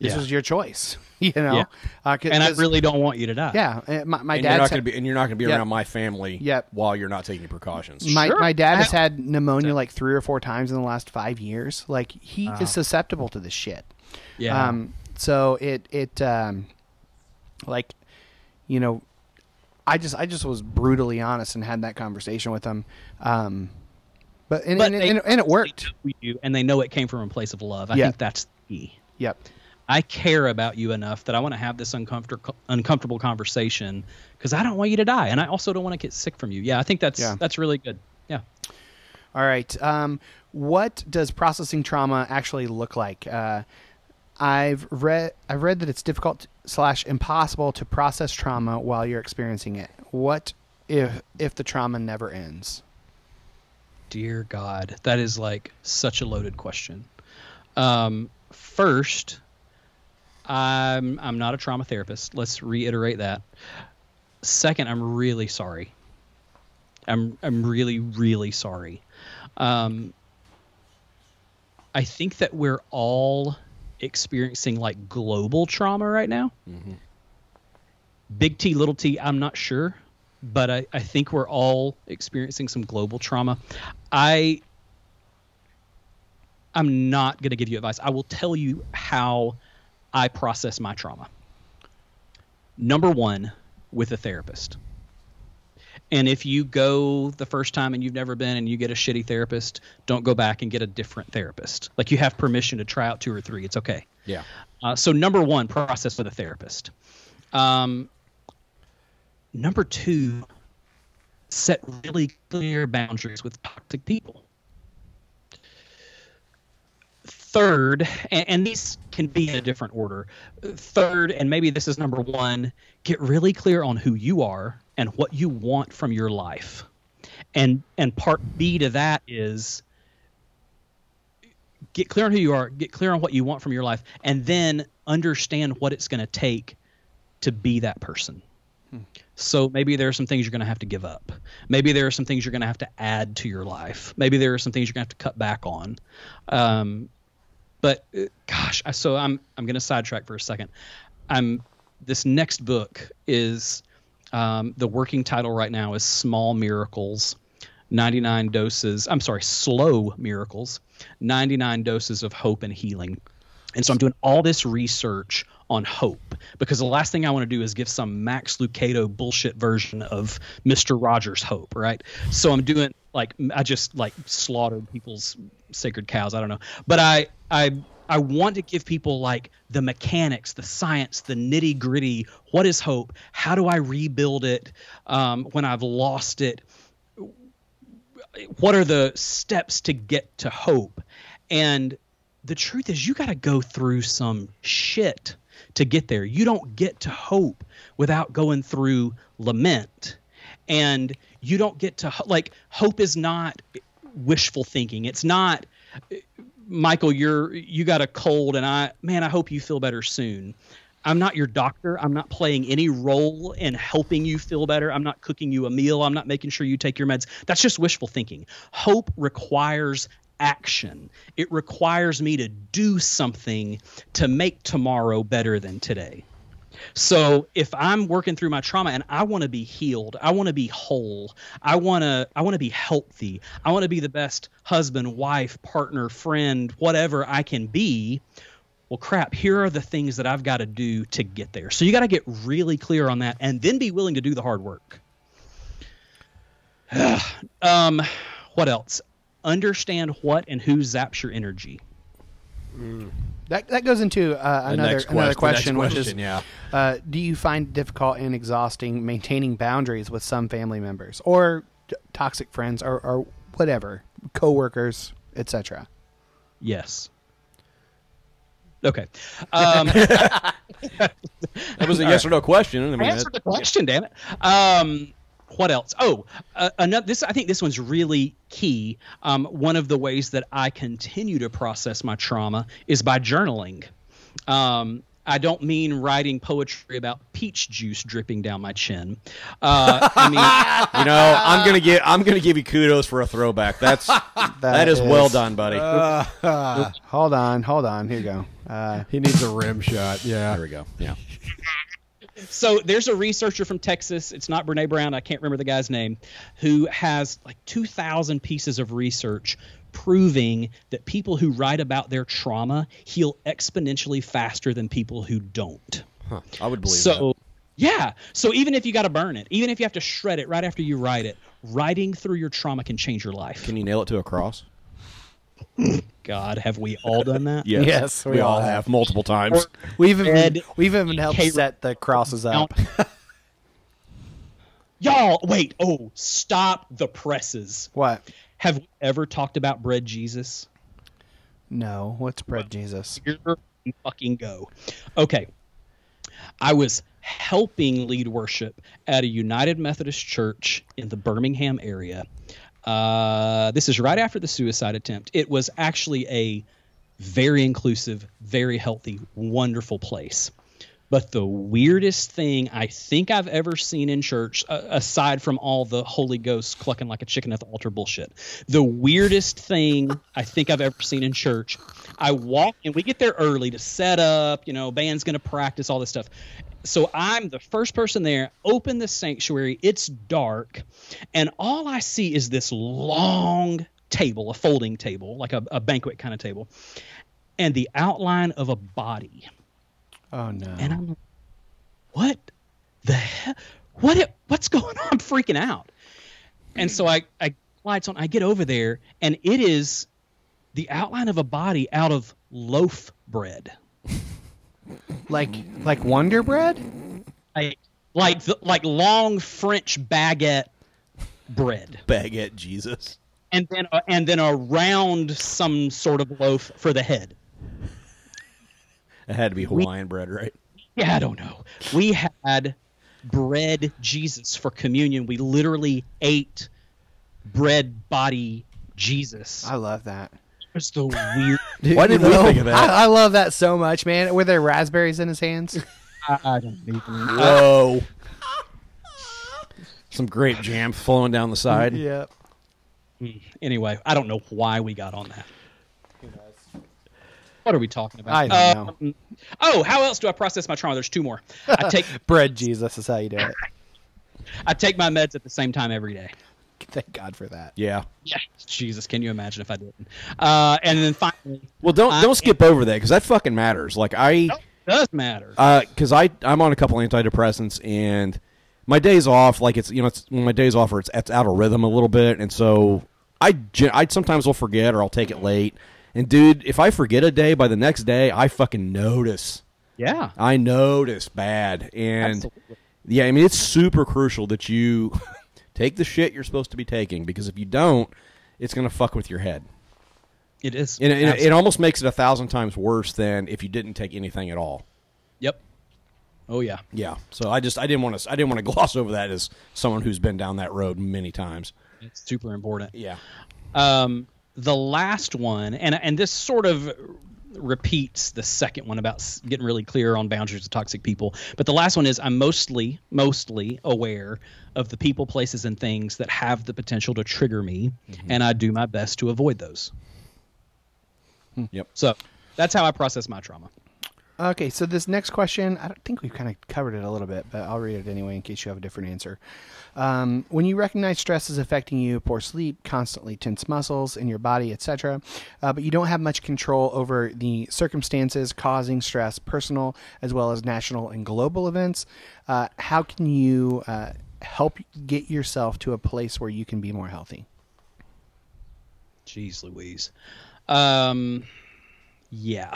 Speaker 1: this
Speaker 2: Yeah.
Speaker 1: was your choice, you know,
Speaker 2: Yeah.
Speaker 1: Uh, 'cause-
Speaker 2: And I
Speaker 1: 'cause-
Speaker 2: really don't want you to die.
Speaker 1: Yeah, uh, my my
Speaker 2: and
Speaker 1: dad
Speaker 2: you're not gonna be, and you're not going to be
Speaker 1: Yeah.
Speaker 2: around my family
Speaker 1: Yep.
Speaker 2: while you're not taking precautions.
Speaker 1: My my dad has had pneumonia like three or four times in the last five years. Like he
Speaker 2: Wow.
Speaker 1: is susceptible to this shit.
Speaker 2: Yeah.
Speaker 1: Um. So it it um, like, you know, I just I just was brutally honest and had that conversation with him. Um, but and and, and, and it worked.
Speaker 12: You and they know it came from a place of love. I
Speaker 1: Yeah.
Speaker 12: think that's the key.
Speaker 1: Yep.
Speaker 12: I care about you enough that I want to have this uncomfortable uncomfortable conversation because I don't want you to die, and I also don't want to get sick from you. Yeah, I think that's
Speaker 1: Yeah.
Speaker 12: that's really good. Yeah.
Speaker 1: All right. Um, what does processing trauma actually look like? Uh, I've read I've read that it's difficult slash impossible to process trauma while you're experiencing it. What if if the trauma never ends?
Speaker 12: Dear God, that is like such a loaded question. Um, first, I'm I'm not a trauma therapist. Let's reiterate that. Second, I'm really sorry. I'm I'm really really sorry. Um, I think that we're all experiencing like global trauma right now. Big T, little t, I'm not sure, but I, I think we're all experiencing some global trauma. I I'm not going to give you advice. I will tell you how I process my trauma. Number one, with a therapist. And if you go the first time and you've never been and you get a shitty therapist, don't go back and get a different therapist. Like you have permission to try out two or three. It's okay.
Speaker 2: Yeah.
Speaker 12: Uh, so number one, process with a therapist. Um, number two, set really clear boundaries with toxic people. Third, and, and these can be in a different order. Third, and maybe this is number one, get really clear on who you are and what you want from your life. And and part B to that is get clear on who you are, get clear on what you want from your life, and then understand what it's going to take to be that person. So maybe there are some things you're going to have to give up. Maybe there are some things you're going to have to add to your life. Maybe there are some things you're going to have to cut back on. Um, but uh, gosh, I, so I'm I'm going to sidetrack for a second. I'm this next book is um, the working title right now is Small Miracles, 99 doses. I'm sorry, Slow Miracles, 99 doses of hope and healing. And so I'm doing all this research on hope because the last thing I want to do is give some Max Lucado bullshit version of Mr. Rogers hope, right? So I'm doing like I just like slaughtered people's sacred cows. I don't know, but I I I want to give people like the mechanics, the science, the nitty gritty. What is hope? How do I rebuild it um, when I've lost it? What are the steps to get to hope? And the truth is you got to go through some shit to get there. You don't get to hope without going through lament. And you don't get to ho- like hope is not wishful thinking. It's not Michael, you're you got a cold and I man, I hope you feel better soon. I'm not your doctor. I'm not playing any role in helping you feel better. I'm not cooking you a meal. I'm not making sure you take your meds. That's just wishful thinking. Hope requires action. It requires me to do something to make tomorrow better than today. So if I'm working through my trauma and I want to be healed, I want to be whole, I want to I want to be healthy, I want to be the best husband, wife, partner, friend, whatever I can be, well crap, here are the things that I've got to do to get there. So you got to get really clear on that and then be willing to do the hard work. um what else? Understand what and who zaps your energy.
Speaker 1: That that goes into uh,
Speaker 2: The
Speaker 1: another
Speaker 2: next
Speaker 1: another question,
Speaker 2: question, the next
Speaker 1: which is,
Speaker 2: question, yeah.
Speaker 1: uh, do you find it difficult and exhausting maintaining boundaries with some family members or t- toxic friends or, or whatever, coworkers, etc.?
Speaker 12: Yes. Okay. Um,
Speaker 2: that was a yes or no question. I mean,
Speaker 12: I answered
Speaker 2: that-
Speaker 12: the question, damn it. Um, what else? Oh, uh, another. This I think this one's really key. Um, one of the ways that I continue to process my trauma is by journaling. Um, I don't mean writing poetry about peach juice dripping down my chin. Uh, I mean,
Speaker 2: You know, I'm gonna give I'm gonna give you kudos for a throwback. That's that is, well done, buddy.
Speaker 1: hold on, hold on. Here you go. Uh,
Speaker 3: he needs a rim shot. Yeah,
Speaker 2: there we go. Yeah.
Speaker 12: so there's a researcher from Texas. It's not Brene Brown. I can't remember the guy's name, who has like 2,000 pieces of research proving that people who write about their trauma heal exponentially faster than people who don't.
Speaker 2: Huh, I would believe
Speaker 12: so,
Speaker 2: that.
Speaker 12: yeah. So even if you got to burn it, even if you have to shred it right after you write it, writing through your trauma can change your life.
Speaker 2: Can you nail it to a cross?
Speaker 12: God, have we all done that?
Speaker 2: Yes, we, all have, multiple times.
Speaker 1: We've even
Speaker 12: Ed,
Speaker 1: we've even helped
Speaker 12: K-
Speaker 1: set the crosses up.
Speaker 12: Y'all, wait. Oh, stop the presses.
Speaker 1: What?
Speaker 12: Have we ever talked about bread Jesus?
Speaker 1: No, what's bread Jesus?
Speaker 12: Here we fucking go. Okay. I was helping lead worship at a United Methodist church in the Birmingham area. Uh, this is right after the suicide attempt. It was actually a very inclusive, very healthy, wonderful place. But the weirdest thing I think I've ever seen in church, uh, aside from all the Holy Ghost clucking like a chicken at the altar bullshit, the weirdest thing I think I've ever seen in church. I walk and we get there early to set up, you know, band's going to practice, all this stuff. So I'm the first person there, open the sanctuary, it's dark, and all I see is this long table, a folding table, like a, a banquet kind of table, and the outline of a body.
Speaker 1: Oh no!
Speaker 12: And I'm like, what the hell? what it, what's going on? I'm freaking out. And so I, I lights on. I get over there, and it is the outline of a body out of loaf bread,
Speaker 1: like like Wonder Bread,
Speaker 12: like like the, like long French baguette bread,
Speaker 2: baguette Jesus,
Speaker 12: and then a, and then around some sort of loaf for the head.
Speaker 2: It had to be Hawaiian bread, right?
Speaker 12: Yeah, I don't know. We had bread Jesus for communion. We literally ate bread body Jesus.
Speaker 1: I love that.
Speaker 12: It's the weird.
Speaker 2: Why didn't we think of that?
Speaker 1: I, I love that so much, man. Were there raspberries in his hands?
Speaker 12: I, I don't even
Speaker 2: Whoa. Some grape jam flowing down the side.
Speaker 1: Yep.
Speaker 12: Anyway, I don't know why we got on that. What are we talking about?
Speaker 1: I don't
Speaker 12: Um, Oh, how else do I process my trauma? There's two more. I take
Speaker 1: bread Jesus is how you do it.
Speaker 12: I take my meds at the same time every day.
Speaker 1: Thank God for that.
Speaker 2: Yeah.
Speaker 12: Yeah, Jesus, can you imagine if I didn't? Uh, and then finally,
Speaker 2: Well, don't
Speaker 12: I-
Speaker 2: don't skip over that because that fucking matters. Like I,
Speaker 12: it does matter.
Speaker 1: Uh,
Speaker 2: because I I'm on a couple antidepressants and my days off, like it's you know it's when my days off or it's it's out of rhythm a little bit, and so I gen- I sometimes will forget or I'll take it late. And dude, if I forget a day, by the next day I fucking notice.
Speaker 12: Yeah.
Speaker 2: I notice bad. And yeah, I mean it's super crucial that you take the shit you're supposed to be taking because if you don't, it's gonna fuck with your head.
Speaker 12: It is.
Speaker 2: And it, and it- it
Speaker 12: Absolutely.
Speaker 2: almost makes it a thousand times worse than if you didn't take anything at all.
Speaker 12: Yep. Oh yeah.
Speaker 2: Yeah. So I just I didn't want to I didn't want to gloss over that as someone who's been down that road many times.
Speaker 12: It's super important.
Speaker 2: Yeah.
Speaker 12: Um, the last one, and and this sort of repeats the second one about s- getting really clear on boundaries of toxic people. But the last one is I'm mostly mostly aware of the people, places, and things that have the potential to trigger me, and I do my best to avoid those.
Speaker 2: Yep.
Speaker 12: So that's how I process my trauma.
Speaker 1: Okay, so this next question, I don't think we've kind of covered it a little bit, but I'll read it anyway in case you have a different answer. Um, when you recognize stress is affecting you, poor sleep, constantly tense muscles in your body, etc., uh, but you don't have much control over the circumstances causing stress, personal as well as national and global events, uh, how can you uh, help get yourself to a place where you can be more healthy?
Speaker 12: Jeez Louise. Um, yeah.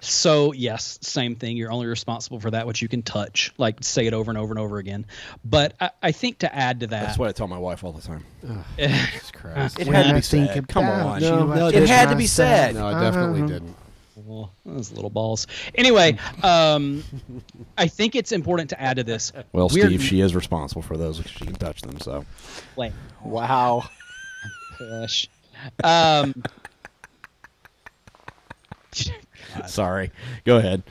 Speaker 12: So, yes, same thing. You're only responsible for that which you can touch. Like, say it over and over and over again. But I, I think to add to that.
Speaker 2: That's what I tell my wife all the time.
Speaker 12: Jesus
Speaker 2: Christ. It
Speaker 12: When
Speaker 2: had to
Speaker 12: I
Speaker 2: be
Speaker 12: think
Speaker 2: said. Come
Speaker 12: about
Speaker 2: on.
Speaker 12: you,
Speaker 2: No,
Speaker 12: I
Speaker 2: no, it
Speaker 12: just
Speaker 2: had to be
Speaker 12: myself.
Speaker 2: said. No, it
Speaker 3: definitely Uh-huh. didn't.
Speaker 12: Well, those little balls. Anyway, um, I think it's important to add to this.
Speaker 2: Well,
Speaker 12: We're-
Speaker 2: Steve, she is responsible for those if she can touch them, so
Speaker 12: Wait.
Speaker 1: Wow.
Speaker 12: Gosh. Um,
Speaker 2: sorry. Go ahead.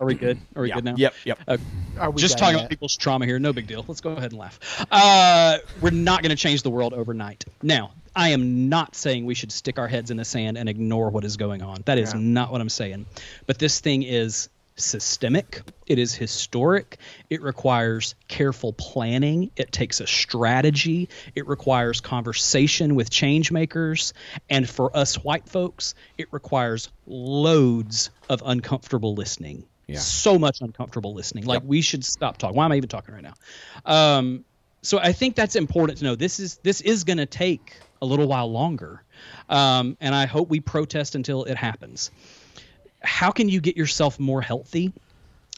Speaker 12: Are we good? Are we
Speaker 2: Yeah.
Speaker 12: good now?
Speaker 2: Yep, yep.
Speaker 12: Uh,
Speaker 1: Are we
Speaker 12: just
Speaker 1: done
Speaker 12: talking
Speaker 1: yet?
Speaker 12: about people's trauma here. No big deal. Let's go ahead and laugh. Uh, we're not going to change the world overnight. Now, I am not saying we should stick our heads in the sand and ignore what is going on. That is
Speaker 14: Yeah.
Speaker 12: not what I'm saying. But this thing is systemic. It is historic. It requires careful planning. It takes a strategy. It requires conversation with change makers. And for us white folks, it requires loads of uncomfortable listening.
Speaker 2: Yeah.
Speaker 12: So much uncomfortable listening. Like we should stop talking. Why am I even talking right now? Um, so I think that's important to know. This is this is going to take a little while longer, um, and I hope we protest until it happens how can you get yourself more healthy?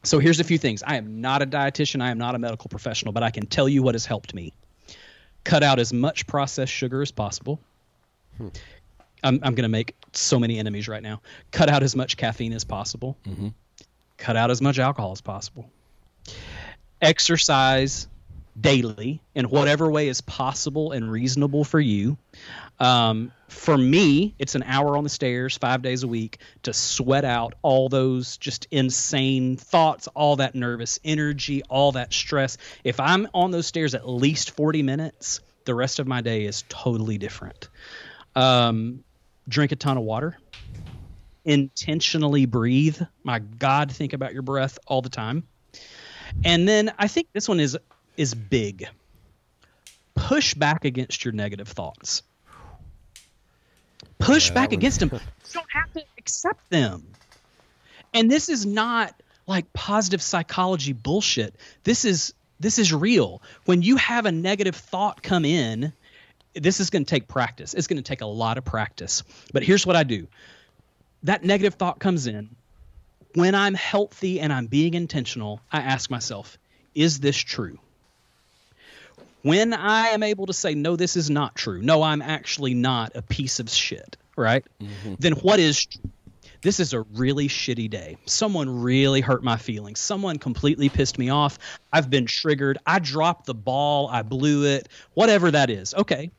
Speaker 12: So here's a few things. I am not a dietitian, I am not a medical professional, but I can tell you what has helped me. Cut out as much processed sugar as possible. I'm, I'm going to make so many enemies right now. Cut out as much caffeine as possible. Cut out as much alcohol as possible. Exercise daily in whatever way is possible and reasonable for you. Um, for me, it's an hour on the stairs, five days a week, to sweat out all those just insane thoughts, all that nervous energy, all that stress. If I'm on those stairs at least 40 minutes, the rest of my day is totally different. Um, drink a ton of water. Intentionally breathe. My God, think about your breath all the time. And then I think this one is is big. Push back against your negative thoughts. Push
Speaker 14: Yeah, that
Speaker 12: back
Speaker 14: one-
Speaker 12: against them. You don't have to accept them. And this is not like positive psychology bullshit. This is this is real. When you have a negative thought come in, this is going to take practice. It's going to take a lot of practice. But here's what I do that negative thought comes in. When I'm healthy and I'm being intentional, I ask myself, is this true? When I am able to say, no, this is not true, no, I'm actually not a piece of shit, right? Then what is true? This is a really shitty day. Someone really hurt my feelings. Someone completely pissed me off. I've been triggered. I dropped the ball. I blew it. Whatever that is. Okay,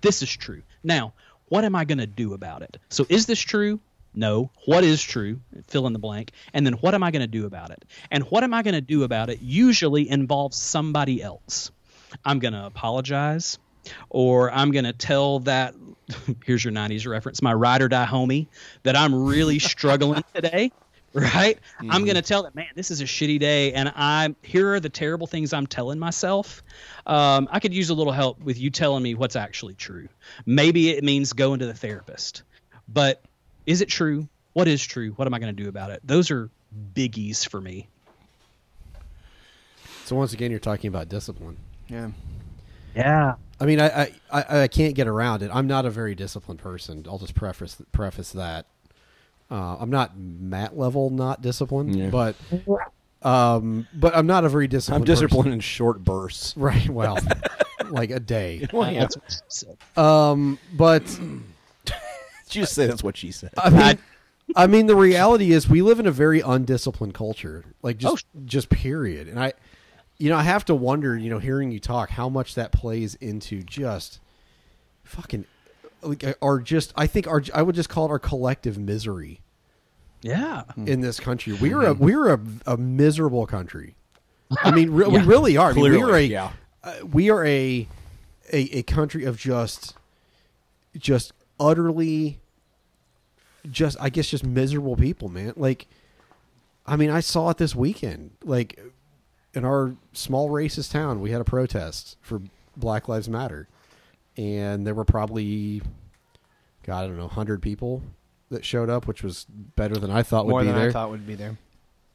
Speaker 12: this is true. Now, what am I going to do about it? So, is this true? No. What is true? Fill in the blank. And then, what am I going to do about it? And what am I going to do about it usually involves somebody else. I'm going to apologize, or I'm going to tell that, here's your 90s reference, my ride or die homie, that I'm really struggling today. Right? I'm going to tell it, man, this is a shitty day, and I'm here are the terrible things I'm telling myself. Um, I could use a little help with you telling me what's actually true. Maybe it means going to the therapist, but is it true? What is true? What am I going to do about it? Those are biggies for me.
Speaker 3: So once again, you're talking about discipline.
Speaker 1: Yeah.
Speaker 12: Yeah.
Speaker 3: I mean, I, I, I, I can't get around it. I'm not a very disciplined person. I'll just preface preface that. Uh, I'm not Matt level not disciplined,
Speaker 2: Yeah.
Speaker 3: but um, but I'm not a very disciplined.
Speaker 2: I'm disciplined
Speaker 3: person.
Speaker 2: in short bursts.
Speaker 3: Right. Well, like a day.
Speaker 2: Well, yeah. That's what
Speaker 12: she
Speaker 3: Um, but
Speaker 2: Did you just say that's what she said?
Speaker 3: I mean, I mean, the reality is we live in a very undisciplined culture, like just just period. And I, you know, I have to wonder, you know, hearing you talk, how much that plays into just fucking, like, our just. I think our I would just call it our collective misery
Speaker 12: Yeah.
Speaker 3: in this country. We are a
Speaker 1: Mm-hmm.
Speaker 3: we are a, a miserable country. I mean, re- we
Speaker 2: Yeah.
Speaker 3: really are. I mean, we
Speaker 2: Clearly,
Speaker 3: are a
Speaker 2: yeah.
Speaker 3: uh, we are a, a a country of just just utterly just I guess just miserable people, man. Like, I mean, I saw it this weekend. Like, in our small racist town, we had a protest for Black Lives Matter, and there were probably, God, I don't know, hundred people that showed up, which was better than I thought
Speaker 1: More
Speaker 3: would be
Speaker 1: than
Speaker 3: there
Speaker 1: I thought would be there.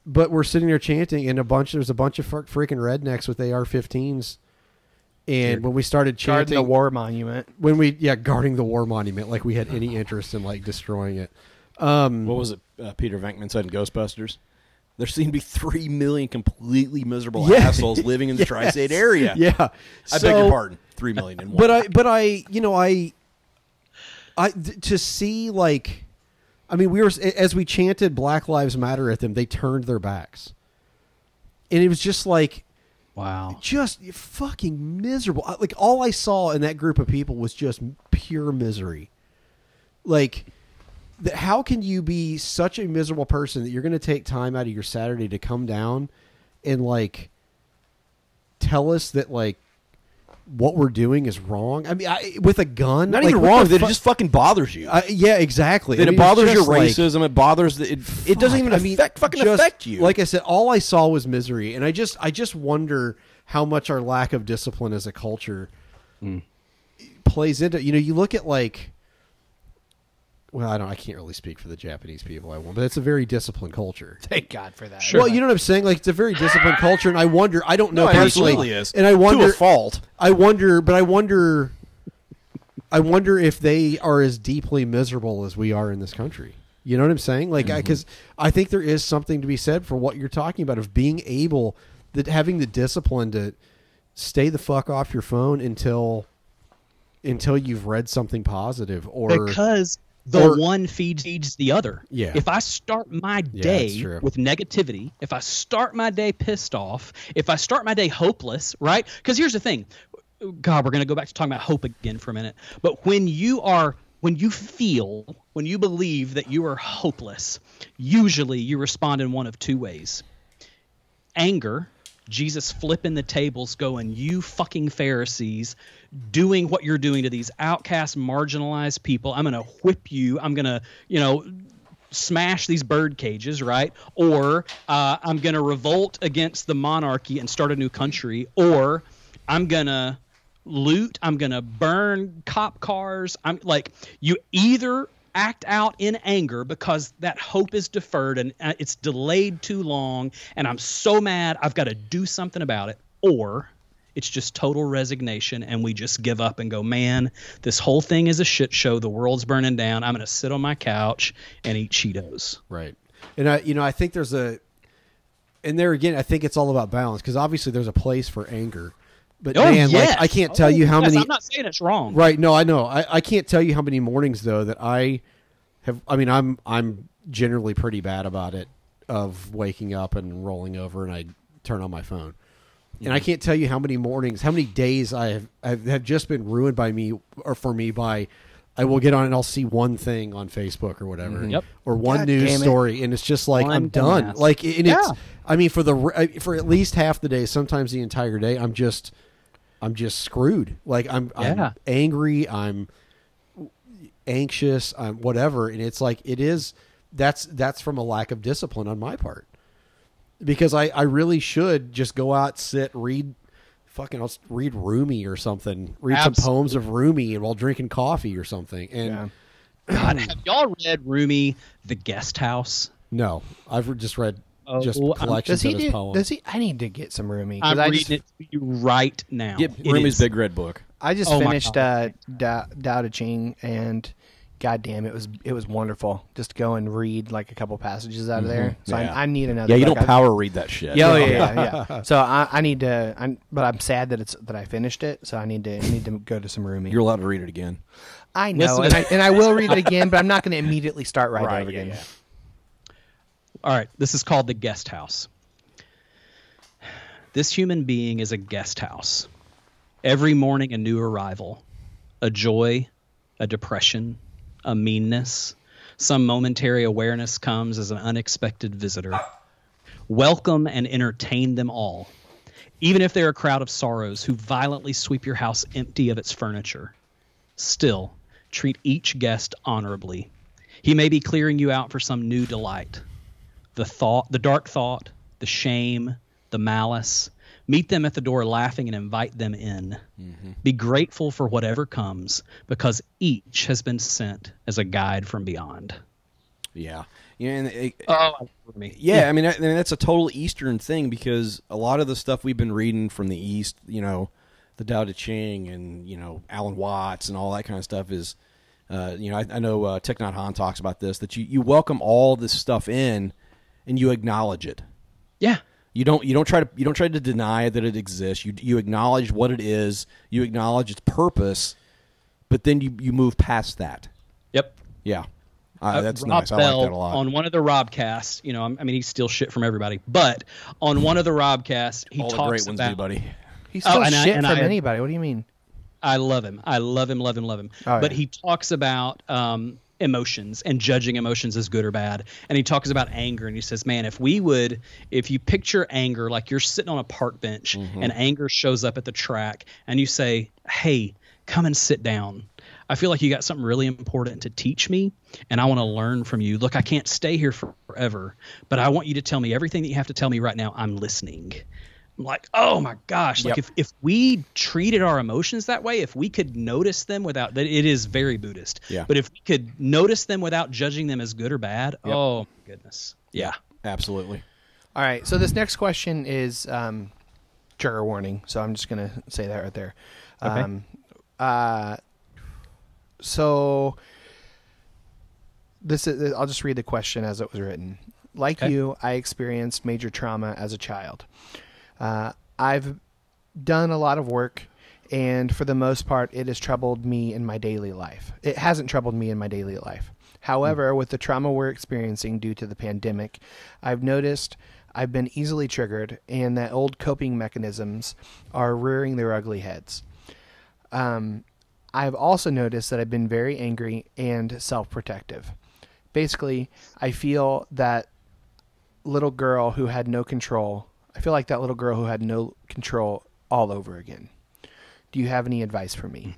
Speaker 3: but we're sitting there chanting, and a bunch there's a bunch of fr- freaking rednecks with AR-15s. And when we started
Speaker 1: Guarding
Speaker 3: chanting
Speaker 1: the war monument.
Speaker 3: when we yeah guarding the war monument, like we had any interest in like destroying it. Um,
Speaker 2: what was it? Uh, Peter Venkman said in Ghostbusters. There seem to be three million completely miserable
Speaker 3: Yeah.
Speaker 2: assholes living in the
Speaker 3: Yes.
Speaker 2: tri-state area.
Speaker 3: Yeah.
Speaker 2: I beg your
Speaker 3: So-
Speaker 2: pardon. Three million and one.
Speaker 3: But I, but I, you know, I, I th- to see like, I mean, we were as we chanted "Black Lives Matter" at them, they turned their backs, and it was just like,
Speaker 12: wow,
Speaker 3: just fucking miserable. I- Like all I saw in that group of people was just pure misery. Like, that how can you be such a miserable person that you're going to take time out of your Saturday to come down and like tell us that like what we're doing is wrong? I mean, I, with a gun,
Speaker 2: Not
Speaker 3: Like,
Speaker 2: even
Speaker 3: what
Speaker 2: wrong.
Speaker 3: the
Speaker 2: that
Speaker 3: fu-
Speaker 2: it just fucking bothers you.
Speaker 3: I- yeah, exactly.
Speaker 2: that
Speaker 3: I mean,
Speaker 2: it bothers
Speaker 3: it's
Speaker 2: your
Speaker 3: just like-
Speaker 2: racism. it bothers. The, it, it doesn't even
Speaker 3: I mean,
Speaker 2: affect fucking
Speaker 3: just-
Speaker 2: affect you.
Speaker 3: Like I said, all I saw was misery, and I just I just wonder how much our lack of discipline as a culture
Speaker 2: Mm.
Speaker 3: plays into. You know, you look at like, well, I don't, I can't really speak for the Japanese people, I won't, but it's a very disciplined culture.
Speaker 1: Thank God for that.
Speaker 3: Well, you know what I'm saying. Like it's a very disciplined culture, and I wonder. I don't know
Speaker 2: No, it
Speaker 3: personally,
Speaker 2: absolutely is.
Speaker 3: and I
Speaker 2: To a
Speaker 3: wonder
Speaker 2: fault.
Speaker 3: I wonder, but I wonder. I wonder if they are as deeply miserable as we are in this country. You know what I'm saying? Like,
Speaker 12: Mm-hmm.
Speaker 3: because I think there is something to be said for what you're talking about of being able that having the discipline to stay the fuck off your phone until until you've read something positive or
Speaker 12: because the
Speaker 3: or-
Speaker 12: one feeds, feeds the other.
Speaker 3: Yeah.
Speaker 12: If I start my
Speaker 3: Yeah,
Speaker 12: day
Speaker 3: that's true.
Speaker 12: with negativity, if I start my day pissed off, if I start my day hopeless, right? Because here's the thing, God, we're gonna go back to talking about hope again for a minute. But when you are when you feel, when you believe that you are hopeless, usually you respond in one of two ways. anger, Jesus flipping the tables, going, You fucking Pharisees, doing what you're doing to these outcast, marginalized people. I'm going to whip you. I'm going to, you know, smash these bird cages, right? Or uh, I'm going to revolt against the monarchy and start a new country. Or I'm going to loot. I'm going to burn cop cars. I'm like, you either act out in anger because that hope is deferred and uh, it's delayed too long and I'm so mad I've got to do something about it or it's just total resignation and we just give up and go, man, this whole thing is a shit show. The world's burning down. I'm going to sit on my couch and eat Cheetos.
Speaker 3: Right. And I, you know, I think there's a, and there again, I think it's all about balance because obviously there's a place for anger. But
Speaker 12: Oh,
Speaker 3: man,
Speaker 12: yes.
Speaker 3: like, I can't tell
Speaker 12: Oh,
Speaker 3: you how
Speaker 12: yes,
Speaker 3: many.
Speaker 12: I'm not saying it's wrong.
Speaker 3: Right? No, I know. I, I can't tell you how many mornings though that I have. I mean, I'm I'm generally pretty bad about it of waking up and rolling over, and I turn on my phone. And I can't tell you how many mornings, how many days I have, I've, have just been ruined by me or for me by I will get on and I'll see one thing on Facebook or whatever,
Speaker 12: Mhm. Yep.
Speaker 3: or one
Speaker 12: God
Speaker 3: news
Speaker 12: damn it.
Speaker 3: story, and it's just like
Speaker 12: One
Speaker 3: I'm done.
Speaker 12: dumbass.
Speaker 3: Like, and it's
Speaker 12: Yeah.
Speaker 3: I mean for the re- for at least half the day, sometimes the entire day, I'm just I'm just screwed. Like I'm,
Speaker 12: Yeah.
Speaker 3: I'm angry. I'm anxious. I'm whatever, and it's like it is. That's that's from a lack of discipline on my part because I, I really should just go out, sit, read, fucking, I'll s- read Rumi or something, read some
Speaker 12: Absolutely.
Speaker 3: poems of Rumi, and while drinking coffee or something. And
Speaker 12: God, have y'all read Rumi, The Guest House?
Speaker 3: no, I've re- just read
Speaker 12: Oh,
Speaker 3: just
Speaker 12: I'm-
Speaker 3: collections
Speaker 12: does he
Speaker 3: of his
Speaker 12: do-
Speaker 3: poems.
Speaker 1: Does he? I need to get some Rumi. 'cause
Speaker 12: I'm
Speaker 1: I
Speaker 12: reading
Speaker 1: just,
Speaker 12: it to you right now.
Speaker 1: Get
Speaker 12: It
Speaker 1: Rumi's
Speaker 12: is-
Speaker 2: Big Red Book.
Speaker 1: I just
Speaker 12: Oh my
Speaker 1: finished
Speaker 12: God.
Speaker 1: uh, da- Tao Te Ching, and goddamn, it was it was wonderful. Just to go and read like a couple passages out of there.
Speaker 2: Mhm.
Speaker 1: So
Speaker 2: Yeah.
Speaker 1: I, I need another.
Speaker 2: Yeah, you
Speaker 1: book.
Speaker 2: don't
Speaker 1: I-
Speaker 2: power read that shit.
Speaker 1: Yeah, oh, yeah, yeah. yeah. so I, I need to. I'm, but I'm sad that it's that I finished it. So I need to I need to go to some Rumi.
Speaker 2: You're allowed to read it again.
Speaker 1: I know,
Speaker 12: Listen-
Speaker 1: and I, and I will read it again, but I'm not going to immediately start right,
Speaker 12: Right,
Speaker 1: over
Speaker 12: yeah,
Speaker 1: again.
Speaker 12: yeah. All right, this is called the guest house. This human being is a guest house. Every morning, a new arrival, a joy, a depression, a meanness. Some momentary awareness comes as an unexpected visitor. Welcome and entertain them all, even if they're a crowd of sorrows who violently sweep your house empty of its furniture. Still, treat each guest honorably. He may be clearing you out for some new delight. The thought, the dark thought, the shame, the malice. Meet them at the door laughing and invite them in.
Speaker 2: Mm-hmm.
Speaker 12: Be grateful for whatever comes because each has been sent as a guide from beyond.
Speaker 2: Yeah. Yeah, and it-
Speaker 12: Oh, me.
Speaker 2: Yeah, I mean, I, I mean that's a total Eastern thing because a lot of the stuff we've been reading from the East, you know, the Tao Te Ching and you know Alan Watts and all that kind of stuff is, uh, you know, I, I know uh, Thich Nhat Hanh talks about this that you you welcome all this stuff in, and you acknowledge it.
Speaker 12: Yeah.
Speaker 2: You don't you don't try to you don't try to deny that it exists. You you acknowledge what it is. You acknowledge its purpose, but then you you move past that.
Speaker 12: Yep.
Speaker 2: Yeah, uh,
Speaker 12: Uh,
Speaker 2: that's
Speaker 12: Rob
Speaker 2: nice. I
Speaker 12: Bell,
Speaker 2: like that a lot.
Speaker 12: On one of the Robcasts, you know, I'm- I mean, he steals shit from everybody, but on one of the Robcasts, he
Speaker 2: all
Speaker 12: talks
Speaker 2: the great ones,
Speaker 12: about
Speaker 2: do, buddy.
Speaker 1: He's
Speaker 12: Oh,
Speaker 1: still
Speaker 12: and I-
Speaker 1: shit
Speaker 12: and
Speaker 1: from
Speaker 12: I-
Speaker 1: anybody. What do you mean?
Speaker 12: I love him. I love him, love him, love him.
Speaker 1: Oh,
Speaker 12: but
Speaker 1: yeah.
Speaker 12: he talks about um, emotions and judging emotions as good or bad. And he talks about anger and he says, man, if we would, if you picture anger like you're sitting on a park bench
Speaker 1: Mm-hmm.
Speaker 12: and anger shows up at the track and you say, hey, come and sit down. I feel like you got something really important to teach me and I want to learn from you. Look, I can't stay here forever, but I want you to tell me everything that you have to tell me right now. I'm listening. I'm like, oh my gosh! Like if, if we treated our emotions that way, if we could notice them without that, it is very Buddhist.
Speaker 2: Yeah.
Speaker 12: But if we could notice them without judging them as good or bad, oh my goodness, yeah.
Speaker 2: Absolutely.
Speaker 1: All right. So this next question is um, trigger warning. So I'm just gonna say that right there.
Speaker 12: Okay.
Speaker 1: Um, uh, so this is. I'll just read the question as it was written. Like
Speaker 12: Okay.
Speaker 1: you, I experienced major trauma as a child. Uh, I've done a lot of work, and for the most part, it has troubled me in my daily life. It hasn't troubled me in my daily life. However, with the trauma we're experiencing due to the pandemic, I've noticed I've been easily triggered, and that old coping mechanisms are rearing their ugly heads. Um, I've also noticed that I've been very angry and self protective. Basically, I feel that little girl who had no control. I feel like that little girl who had no control all over again. Do you have any advice for me?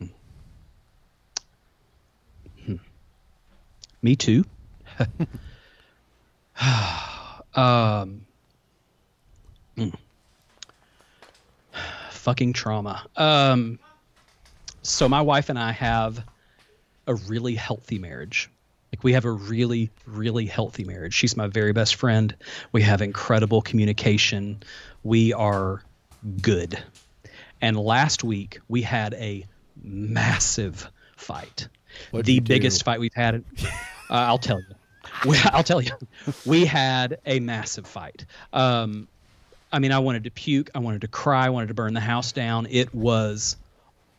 Speaker 14: Mm,
Speaker 12: Me too. um, mm. fucking trauma. Um, so my wife and I have a really healthy marriage. Like we have a really, really healthy marriage. She's my very best friend. We have incredible communication. We are good. And last week we had a massive fight.
Speaker 14: What'd
Speaker 12: the
Speaker 14: you do?
Speaker 12: biggest fight we've had. Uh, I'll tell you. We, I'll tell you. We had a massive fight. Um, I mean, I wanted to puke. I wanted to cry. I wanted to burn the house down. It was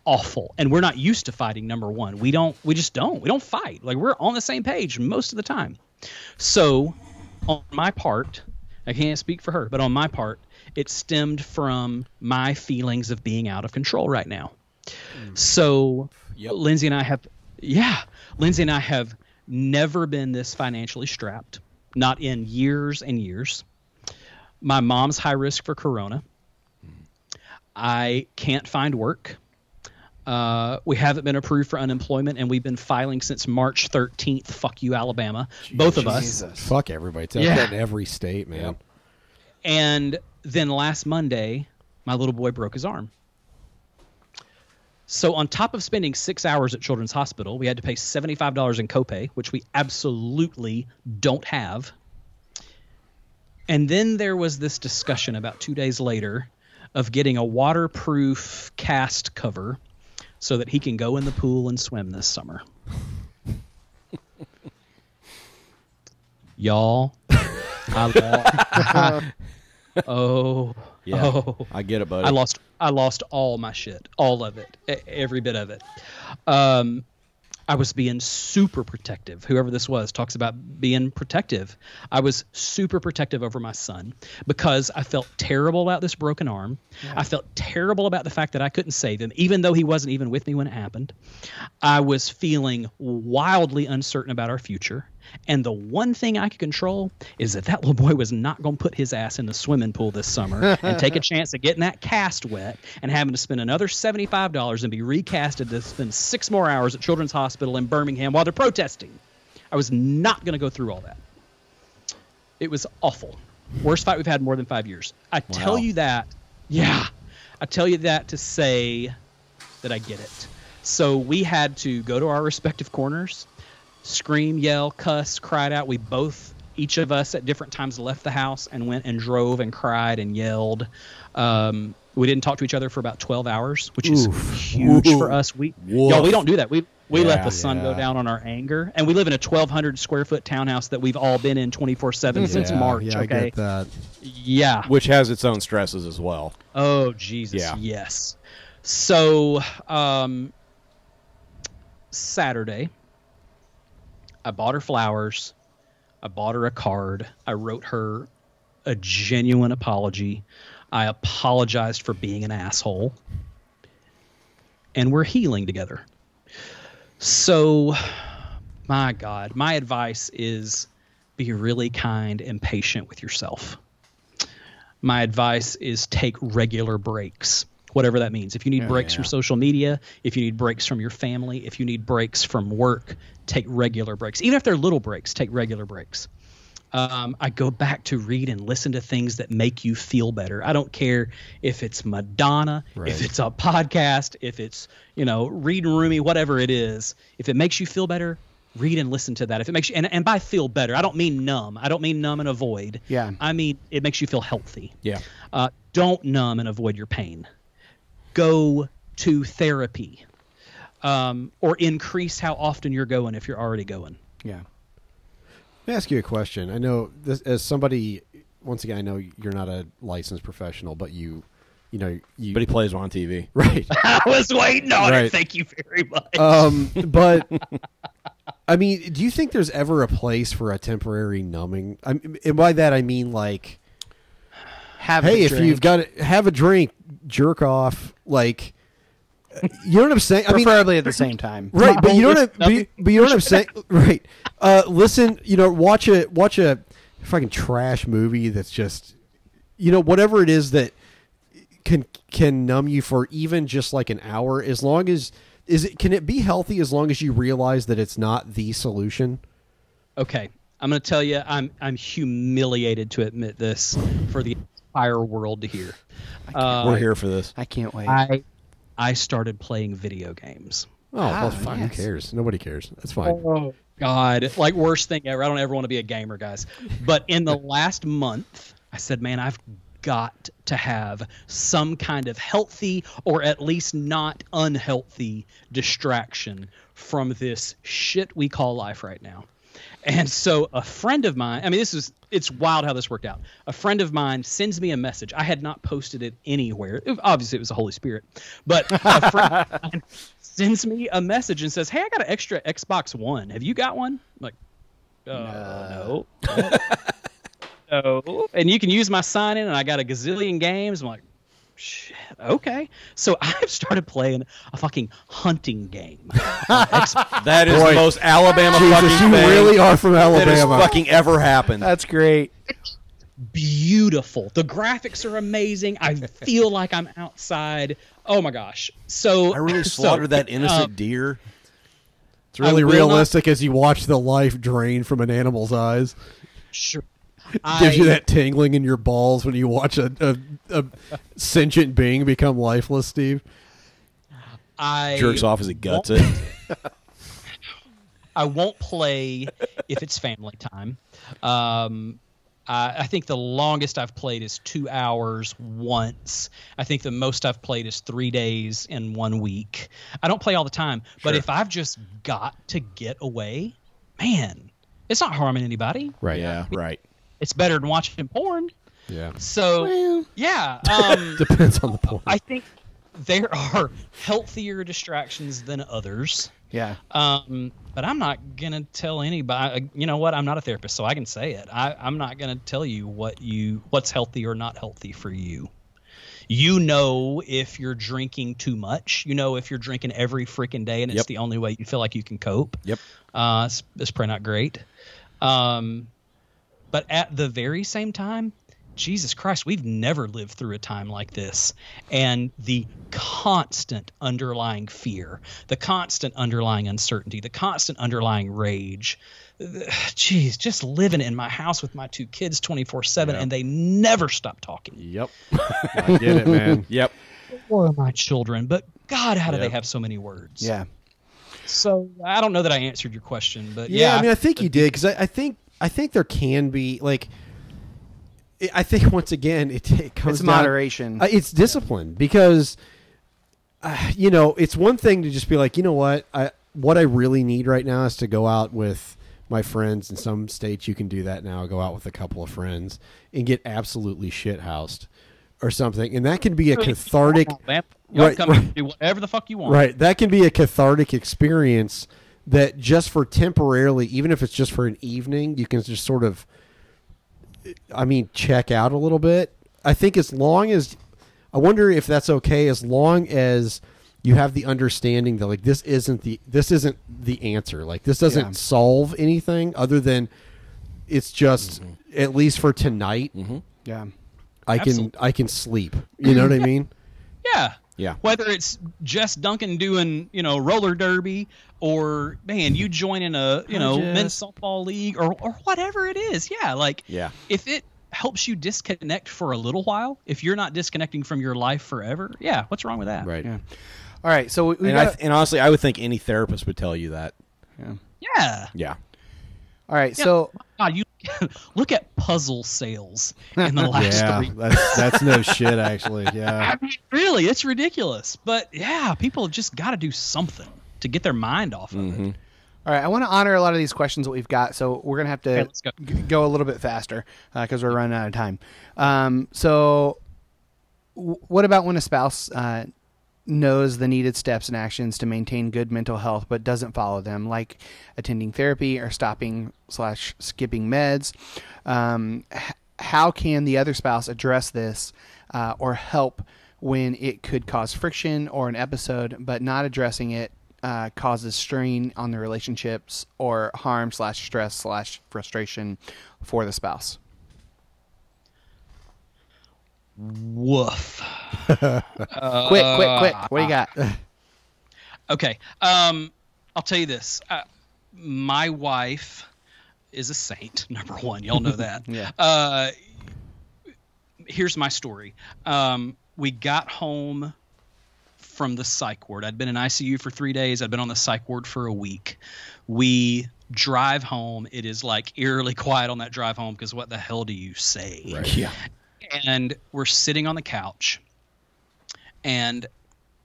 Speaker 12: awful. And we're not used to fighting, number one. We don't, we just don't. We don't fight. Like, we're on the same page most of the time. So, on my part, I can't speak for her, but on my part, it stemmed from my feelings of being out of control right now. So, Lindsay and I have, yeah, Lindsay and I have never been this financially strapped, not in years and years. My mom's high risk for corona. I can't find work. Uh, we haven't been approved for unemployment, and we've been filing since March 13th. Fuck you, Alabama. Both of us.
Speaker 14: Fuck everybody. It's out
Speaker 12: Yeah.
Speaker 14: there in every state, man.
Speaker 12: And then last Monday, my little boy broke his arm. So on top of spending six hours at Children's Hospital, we had to pay seventy-five dollars in copay, which we absolutely don't have. And then there was this discussion about two days later of getting a waterproof cast cover so that he can go in the pool and swim this summer. Y'all, I lost. oh,
Speaker 2: Yeah,
Speaker 12: oh.
Speaker 2: I get it, buddy.
Speaker 12: I lost. I lost all my shit, all of it, e- every bit of it. Um, I was being super protective. Whoever this was talks about being protective. I was super protective over my son because I felt terrible about this broken arm. I felt terrible about the fact that I couldn't save him, even though he wasn't even with me when it happened. I was feeling wildly uncertain about our future. And the one thing I could control is that that little boy was not going to put his ass in the swimming pool this summer and take a chance of getting that cast wet and having to spend another $75 and be recasted to spend six more hours at Children's Hospital in Birmingham while they're protesting. I was not going to go through all that. It was awful. Worst fight we've had in more than five years. I tell you that. Yeah. I tell you that to say that I get it. So we had to go to our respective corners, scream, yell, cuss, cried out. We both, each of us at different times, left the house and went and drove and cried and yelled. Um, we didn't talk to each other for about 12 hours, which is
Speaker 14: Oof.
Speaker 12: huge for
Speaker 14: Woof.
Speaker 12: us. We,
Speaker 14: Woof.
Speaker 12: y'all, we don't do that. We, we let
Speaker 14: Yeah.
Speaker 12: the sun go
Speaker 14: Yeah.
Speaker 12: down on our anger. And we live in a 1,200 square foot townhouse that we've all been in 24 7
Speaker 3: Mm-hmm.
Speaker 12: since March.
Speaker 14: Yeah,
Speaker 12: okay.
Speaker 14: I get that.
Speaker 12: Yeah.
Speaker 2: Which has its own stresses as well.
Speaker 12: Oh Jesus!
Speaker 2: Yeah.
Speaker 12: Yes. So um, Saturday, I bought her flowers. I bought her a card. I wrote her a genuine apology. I apologized for being an asshole. And we're healing together. So, my God, my advice is be really kind and patient with yourself my advice is take regular breaks whatever that means if you need breaks from social media if you need breaks from your family if you need breaks from work take regular breaks even if they're little breaks take regular breaks um, i go back to read and listen to things that make you feel better i don't care if it's madonna if it's a podcast if it's you know read and roomy whatever it is if it makes you feel better read and listen to that if it makes you and, and by feel better i don't mean numb i don't mean numb and avoid
Speaker 1: Yeah.
Speaker 12: i mean it makes you feel healthy
Speaker 2: Yeah.
Speaker 12: uh, don't numb and avoid your pain. Go to therapy um, or increase how often you're going if you're already going.
Speaker 1: Yeah.
Speaker 14: Let me ask you a question. I know this as somebody. Once again, I know you're not a licensed professional, but you, you know, you.
Speaker 2: But he plays one on TV,
Speaker 14: right?
Speaker 12: I was waiting on
Speaker 14: Right.
Speaker 12: it. Thank you very much.
Speaker 14: Um, but I mean, do you think there's ever a place for a temporary numbing? I mean, and by that I mean like,
Speaker 1: Have
Speaker 14: hey,
Speaker 1: a
Speaker 14: if you've
Speaker 1: drink.
Speaker 14: got to have a drink, jerk off, like, uh, you know what I'm saying? I mean,
Speaker 1: Preferably at the same time.
Speaker 14: right?
Speaker 1: My
Speaker 14: But you know
Speaker 1: oldest-
Speaker 14: what? I, but, you- but you know what I'm saying, right? Uh, listen, you know, watch a watch a fucking trash movie that's just, you know, whatever it is that can can numb you for even just like an hour, as long as is it can it be healthy as long as you realize that it's not the solution?
Speaker 12: Okay, I'm going to tell you, I'm I'm humiliated to admit this for the entire world to hear. Uh,
Speaker 2: We're here for this.
Speaker 1: I can't wait.
Speaker 12: I I started playing video games.
Speaker 2: Ah,
Speaker 14: Oh, well, fine. Who cares? Nobody cares. That's fine.
Speaker 12: God, like worst thing ever. I don't ever want to be a gamer, guys. But in the last month, I said, man, I've got to have some kind of healthy or at least not unhealthy distraction from this shit we call life right now. And so a friend of mine, I mean, this is, it's wild how this worked out. A friend of mine sends me a message. I had not posted it anywhere. It- obviously, it was the Holy Spirit, but a friend of mine sends me a message and says, Hey, I got an extra Xbox One. Have you got one? I'm like, oh, no. no. No. And you can use my sign in, and I got a gazillion games. I'm like, Shit, okay. So I've started playing a fucking hunting game.
Speaker 2: That is the most Alabama fucking
Speaker 12: you
Speaker 2: thing
Speaker 12: really are from
Speaker 2: That has
Speaker 12: Alabama.
Speaker 2: fucking ever happened.
Speaker 1: That's great.
Speaker 12: beautiful. The graphics are amazing. I feel like I'm outside. Oh my gosh. So
Speaker 2: I really
Speaker 12: so,
Speaker 2: slaughtered that innocent
Speaker 12: um,
Speaker 2: deer.
Speaker 3: It's really
Speaker 12: I will not-
Speaker 3: realistic as you watch the life drain from an animal's eyes.
Speaker 12: Sure.
Speaker 3: Gives you
Speaker 12: I-
Speaker 3: that tingling in your balls when you watch a, a, a sentient being become lifeless, Steve.
Speaker 12: I
Speaker 3: Jerks off
Speaker 2: as he guts
Speaker 12: won't-
Speaker 2: it.
Speaker 12: I won't play if it's family time. Um, I, I think the longest I've played is two hours once. I think the most I've played is three days in one week. I don't play all the time, but if I've just got to get away, man, it's not harming anybody.
Speaker 2: Right. Yeah. Right.
Speaker 12: It's better than watching porn.
Speaker 3: Yeah.
Speaker 12: So yeah, um,
Speaker 3: Depends on the point.
Speaker 12: I think there are healthier distractions than others.
Speaker 1: Yeah.
Speaker 12: Um, but I'm not gonna tell anybody. uh, You know what? I'm not a therapist, so I can say it. I, I'm not gonna tell you what you what's healthy or not healthy for you. You know if you're drinking too much. You know if you're drinking every freaking day, and it's
Speaker 2: Yep.
Speaker 12: the only way you feel like you can cope.
Speaker 2: Yep.
Speaker 12: Uh, it's, it's probably not great. Um, but at the very same time, Jesus Christ, we've never lived through a time like this. And the constant underlying fear, the constant underlying uncertainty, the constant underlying rage. Jeez, just living in my house with my two kids 24 7, and they never stop talking.
Speaker 3: Yep.
Speaker 12: I
Speaker 3: get it, man.
Speaker 2: Yep.
Speaker 12: Or my children, but God, how do
Speaker 2: Yeah.
Speaker 12: they have so many words?
Speaker 1: Yeah.
Speaker 12: So I don't know that I answered your question, but
Speaker 3: yeah,
Speaker 12: yeah,
Speaker 3: I mean, I think you did because I, I think I think there can be like, I- I think once again it, it comes
Speaker 1: It's
Speaker 3: down-
Speaker 1: moderation.
Speaker 3: Uh, it's discipline because, uh, you know, it's one thing to just be like, you know what, I what I really need right now is to go out with my friends. In some states, you can do that now. Go out with a couple of friends and get absolutely shit housed or something, and that can be a cathartic.
Speaker 12: Vamp, y'all
Speaker 3: Right,
Speaker 12: come
Speaker 3: right.
Speaker 12: and do whatever the fuck you want.
Speaker 3: Right. That can be a cathartic experience that just for temporarily, even if it's just for an evening, you can just sort of, I mean, check out a little bit. I think as long as, I wonder if that's okay, as long as you have the understanding that like this isn't the this isn't the answer like this doesn't
Speaker 1: Yeah.
Speaker 3: solve anything other than it's just at least for tonight
Speaker 1: Yeah.
Speaker 3: i can
Speaker 12: Absolutely.
Speaker 3: i can sleep you know what i mean
Speaker 12: Yeah.
Speaker 3: Yeah.
Speaker 12: Whether it's Jess Duncan doing, you know, roller derby or man, you joining a, you
Speaker 15: Hi,
Speaker 12: know,
Speaker 15: Jess.
Speaker 12: men's softball league or or whatever it is. Yeah, like
Speaker 2: Yeah.
Speaker 12: if it helps you disconnect for a little while, if you're not disconnecting from your life forever, yeah, what's wrong with that?
Speaker 2: Right.
Speaker 1: All right. So we, we
Speaker 2: And, I
Speaker 1: got,
Speaker 2: th- and honestly, I would think any therapist would tell you that.
Speaker 12: Yeah.
Speaker 2: Yeah.
Speaker 1: all right.
Speaker 12: Yeah.
Speaker 1: So
Speaker 12: God, you look at puzzle sales in the last
Speaker 3: yeah
Speaker 12: three.
Speaker 3: that's that's no shit actually yeah
Speaker 12: I mean, really, it's ridiculous. But yeah, people have just got to do something to get their mind off of it.
Speaker 1: All right, I want to honor a lot of these questions that we've got, so we're gonna have to
Speaker 12: Okay, let's go.
Speaker 1: g- go a little bit faster because we're running out of time. Um, so, w- what about when a spouse uh, knows the needed steps and actions to maintain good mental health, but doesn't follow them, like attending therapy or stopping slash skipping meds? Um, h- how can the other spouse address this uh, or help when it could cause friction or an episode, but not addressing it uh, causes strain on the relationships or harm slash stress slash frustration for the spouse.
Speaker 12: Woof.
Speaker 1: quick, quick, quick! What do you got?
Speaker 12: Okay. Um, I'll tell you this. Uh, my wife is a saint, number one. Y'all know that.
Speaker 1: yeah.
Speaker 12: Uh, here's my story. Um, we got home from the psych ward. I'd been in ICU for three days. I'd been on the psych ward for a week. We drive home, it is like eerily quiet on that drive home because what the hell do you say?
Speaker 2: Right. Yeah.
Speaker 12: And we're sitting on the couch, and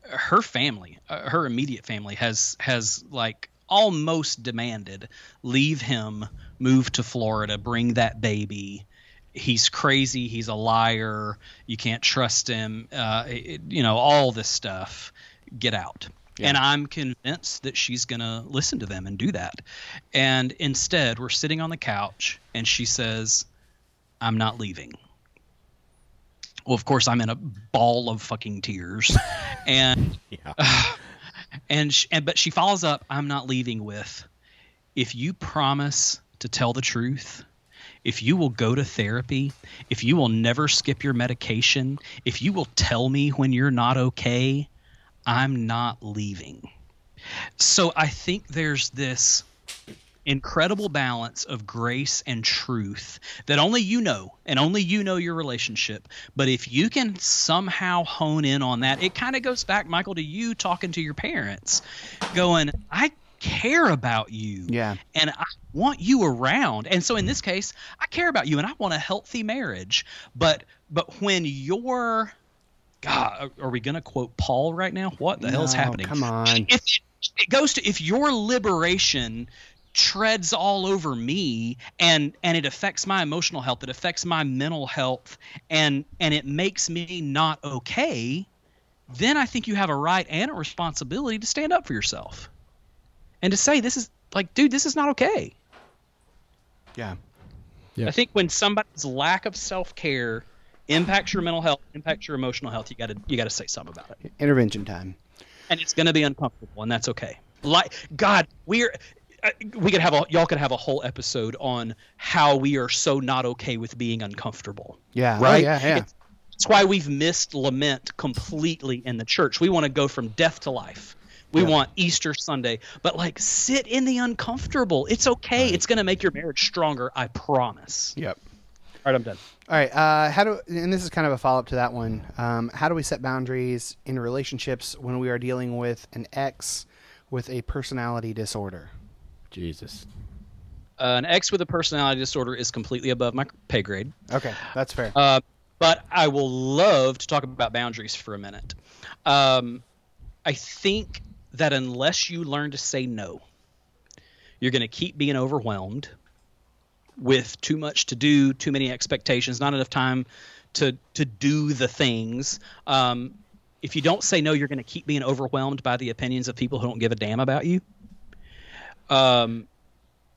Speaker 12: her family, uh, her immediate family, has has like almost demanded leave him, move to Florida, bring that baby. He's crazy. He's a liar. You can't trust him. Uh, it- you know all this stuff. Get out.
Speaker 16: Yeah.
Speaker 12: And I'm convinced that she's gonna listen to them and do that. And instead, we're sitting on the couch, and she says, "I'm not leaving." Well, of course, I'm in a ball of fucking tears, and and sh and but she follows up, "I'm not leaving." With, if you promise to tell the truth, if you will go to therapy, if you will never skip your medication, if you will tell me when you're not okay, I'm not leaving. So I think there's this incredible balance of grace and truth that only you know and only you know your relationship but if you can somehow hone in on that it kind of goes back michael to you talking to your parents going i care about you
Speaker 1: Yeah.
Speaker 12: and i want you around and so in this case i care about you and i want a healthy marriage but but when you're god are, are we gonna quote paul right now what the hell's
Speaker 1: No,
Speaker 12: happening
Speaker 1: Come on.
Speaker 12: if it goes to if your liberation treads all over me and and it affects my emotional health it affects my mental health and and it makes me not okay then i think you have a right and a responsibility to stand up for yourself and to say this is like dude this is not okay
Speaker 1: Yeah.
Speaker 12: I think when somebody's lack of self-care impacts your mental health, impacts your emotional health, you got to you got to say something about it.
Speaker 1: Intervention time.
Speaker 12: And it's going to be uncomfortable, and that's okay. Like God, we're uh, we could have a y'all could have a whole episode on how we are so not okay with being uncomfortable.
Speaker 1: Yeah.
Speaker 12: Right?
Speaker 1: Oh, yeah. Yeah.
Speaker 12: It's- That's why we've missed lament completely in the church. We want to go from death to life. We
Speaker 1: Yeah.
Speaker 12: want Easter Sunday, but like sit in the uncomfortable. It's okay. It's going to make your marriage stronger. I promise.
Speaker 1: Yep.
Speaker 12: All right, I'm done.
Speaker 1: All right. Uh, how do and this is kind of a follow up to that one. Um, how do we set boundaries in relationships when we are dealing with an ex with a personality disorder?
Speaker 14: Jesus.
Speaker 12: Uh, an ex with a personality disorder is completely above my pay grade.
Speaker 1: Okay, that's fair.
Speaker 12: Uh, but I will love to talk about boundaries for a minute. Um, I think that unless you learn to say no, you're going to keep being overwhelmed with too much to do, too many expectations, not enough time to to do the things. Um, if you don't say no, you're going to keep being overwhelmed by the opinions of people who don't give a damn about you. Um,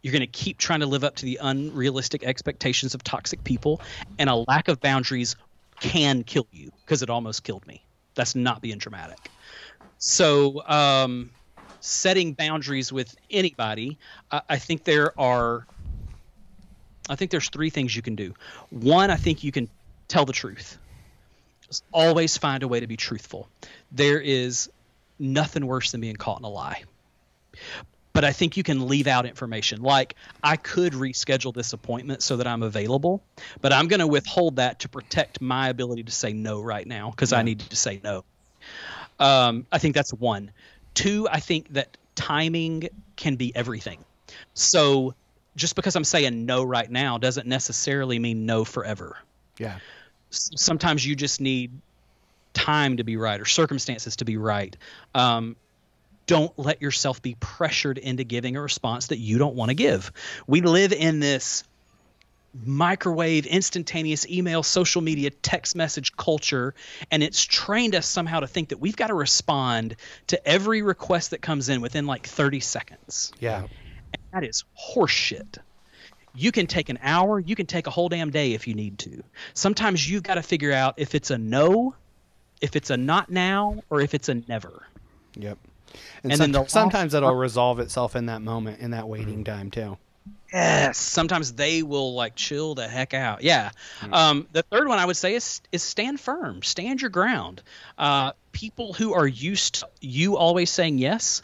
Speaker 12: you're going to keep trying to live up to the unrealistic expectations of toxic people, and a lack of boundaries can kill you because it almost killed me. That's not being dramatic. So, um, setting boundaries with anybody, I, I think there are I think there's three things you can do. One, I think you can tell the truth. Just always find a way to be truthful. There is nothing worse than being caught in a lie. But I think you can leave out information. Like, I could reschedule this appointment so that I'm available, but I'm going to withhold that to protect my ability to say no right now because I need to say no. Um, I think that's one. Two, I think that timing can be everything. So just because I'm saying no right now doesn't necessarily mean no forever.
Speaker 1: Yeah.
Speaker 12: S- Sometimes you just need time to be right or circumstances to be right. Um, don't let yourself be pressured into giving a response that you don't want to give. We live in this microwave, instantaneous email, social media, text message culture, and it's trained us somehow to think that we've got to respond to every request that comes in within like 30 seconds.
Speaker 1: Yeah.
Speaker 12: And that is horseshit. You can take an hour, you can take a whole damn day if you need to. Sometimes you've got to figure out if it's a no, if it's a not now, or if it's a never.
Speaker 1: Yep. And,
Speaker 12: And
Speaker 1: some-
Speaker 12: then the last
Speaker 1: sometimes that'll
Speaker 12: part-
Speaker 1: resolve itself in that moment, in that waiting time too.
Speaker 12: Yes. Sometimes they will like chill the heck out. Yeah. Um, the third one I would say is is stand firm, stand your ground. Uh, people who are used to you always saying yes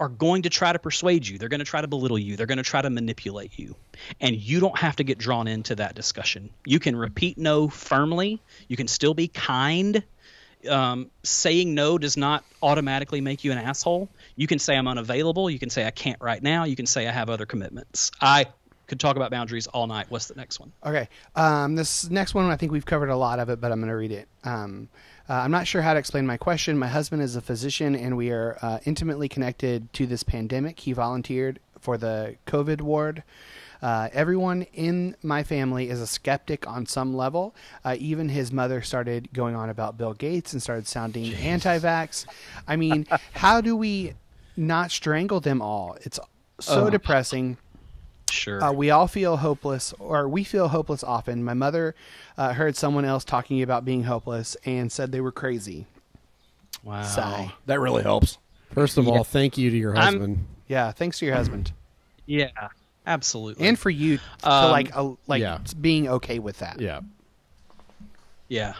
Speaker 12: are going to try to persuade you. They're going to try to belittle you. They're going to try to manipulate you. And you don't have to get drawn into that discussion. You can repeat no firmly. You can still be kind. um, saying no does not automatically make you an asshole. You can say I'm unavailable. You can say I can't right now. You can say I have other commitments. I could talk about boundaries all night. What's the next one?
Speaker 1: Okay. Um, this next one, I think we've covered a lot of it, but I'm going to read it. Um, uh, I'm not sure how to explain my question. My husband is a physician, and we are uh, intimately connected to this pandemic. He volunteered for the COVID ward. Uh, everyone in my family is a skeptic on some level. Uh, even his mother started going on about Bill Gates and started sounding anti vax. I mean, how do we not strangle them all? It's so
Speaker 12: Oh.
Speaker 1: depressing.
Speaker 12: Sure.
Speaker 1: Uh, we all feel hopeless, or we feel hopeless often. My mother uh, heard someone else talking about being hopeless and said they were crazy.
Speaker 12: Wow.
Speaker 1: Sigh.
Speaker 2: That really helps.
Speaker 14: First of
Speaker 1: Yeah.
Speaker 14: all, thank you to your
Speaker 1: I'm-
Speaker 14: husband.
Speaker 1: Yeah, thanks to your husband
Speaker 12: Yeah, absolutely.
Speaker 1: and for you to
Speaker 12: Um,
Speaker 1: like uh, like
Speaker 12: yeah.
Speaker 1: being okay with that.
Speaker 14: Yeah.
Speaker 12: Yeah.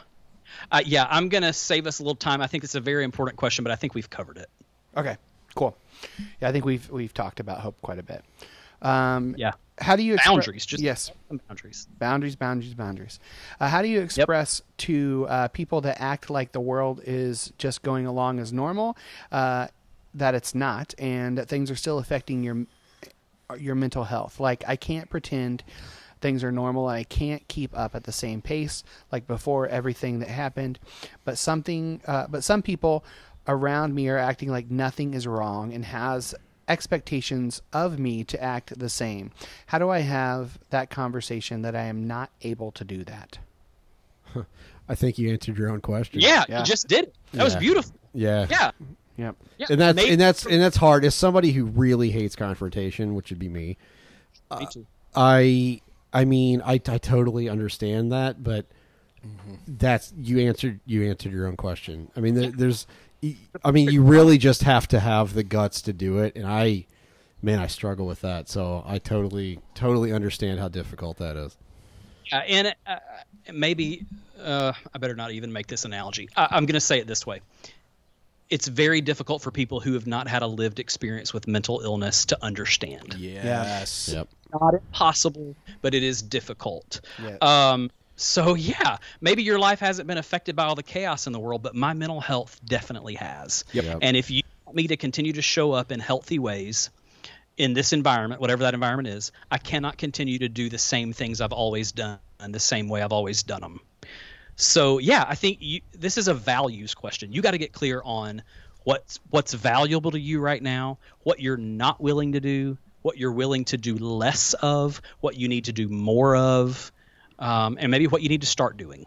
Speaker 12: Uh, yeah, I'm going to save us a little time. I think it's a very important question, but I think we've covered it.
Speaker 1: Okay. Cool. Yeah, I think we've we've talked about hope quite a bit. Um,
Speaker 12: yeah.
Speaker 1: How do you expre-
Speaker 12: Boundaries, just
Speaker 1: yes
Speaker 12: boundaries
Speaker 1: boundaries boundaries boundaries. Uh, how do you express to uh, people that act like the world is just going along as normal uh, that it's not and that things are still affecting your your mental health? Like I can't pretend things are normal and I can't keep up at the same pace like before everything that happened. But something, uh, but some people around me are acting like nothing is wrong and has expectations of me to act the same. How do I have that conversation that I am not able to do that?
Speaker 14: I think you answered your own question.
Speaker 12: Yeah, you just did. it. That was
Speaker 14: Yeah.
Speaker 12: beautiful.
Speaker 14: Yeah.
Speaker 12: Yeah.
Speaker 1: Yep.
Speaker 12: Yeah,
Speaker 14: and that's
Speaker 12: maybe-
Speaker 14: and that's and that's hard. As somebody who really hates confrontation, which would be me, uh,
Speaker 12: too.
Speaker 14: I I mean I, I totally understand that, but that's you answered you answered your own question. I mean there, there's I mean you really just have to have the guts to do it, and I man I struggle with that, so I totally totally understand how difficult that is.
Speaker 12: Yeah, and uh, maybe uh, I better not even make this analogy. I, I'm going to say it this way: it's very difficult for people who have not had a lived experience with mental illness to understand.
Speaker 2: Yes.
Speaker 14: Yep.
Speaker 12: Not impossible, but it is difficult.
Speaker 2: Yeah.
Speaker 12: Um, so yeah, maybe your life hasn't been affected by all the chaos in the world, but my mental health definitely has.
Speaker 2: Yep.
Speaker 12: And if you want me to continue to show up in healthy ways in this environment, whatever that environment is, I cannot continue to do the same things I've always done and the same way I've always done them. So yeah, I think you, this is a values question. You got to get clear on what's what's valuable to you right now, what you're not willing to do, what you're willing to do less of, what you need to do more of, um, and maybe what you need to start doing.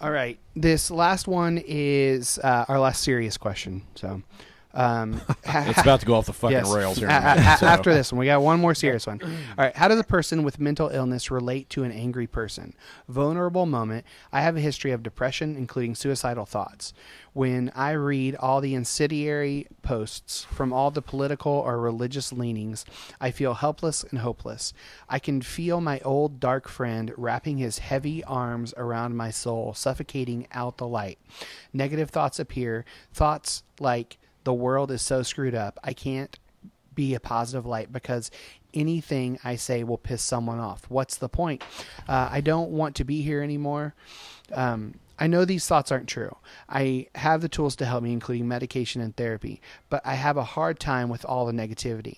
Speaker 1: All right. This last one is uh, our last serious question. So um,
Speaker 2: It's about to go off the fucking rails here in
Speaker 1: A-
Speaker 2: a
Speaker 1: a-
Speaker 2: minute, so.
Speaker 1: After this one, we got one more serious one. All right. How does a person with mental illness relate to an angry person? Vulnerable moment. I have a history of depression, including suicidal thoughts. When I read all the incendiary posts from all the political or religious leanings, I feel helpless and hopeless. I can feel my old dark friend wrapping his heavy arms around my soul, suffocating out the light. Negative thoughts appear, thoughts like, the world is so screwed up. I can't be a positive light because anything I say will piss someone off. What's the point? Uh, I don't want to be here anymore. Um, I know these thoughts aren't true. I have the tools to help me, including medication and therapy, but I have a hard time with all the negativity.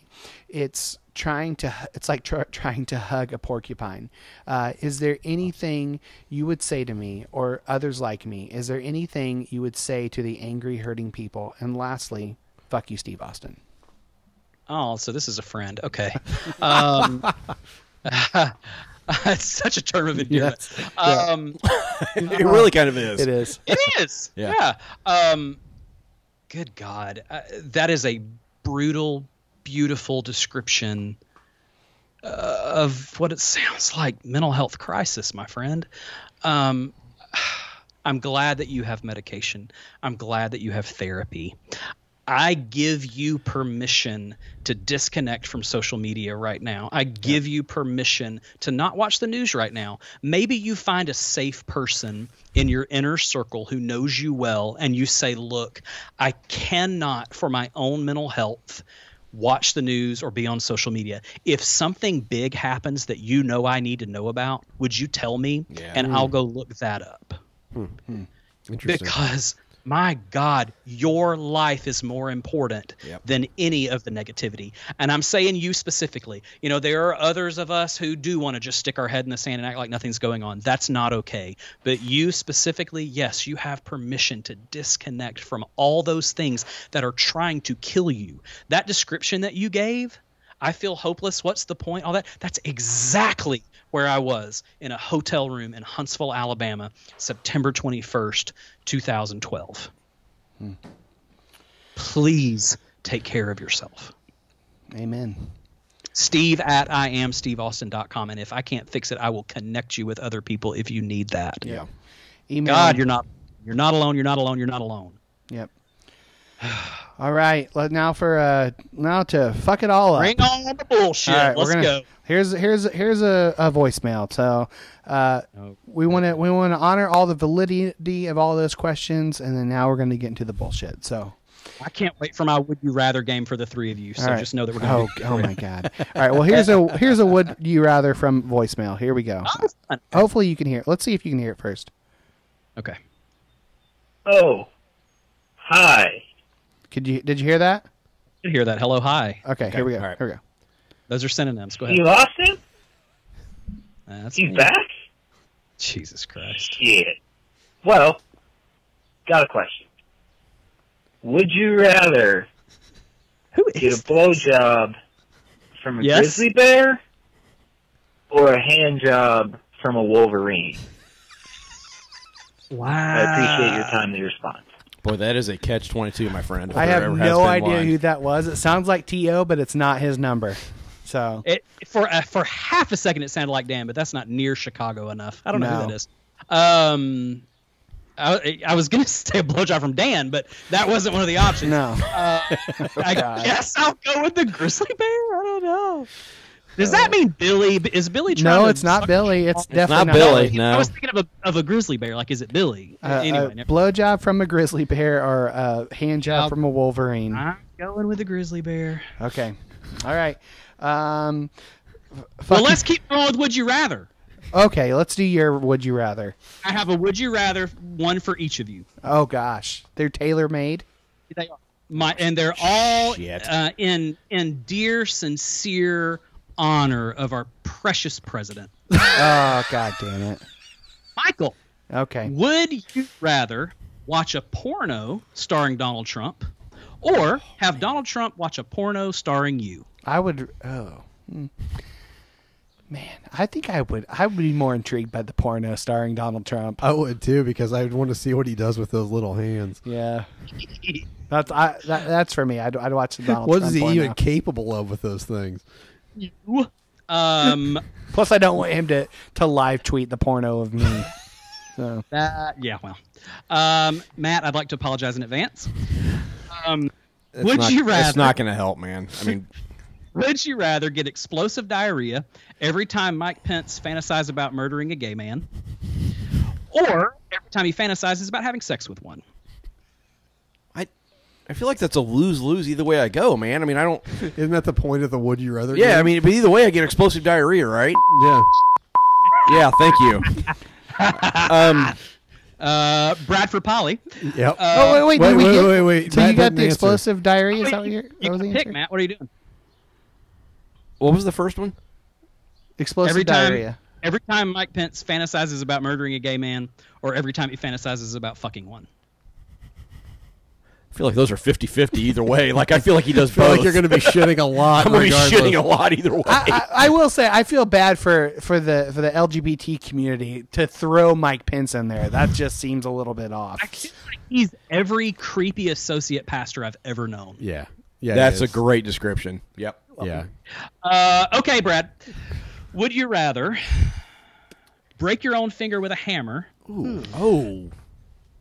Speaker 1: It's trying to it's like tr- trying to hug a porcupine uh, is there anything you would say to me or others like me is there anything you would say to the angry hurting people and lastly fuck you steve austin
Speaker 12: Oh, so this is a friend. Okay. Um, it's such a term of endearment.
Speaker 2: Yes. Yeah.
Speaker 12: Um,
Speaker 2: It really kind of is. It
Speaker 1: is.
Speaker 12: It is.
Speaker 2: Yeah.
Speaker 12: yeah. Um, good God. Uh, that is a brutal, beautiful description uh, of what it sounds like mental health crisis, my friend. Um, I'm glad that you have medication. I'm glad that you have therapy. I give you permission to disconnect from social media right now. I give you permission to not watch the news right now. Maybe you find a safe person in your inner circle who knows you well and you say, Look, I cannot, for my own mental health, watch the news or be on social media. If something big happens that you know I need to know about, would you tell me?
Speaker 2: Yeah.
Speaker 12: And I'll go look that up.
Speaker 14: Interesting.
Speaker 12: because my God, your life is more important
Speaker 14: Yep.
Speaker 12: than any of the negativity. And I'm saying you specifically. You know, there are others of us who do want to just stick our head in the sand and act like nothing's going on. That's not okay. But you specifically, yes, you have permission to disconnect from all those things that are trying to kill you. That description that you gave, I feel hopeless. What's the point? All that. That's exactly where I was in a hotel room in Huntsville, Alabama, September 21st, 2012.
Speaker 1: Hmm.
Speaker 12: Please take care of yourself.
Speaker 1: Amen.
Speaker 12: Steve at IamSteveAustin.com. And if I can't fix it, I will connect you with other people if you need that.
Speaker 1: Yeah.
Speaker 12: God, you're not you're not alone. You're not alone. You're not alone.
Speaker 1: Yep. All right. Let now for uh now to fuck it all up.
Speaker 12: Bring on the bullshit.
Speaker 1: All right,
Speaker 12: Let's
Speaker 1: we're gonna,
Speaker 12: go.
Speaker 1: Here's here's here's a, a voicemail. So uh, we want to we want to honor all the validity of all those questions, and then now we're going to get into the bullshit. So
Speaker 12: I can't wait for my would you rather game for the three of you. So
Speaker 1: All right.
Speaker 12: just know that we're
Speaker 1: Oh,
Speaker 12: going to.
Speaker 1: oh my God. all right. Well, here's a here's a would you rather from voicemail. Here we go. Hopefully you can hear. it. Let's see if you can hear it first.
Speaker 12: Okay.
Speaker 16: Oh, hi.
Speaker 1: Could you did you hear that?
Speaker 12: Did hear that? Hello, hi.
Speaker 1: Okay. here we go.
Speaker 12: all right.
Speaker 1: Here we go.
Speaker 12: Those are synonyms. Go ahead.
Speaker 16: You lost him?
Speaker 12: That's
Speaker 16: He's
Speaker 12: me.
Speaker 16: back?
Speaker 12: Jesus Christ.
Speaker 16: Shit. Well, got a question. Would you rather get a blowjob from a
Speaker 12: Yes?
Speaker 16: grizzly bear or a hand job from a wolverine?
Speaker 12: Wow.
Speaker 16: I appreciate your timely response.
Speaker 2: Boy, that is a catch twenty two, my friend. if
Speaker 1: I
Speaker 2: there
Speaker 1: have
Speaker 2: ever has
Speaker 1: no
Speaker 2: been
Speaker 1: idea
Speaker 2: one.
Speaker 1: who that was. It sounds like T.O., but it's not his number. So
Speaker 12: It, for uh, for half a second, it sounded like Dan, but that's not near Chicago enough. I don't know
Speaker 1: No.
Speaker 12: who that is. Um, I, I was gonna say a blowjob from Dan, but that wasn't one of the options.
Speaker 1: No.
Speaker 12: Uh, I
Speaker 1: God.
Speaker 12: guess I'll go with the grizzly bear. I don't know. Does that mean Billy? Is Billy trying
Speaker 1: no,
Speaker 12: to
Speaker 1: it's not Billy. It's,
Speaker 12: It's
Speaker 1: definitely
Speaker 2: not Billy, no.
Speaker 12: I was thinking of a, of a grizzly bear. Like, is it Billy?
Speaker 1: Uh,
Speaker 12: anyway,
Speaker 1: a
Speaker 12: never-
Speaker 1: blowjob from a grizzly bear or a hand job from a wolverine.
Speaker 12: I'm going with a grizzly bear.
Speaker 1: Okay. All right. Um, f-
Speaker 12: Well,
Speaker 1: fuck-
Speaker 12: let's keep going with Would You Rather.
Speaker 1: okay, let's do your would you rather.
Speaker 12: I have a Would You Rather, one for each of you.
Speaker 1: Oh, gosh. They're tailor made.
Speaker 12: They are. My, and they're all
Speaker 1: Shit.
Speaker 12: uh, in in dear, sincere honor of our precious president,
Speaker 1: oh, God damn it.
Speaker 12: Michael.
Speaker 1: Okay.
Speaker 12: Would you rather watch a porno starring Donald Trump,
Speaker 2: Oh,
Speaker 12: or have Donald Trump watch a porno starring you?
Speaker 1: I would. Oh. Hmm. Man, I think I would. I would be more intrigued by the porno starring Donald Trump.
Speaker 14: I would too because I would want to see what he does with those little hands.
Speaker 1: Yeah. That's I, that, that's for me. I'd, I'd watch the Donald
Speaker 14: what
Speaker 1: Trump
Speaker 14: is he
Speaker 1: porno.
Speaker 14: even capable of with those things?
Speaker 12: You. Um.
Speaker 1: Plus, I don't want him to to live tweet the porno of me. So
Speaker 12: That yeah, well, um, Matt, I'd like to apologize in advance. Um,
Speaker 2: It's
Speaker 12: would
Speaker 2: not-
Speaker 12: you rather?
Speaker 2: It's not going to help, man. I mean,
Speaker 12: Would you rather get explosive diarrhea every time Mike Pence fantasizes about murdering a gay man, or every time he fantasizes about having sex with one?
Speaker 2: I I feel like that's a lose lose either way I go, man. I mean, I don't.
Speaker 14: Isn't that the point of the would you rather?
Speaker 2: Yeah,
Speaker 14: game?
Speaker 2: I mean, but either way, I get explosive diarrhea, right?
Speaker 14: Yeah.
Speaker 2: Yeah, thank you. um,
Speaker 12: uh, Bradford Polly.
Speaker 2: Uh,
Speaker 14: Yep.
Speaker 1: oh wait, wait, did we get, So you got the
Speaker 2: explosive.
Speaker 1: explosive diarrhea? Is that what you're, that
Speaker 12: You
Speaker 1: was the
Speaker 12: can
Speaker 1: answer?
Speaker 12: pick, Matt. What are you doing?
Speaker 2: What was the first one?
Speaker 1: Explosive
Speaker 12: every time,
Speaker 1: diarrhea.
Speaker 12: every time Mike Pence fantasizes about murdering a gay man, or every time he fantasizes about fucking one.
Speaker 2: I feel like those are 50-50 either way. Like I feel like he does
Speaker 14: Feel
Speaker 2: both.
Speaker 14: like you're gonna be shitting a lot
Speaker 2: I'm gonna be
Speaker 14: regardless.
Speaker 2: shitting a lot either way.
Speaker 1: I, I, I will say I feel bad for for the for the LGBT community to throw Mike Pence in there. That just seems a little bit off.
Speaker 12: He's every creepy associate pastor I've ever known.
Speaker 14: yeah,
Speaker 1: Yeah,
Speaker 2: That's
Speaker 1: it
Speaker 2: a
Speaker 1: is.
Speaker 2: great description. Yep.
Speaker 14: Yeah.
Speaker 12: Uh, okay, Brad. Would you rather break your own finger with a hammer
Speaker 2: Oh,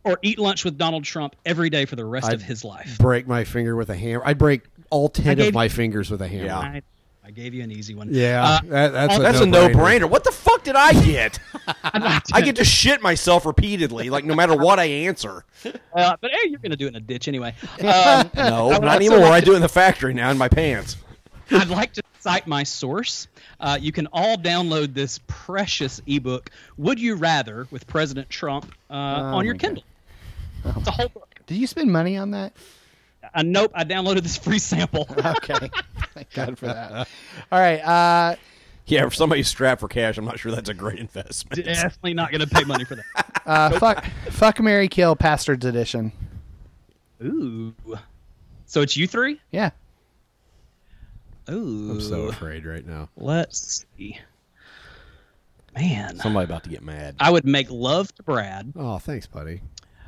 Speaker 12: or eat lunch with Donald Trump every day for the rest
Speaker 14: I'd
Speaker 12: of his life?
Speaker 14: break my finger with a hammer. I'd break all ten
Speaker 12: gave-
Speaker 14: of my fingers with a hammer.
Speaker 12: I, I gave you an easy one.
Speaker 14: Yeah,
Speaker 12: Uh,
Speaker 14: that- that's,
Speaker 2: that's a no-brainer. What the fuck did I get? I get to shit myself repeatedly, like no matter what I answer.
Speaker 12: uh, but hey, you're going to do it in a ditch anyway. Um,
Speaker 2: No,
Speaker 12: I would
Speaker 2: not
Speaker 12: also
Speaker 2: anymore. I
Speaker 12: like to-
Speaker 2: do it in the factory now in my pants.
Speaker 12: I'd like to cite my source. Uh, you can all download this precious ebook, Would You Rather, with President Trump, uh, on your
Speaker 1: my God.
Speaker 12: Kindle. It's a whole book.
Speaker 1: Did you spend money on that?
Speaker 12: Uh, nope, I downloaded this free sample.
Speaker 1: okay, thank God for that. All right. Uh,
Speaker 2: yeah, if somebody's strapped for cash, I'm not sure that's a great investment.
Speaker 12: Definitely not going to pay money for that.
Speaker 1: uh, fuck, fuck, Mary, kill, Pastards edition.
Speaker 12: Ooh. So it's you three?
Speaker 1: Yeah.
Speaker 12: Ooh.
Speaker 2: I'm so afraid right now.
Speaker 12: Let's see. Man.
Speaker 2: Somebody about to get mad.
Speaker 12: I would make love to Brad.
Speaker 14: Oh, thanks, buddy.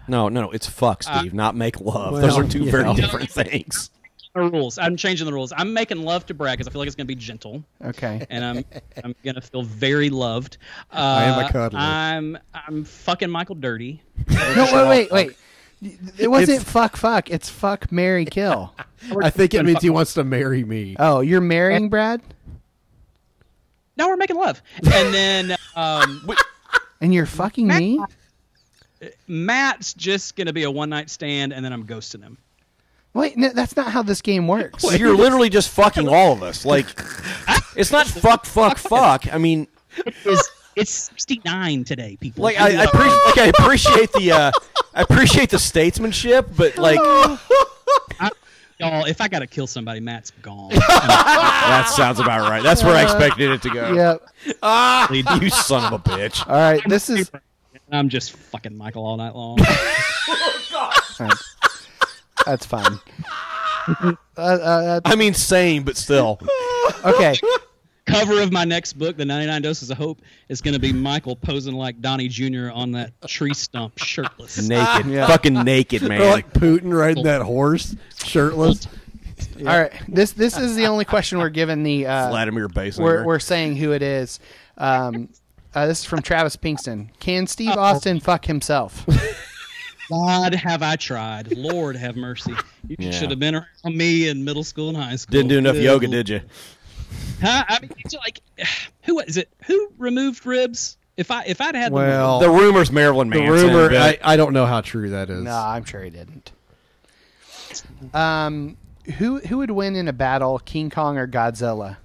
Speaker 2: No, no, no. It's fuck, Steve, not make love.
Speaker 14: Uh, Well,
Speaker 2: Those are two very
Speaker 14: yeah.
Speaker 2: different things.
Speaker 12: The rules. I'm changing the rules. I'm making love to Brad because I feel like it's going to be gentle.
Speaker 1: Okay.
Speaker 12: And I'm I'm going to feel very loved. Uh,
Speaker 14: I am a cuddler.
Speaker 12: I'm I'm fucking Michael dirty.
Speaker 1: No, wait, wait, wait. It wasn't fuck, fuck. It's fuck, Mary, kill.
Speaker 14: I think it means he wants to marry me.
Speaker 2: Uh,
Speaker 1: Oh, you're marrying Brad,
Speaker 12: No, we're making love. And then um, we-
Speaker 1: and you're fucking me.
Speaker 12: Matt's just going to be a one night stand, and then I'm ghosting him.
Speaker 1: Wait, no, that's not how this game works.
Speaker 2: So you're literally just fucking all of us. Like, it's not fuck, fuck, fuck. I mean,
Speaker 12: It's, it's 69 today, people.
Speaker 2: like I, I, appre- like, I appreciate the, uh, I appreciate the statesmanship, but like,
Speaker 12: Y'all, if I gotta kill somebody, Matt's gone.
Speaker 2: that sounds about right.
Speaker 1: Uh,
Speaker 2: That's where I expected it to go.
Speaker 1: Yep.
Speaker 2: Ah, you son of a bitch.
Speaker 1: All right, this is
Speaker 12: I'm just fucking Michael all night long.
Speaker 1: all right. that's fine. Uh, uh,
Speaker 2: I mean, same, but still.
Speaker 1: uh, okay,
Speaker 12: Cover of my next book, The 99 Doses of Hope, is gonna be Michael posing like Donnie Jr. on that tree stump, shirtless.
Speaker 2: Naked.
Speaker 1: Yeah.
Speaker 2: Fucking naked, man.
Speaker 14: Or like Putin riding that horse, shirtless.
Speaker 1: all right. This this is the only question we're given the uh,
Speaker 2: Vladimir Basinger.
Speaker 1: we're, we're saying who it is. Um, uh, this is from Travis Pinkston. Can Steve Austin fuck himself?
Speaker 12: God, have I tried? Lord, have mercy. You
Speaker 2: Yeah.
Speaker 12: should have been around me in middle school and high school.
Speaker 2: Didn't do enough
Speaker 12: Good
Speaker 2: yoga,
Speaker 12: Lord.
Speaker 2: did you?
Speaker 12: Huh? I mean, it's like, who is it? Who removed ribs? If I if I'd had them
Speaker 14: Well,
Speaker 2: The rumor's Marilyn
Speaker 14: the
Speaker 2: Manson.
Speaker 14: rumor,
Speaker 2: but-
Speaker 14: I, I don't know how true that is.
Speaker 1: no, I'm sure he didn't. Um, who who would win in a battle, King Kong or Godzilla?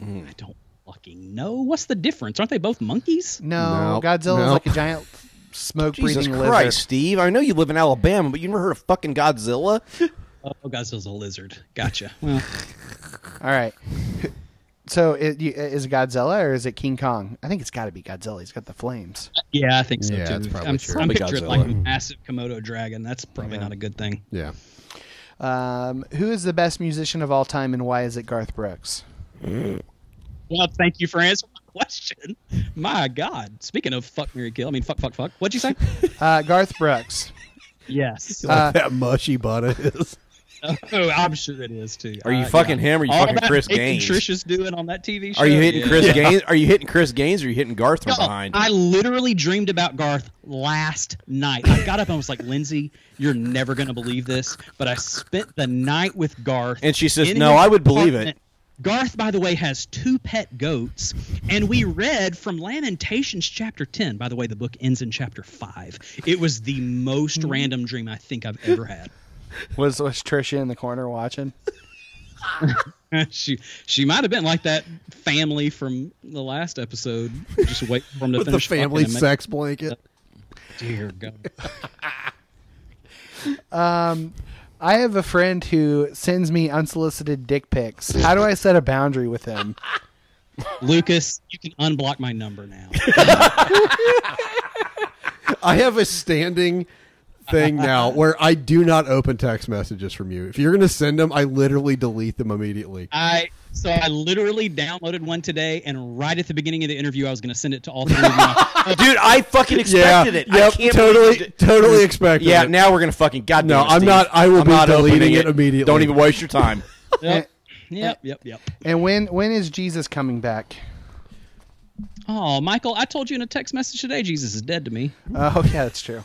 Speaker 12: I don't fucking know. What's the difference? Aren't they both monkeys?
Speaker 1: No,
Speaker 14: Nope,
Speaker 1: Godzilla's
Speaker 14: nope.
Speaker 1: like a giant smoke
Speaker 2: Jesus
Speaker 1: breathing
Speaker 2: Christ,
Speaker 1: lizard.
Speaker 2: Steve. I know you live in Alabama, but you never heard of fucking Godzilla?
Speaker 12: Oh, Godzilla's a lizard. Gotcha. Well,
Speaker 1: All right. So it, you, uh, is it Godzilla or is it King Kong? I think it's got to be Godzilla. He's got the flames.
Speaker 12: yeah, I think so
Speaker 14: Yeah,
Speaker 12: too.
Speaker 14: it's probably
Speaker 12: I'm,
Speaker 14: true.
Speaker 12: I'm
Speaker 2: Probably
Speaker 12: picturing it like a
Speaker 2: Godzilla.
Speaker 12: massive Komodo dragon. That's probably not a good thing.
Speaker 14: Yeah.
Speaker 1: Um, who is the best musician of all time and why is it Garth Brooks?
Speaker 12: Well, thank you for answering my question. My God. Speaking of fuck Mary Kill, I mean fuck fuck fuck. What'd you say?
Speaker 1: Uh, Garth Brooks.
Speaker 12: yes.
Speaker 1: Uh,
Speaker 14: that mushy butt is.
Speaker 12: oh, I'm sure it is too.
Speaker 2: Uh, Are you
Speaker 12: Uh,
Speaker 2: fucking him or you
Speaker 12: All
Speaker 2: fucking
Speaker 12: that
Speaker 2: Chris
Speaker 12: hitting
Speaker 2: Gaines?
Speaker 12: Trisha's doing on that TV show.
Speaker 2: Are you hitting
Speaker 12: yeah.
Speaker 2: Chris Gaines? Are you hitting Chris Gaines or are you hitting Garth from
Speaker 12: No,
Speaker 2: behind?
Speaker 12: I literally dreamed about Garth last night. I got up and was like, Lindsay, you're never going to believe this, but I spent the night with Garth.
Speaker 2: And she says,
Speaker 12: in
Speaker 2: "No,
Speaker 12: his
Speaker 2: I would believe it."
Speaker 12: apartment. Garth, by the way, has two pet goats, and we read from Lamentations chapter 10. By the way, the book ends in chapter 5. It was the most
Speaker 14: Hmm.
Speaker 12: random dream I think I've ever had.
Speaker 1: Was was Trisha in the corner watching?
Speaker 12: she she might have been like that family from the last episode, just waiting for them to
Speaker 14: With the
Speaker 12: finish fucking
Speaker 14: family
Speaker 12: and make-
Speaker 14: sex blanket.
Speaker 12: Dear God.
Speaker 1: I have a friend who sends me unsolicited dick pics. How do I set a boundary with him?
Speaker 12: Lucas, you can unblock my number now.
Speaker 14: I have a standing thing now where I do not open text messages from you. If you're going to send them, I literally delete them immediately.
Speaker 12: I so I literally downloaded one today, and right at the beginning of the interview, I was going to send it to all three of you.
Speaker 2: Dude, I fucking
Speaker 14: Yeah,
Speaker 2: expected it. I
Speaker 14: yep,
Speaker 2: can't
Speaker 14: totally,
Speaker 2: believe it.
Speaker 14: totally expected.
Speaker 2: Yeah,
Speaker 14: it.
Speaker 2: now we're gonna fucking goddamn.
Speaker 14: No,
Speaker 2: it,
Speaker 14: I'm
Speaker 2: Steve.
Speaker 14: not- I will
Speaker 2: I'm
Speaker 14: be
Speaker 2: not opening
Speaker 14: deleting
Speaker 2: it
Speaker 14: it immediately.
Speaker 2: Don't even waste your time.
Speaker 12: Yep, yep, yep, yep.
Speaker 1: And when when is Jesus coming back?
Speaker 12: Oh, Michael, I told you in a text message today, Jesus is dead to me.
Speaker 1: Oh yeah, that's true.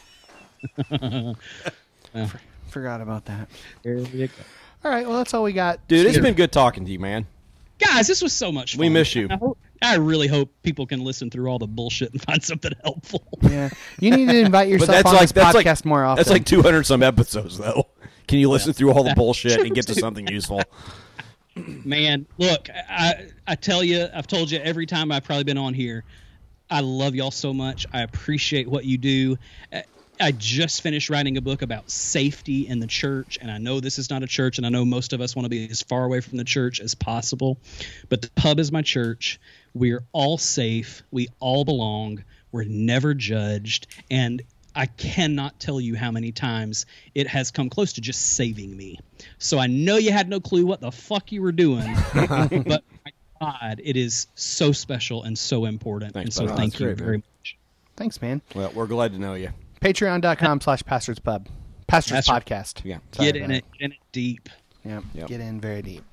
Speaker 1: For- Forgot about that. All right, well that's all we got.
Speaker 2: Dude, it's been good talking to you, man.
Speaker 12: Guys, this was so much fun.
Speaker 2: We miss you.
Speaker 12: I, hope- I really hope people can listen through all the bullshit and find something helpful.
Speaker 1: Yeah, you need to invite
Speaker 2: But
Speaker 1: yourself
Speaker 2: that's
Speaker 1: on
Speaker 2: like
Speaker 1: this
Speaker 2: that's
Speaker 1: podcast
Speaker 2: like
Speaker 1: more often.
Speaker 2: That's like 200 some episodes though. Can you listen through all the bullshit and get to something useful?
Speaker 12: Man, look, I I tell you, I've told you every time I've probably been on here. I love y'all so much. I appreciate what you do. Uh, I just finished writing a book about safety in the church, and I know this is not a church, and I know most of us want to be as far away from the church as possible, but the pub is my church. We're all safe. We all belong. We're never judged, and I cannot tell you how many times it has come close to just saving me. So I know you had no clue what the fuck you were doing, but my God, it is so special and so important.
Speaker 2: Thanks,
Speaker 12: and so
Speaker 2: buddy.
Speaker 12: thank
Speaker 2: That's
Speaker 12: you
Speaker 2: great,
Speaker 12: very
Speaker 2: man.
Speaker 12: much.
Speaker 1: Thanks, man.
Speaker 2: Well, we're glad to know you.
Speaker 1: Patreon.com slash pastors pub. Pastors
Speaker 12: That's right.
Speaker 1: podcast.
Speaker 2: Yeah.
Speaker 1: Sorry
Speaker 12: Get in
Speaker 1: about
Speaker 12: it, get in it deep.
Speaker 1: Yeah.
Speaker 2: Yep.
Speaker 1: Get in very deep.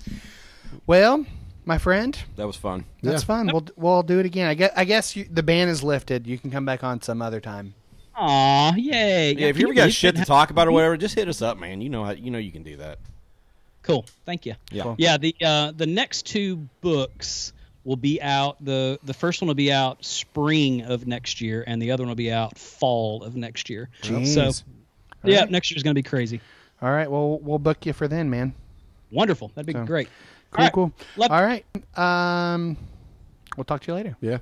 Speaker 1: Well, my friend,
Speaker 2: That was fun.
Speaker 1: that's fun. We'll we'll do it again. I guess I guess you, the ban is lifted. You can come back on some other time.
Speaker 12: Aw, yay.
Speaker 2: Yeah, if you ever got shit to talk about or whatever, just hit us up, man. You know how you know you can do that.
Speaker 12: Cool. Thank you.
Speaker 2: Yeah. Cool.
Speaker 12: Yeah. The uh, the next two books will be out. the The first one will be out spring of next year, and the other one will be out fall of next year. So,
Speaker 1: Jeez.
Speaker 12: yeah,
Speaker 1: Alright.
Speaker 12: next year's gonna be crazy.
Speaker 1: All right. Well, we'll book you for then, man.
Speaker 12: Wonderful. That'd be
Speaker 1: So,
Speaker 12: great.
Speaker 1: Cool,
Speaker 12: Alright,
Speaker 1: cool. All right. Um, we'll talk to you later.
Speaker 3: Yeah.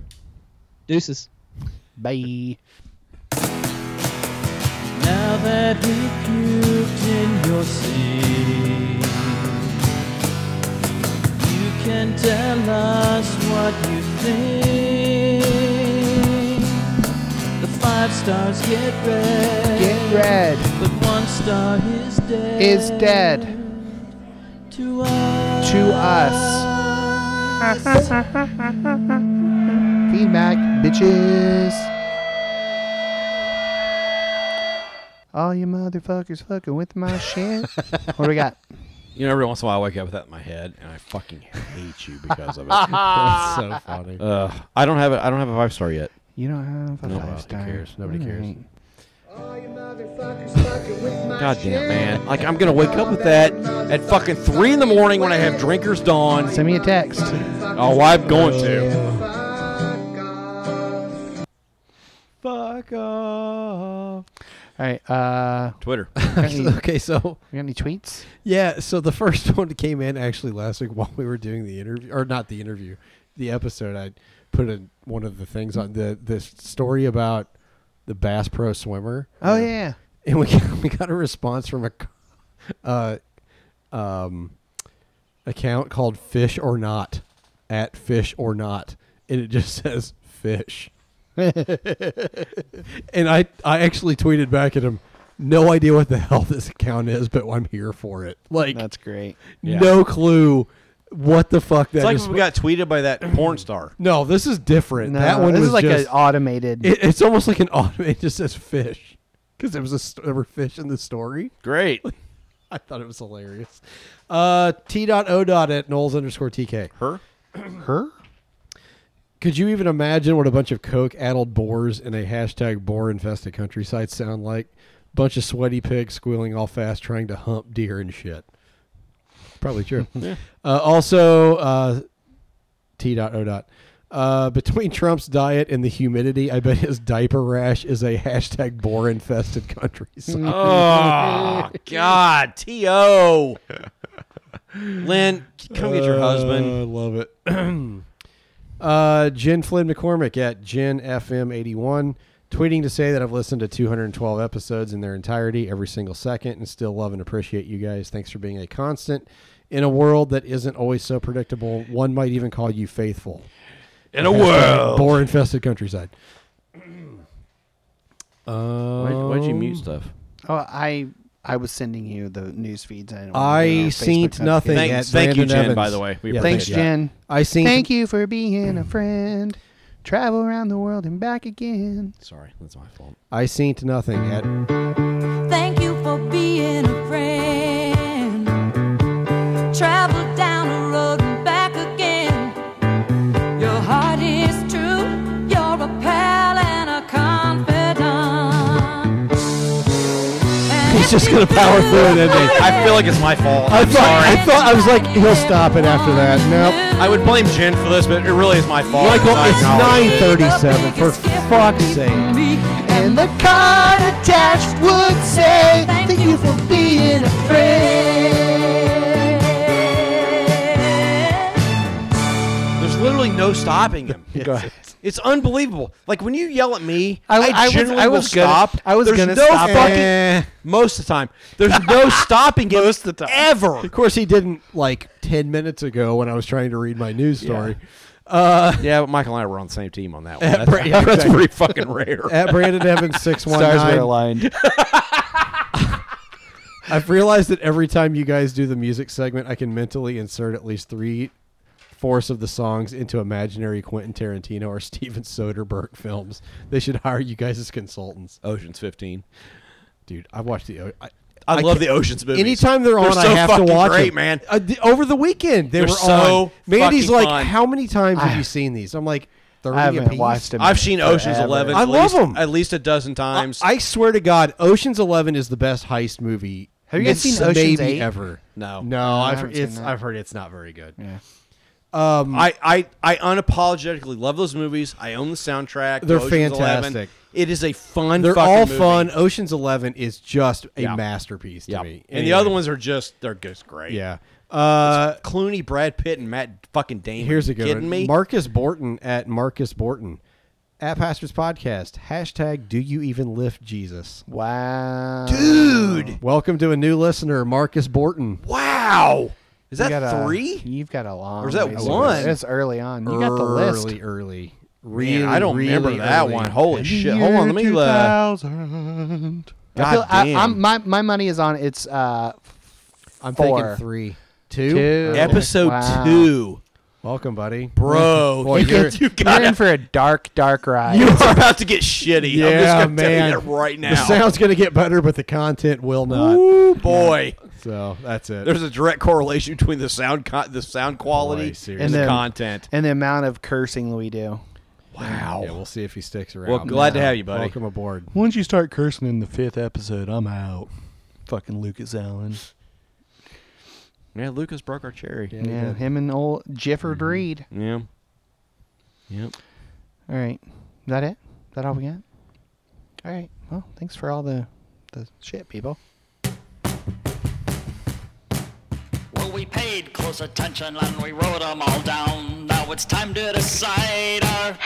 Speaker 12: Deuces.
Speaker 1: Bye.
Speaker 7: Now that we puked in your sea, you can tell us what you think. The five stars get red.
Speaker 1: Get red.
Speaker 7: But one star is dead.
Speaker 1: Is dead
Speaker 7: To us.
Speaker 1: to us. Feedback, bitches. All you motherfuckers fucking with my shit. what do we got?
Speaker 2: You know, every once in a while I wake up with that in my head, and I fucking hate you because of it. That's
Speaker 1: so
Speaker 2: funny. Uh, I don't have it. I don't have a five star yet.
Speaker 1: You don't have a
Speaker 2: No,
Speaker 1: five
Speaker 2: who
Speaker 1: star.
Speaker 2: cares? Nobody cares.
Speaker 1: Alright.
Speaker 2: God damn, man! Like I'm gonna wake up with that at fucking three in the morning when I have drinkers dawn.
Speaker 1: Send me a text.
Speaker 2: Oh, I'm going to.
Speaker 3: Fuck off.
Speaker 1: All right. Uh,
Speaker 2: Twitter.
Speaker 3: okay, so
Speaker 1: you got any tweets?
Speaker 3: yeah, so the first one that came in actually last week while we were doing the interview, or not the interview, the episode. I put in one of the things on the this story about the Bass Pro swimmer.
Speaker 1: Oh yeah.
Speaker 3: and we got, we got a response from a c- uh, um, account called Fish or Not at Fish or Not, and it just says fish. and I I actually tweeted back at him, no idea what the hell this account is, but I'm here for it. Like
Speaker 1: that's great.
Speaker 2: Yeah.
Speaker 3: No clue what the fuck that
Speaker 2: It's
Speaker 3: is.
Speaker 2: like we got tweeted by that porn star.
Speaker 3: no, this is different.
Speaker 1: No,
Speaker 3: that one
Speaker 1: this
Speaker 3: was
Speaker 1: is like
Speaker 3: just,
Speaker 1: an automated.
Speaker 3: it, it's almost like an automated. It just says fish because there was a st- there were fish in the story.
Speaker 2: Great.
Speaker 3: I thought it was hilarious. Uh, T dot O dot at Knowles underscore TK.
Speaker 2: Her?
Speaker 1: Her?
Speaker 3: Could you even imagine what a bunch of coke addled boars in a hashtag boar infested countryside sound like? Bunch of sweaty pigs squealing all fast, trying to hump deer and shit. Probably true.
Speaker 2: Yeah.
Speaker 3: Uh, also, uh, T dot O dot. Uh, between Trump's diet and the humidity, I bet his diaper rash is a hashtag boar infested countryside.
Speaker 2: Oh God, T.O. Lynn, come get your
Speaker 3: Uh,
Speaker 2: husband.
Speaker 3: I love it. uh, Jen Flynn McCormick at Jen FM81 tweeting to say that I've listened to 212 episodes in their entirety, every single second, and still love and appreciate you guys. Thanks for being a constant in a world that isn't always so predictable. One might even call you faithful.
Speaker 2: In a world.
Speaker 3: boar infested countryside.
Speaker 2: Why, why'd you mute
Speaker 3: Um,
Speaker 2: stuff?
Speaker 1: Oh, I I was sending you the news feeds. I, don't
Speaker 3: I
Speaker 1: you know,
Speaker 3: seen
Speaker 1: Facebook
Speaker 3: nothing.
Speaker 1: notifications.
Speaker 2: Thank-
Speaker 3: at
Speaker 2: thank you,
Speaker 3: Brandon
Speaker 2: Jen, by
Speaker 3: Evans.
Speaker 2: the way. We
Speaker 3: Yeah,
Speaker 1: Thanks,
Speaker 2: Yeah.
Speaker 1: Jen.
Speaker 3: I seen
Speaker 1: Thank you for being a friend. Travel around the world and back again.
Speaker 2: Sorry, that's my fault.
Speaker 3: I seen nothing at
Speaker 17: Thank you for being a friend. Travel down the road and back again. Your heart is true. You're a pal and a confidant. And
Speaker 3: He's
Speaker 17: if
Speaker 3: just
Speaker 17: you
Speaker 3: gonna power
Speaker 17: do
Speaker 3: through it, isn't he?
Speaker 2: I feel like it's my fault.
Speaker 3: I
Speaker 2: I'm
Speaker 3: thought, I
Speaker 2: sorry.
Speaker 3: thought I was like he'll stop it after that. Nope.
Speaker 2: I would blame Jen for this, but it really is my fault.
Speaker 3: Michael,
Speaker 2: I
Speaker 3: it's
Speaker 2: acknowledge
Speaker 3: nine
Speaker 2: it.
Speaker 3: thirty-seven. For fuck's sake.
Speaker 17: me
Speaker 1: And the card attached would say, Thank you for being a
Speaker 17: friend.
Speaker 2: There's literally no stopping him.
Speaker 1: Go ahead.
Speaker 2: It's unbelievable. Like when you yell at me,
Speaker 1: I-
Speaker 2: I,
Speaker 1: I was-
Speaker 2: generally
Speaker 1: I
Speaker 2: will
Speaker 1: was gonna-
Speaker 2: stop.
Speaker 1: I was
Speaker 2: There's
Speaker 1: gonna
Speaker 2: no
Speaker 1: stop it.
Speaker 2: fucking
Speaker 1: Eh.
Speaker 2: most of the time. There's no stopping him most of the time ever.
Speaker 3: Of course, he didn't like ten minutes ago when I was trying to read my news story. Uh,
Speaker 2: yeah, but Michael and I were on the same team on that one.
Speaker 3: At
Speaker 2: That's,
Speaker 3: Bra- yeah,
Speaker 2: that's
Speaker 3: exactly.
Speaker 2: pretty fucking rare.
Speaker 3: At Brandon Evans six one
Speaker 1: Stars were aligned.
Speaker 3: I've realized that every time you guys do the music segment, I can mentally insert at least three fourths of the songs into imaginary Quentin Tarantino or Steven Soderbergh films. They should hire you guys as consultants.
Speaker 2: Ocean's Fifteen,
Speaker 3: dude. I watched the. O- I,
Speaker 2: I love
Speaker 3: can't-
Speaker 2: the Ocean's movies.
Speaker 3: Anytime they're
Speaker 2: They're
Speaker 3: on, I
Speaker 2: so
Speaker 3: have to
Speaker 2: fucking
Speaker 3: watch
Speaker 2: great,
Speaker 3: them.
Speaker 2: man.
Speaker 3: Uh, the- over the weekend, they
Speaker 2: They're
Speaker 3: were
Speaker 2: so
Speaker 3: on. Mandy's
Speaker 2: fucking
Speaker 3: like,
Speaker 2: fun.
Speaker 3: how many times
Speaker 2: I-
Speaker 3: have you seen these? I'm like, thirty.
Speaker 1: I haven't
Speaker 3: apiece?
Speaker 1: watched them
Speaker 2: I've seen Ocean's
Speaker 1: forever.
Speaker 2: Eleven.
Speaker 3: I
Speaker 2: at
Speaker 3: love
Speaker 2: least-
Speaker 3: 'em.
Speaker 2: at least a dozen times.
Speaker 3: I swear to God, Ocean's Eleven is the best heist movie.
Speaker 1: Have you guys
Speaker 3: maybe-
Speaker 1: seen Ocean's
Speaker 3: maybe
Speaker 1: 8?
Speaker 3: ever?
Speaker 2: No.
Speaker 3: no.
Speaker 1: No, I
Speaker 3: I've,
Speaker 1: haven't
Speaker 3: heard,
Speaker 1: seen
Speaker 3: it's,
Speaker 1: that.
Speaker 3: I've heard it's not very good.
Speaker 1: Yeah.
Speaker 3: Um,
Speaker 2: I, I I unapologetically love those movies. I own the soundtrack. to
Speaker 3: They're
Speaker 2: Ocean's 11.
Speaker 3: fantastic.
Speaker 2: It is a fun.
Speaker 3: They're
Speaker 2: fucking
Speaker 3: all
Speaker 2: movie.
Speaker 3: fun. Ocean's Eleven is just a
Speaker 2: Yeah.
Speaker 3: masterpiece to
Speaker 2: Yeah.
Speaker 3: me.
Speaker 2: And the other ones are just they're just great.
Speaker 3: yeah. Uh,
Speaker 2: It's Clooney, Brad Pitt, and Matt fucking Damon.
Speaker 3: Here's a
Speaker 2: You
Speaker 3: good
Speaker 2: kidding
Speaker 3: one.
Speaker 2: me.
Speaker 3: Marcus Borton at Marcus Borton at Pastors Podcast. Hashtag Do you even lift Jesus?
Speaker 1: Wow,
Speaker 3: dude! Welcome to a new listener, Marcus Borton.
Speaker 2: Wow. Is
Speaker 1: You
Speaker 2: that
Speaker 1: got a-
Speaker 2: three?
Speaker 1: You've got a long.
Speaker 2: Or is that
Speaker 1: ways to go.
Speaker 2: one?
Speaker 1: It's early on. You got the list.
Speaker 3: Early, early.
Speaker 2: Man,
Speaker 3: Really,
Speaker 2: I don't
Speaker 3: really
Speaker 2: remember that
Speaker 3: early.
Speaker 2: one. Holy shit! Hold on, let me. Uh,
Speaker 1: 2000.
Speaker 2: God
Speaker 1: I feel, I,
Speaker 2: damn.
Speaker 1: I'm, my my money is on it's. Uh,
Speaker 3: I'm
Speaker 1: four.
Speaker 3: thinking three, two,
Speaker 1: Two.
Speaker 3: Okay.
Speaker 2: Episode
Speaker 1: Wow.
Speaker 2: two,
Speaker 3: Welcome, buddy,
Speaker 2: bro.
Speaker 3: Boy,
Speaker 2: you
Speaker 3: you're-
Speaker 2: get- you
Speaker 1: You're in
Speaker 2: got
Speaker 1: for a dark, dark ride.
Speaker 2: you are about to get shitty. I'm just
Speaker 3: yeah,
Speaker 2: gonna
Speaker 3: man.
Speaker 2: tell you that right now.
Speaker 3: the sound's gonna get better, but the content will not.
Speaker 2: Ooh, boy.
Speaker 3: So that's it.
Speaker 2: There's a direct correlation between the sound co- the sound quality and,
Speaker 3: seriously.
Speaker 2: the
Speaker 1: then-
Speaker 2: content.
Speaker 1: and the amount of cursing we do.
Speaker 2: Wow.
Speaker 3: yeah, we'll see if he sticks around.
Speaker 2: Well, glad to have you, buddy.
Speaker 3: Welcome aboard.
Speaker 1: Once you start cursing in the fifth episode, I'm out. Fucking Lucas Allen.
Speaker 2: Yeah, Lucas broke our cherry.
Speaker 1: Yeah, him and old
Speaker 2: Mm-hmm.
Speaker 1: Jefford Reed.
Speaker 2: Yeah. Yep.
Speaker 1: All right, is that it? Is that all we got? All right. Well, thanks for all the the shit, people.
Speaker 16: Well, we paid close attention and we wrote 'em all down. Now it's time to decide our.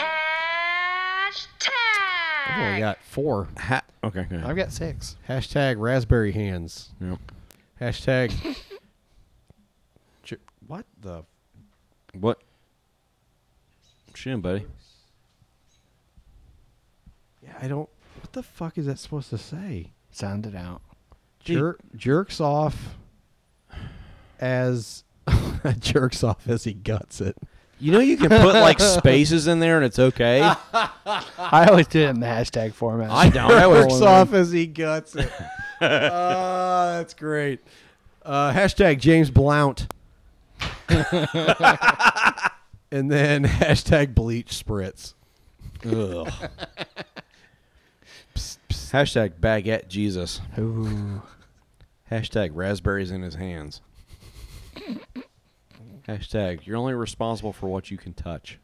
Speaker 3: I've only got four.
Speaker 2: Ha- okay. go ahead.
Speaker 1: I've got six.
Speaker 3: Hashtag raspberry hands.
Speaker 2: Yep.
Speaker 3: Hashtag. Ch- what the?
Speaker 2: What? Shim, buddy.
Speaker 3: Yeah, I don't. What the fuck is that supposed to say?
Speaker 1: Sound it out.
Speaker 3: Jer- jerks off as jerks off as he guts it.
Speaker 2: You know you can put like spaces in there and it's okay.
Speaker 1: I always do it in the hashtag format.
Speaker 2: Ah. I don't. I always-
Speaker 3: Jerks off as he guts it. Ah, that's great. Uh, hashtag James Blount. and then hashtag bleach spritz.
Speaker 2: Ugh. Hashtag baguette Jesus.
Speaker 1: Ooh.
Speaker 2: Hashtag raspberries in his hands. Hashtag you're only responsible for what you can touch.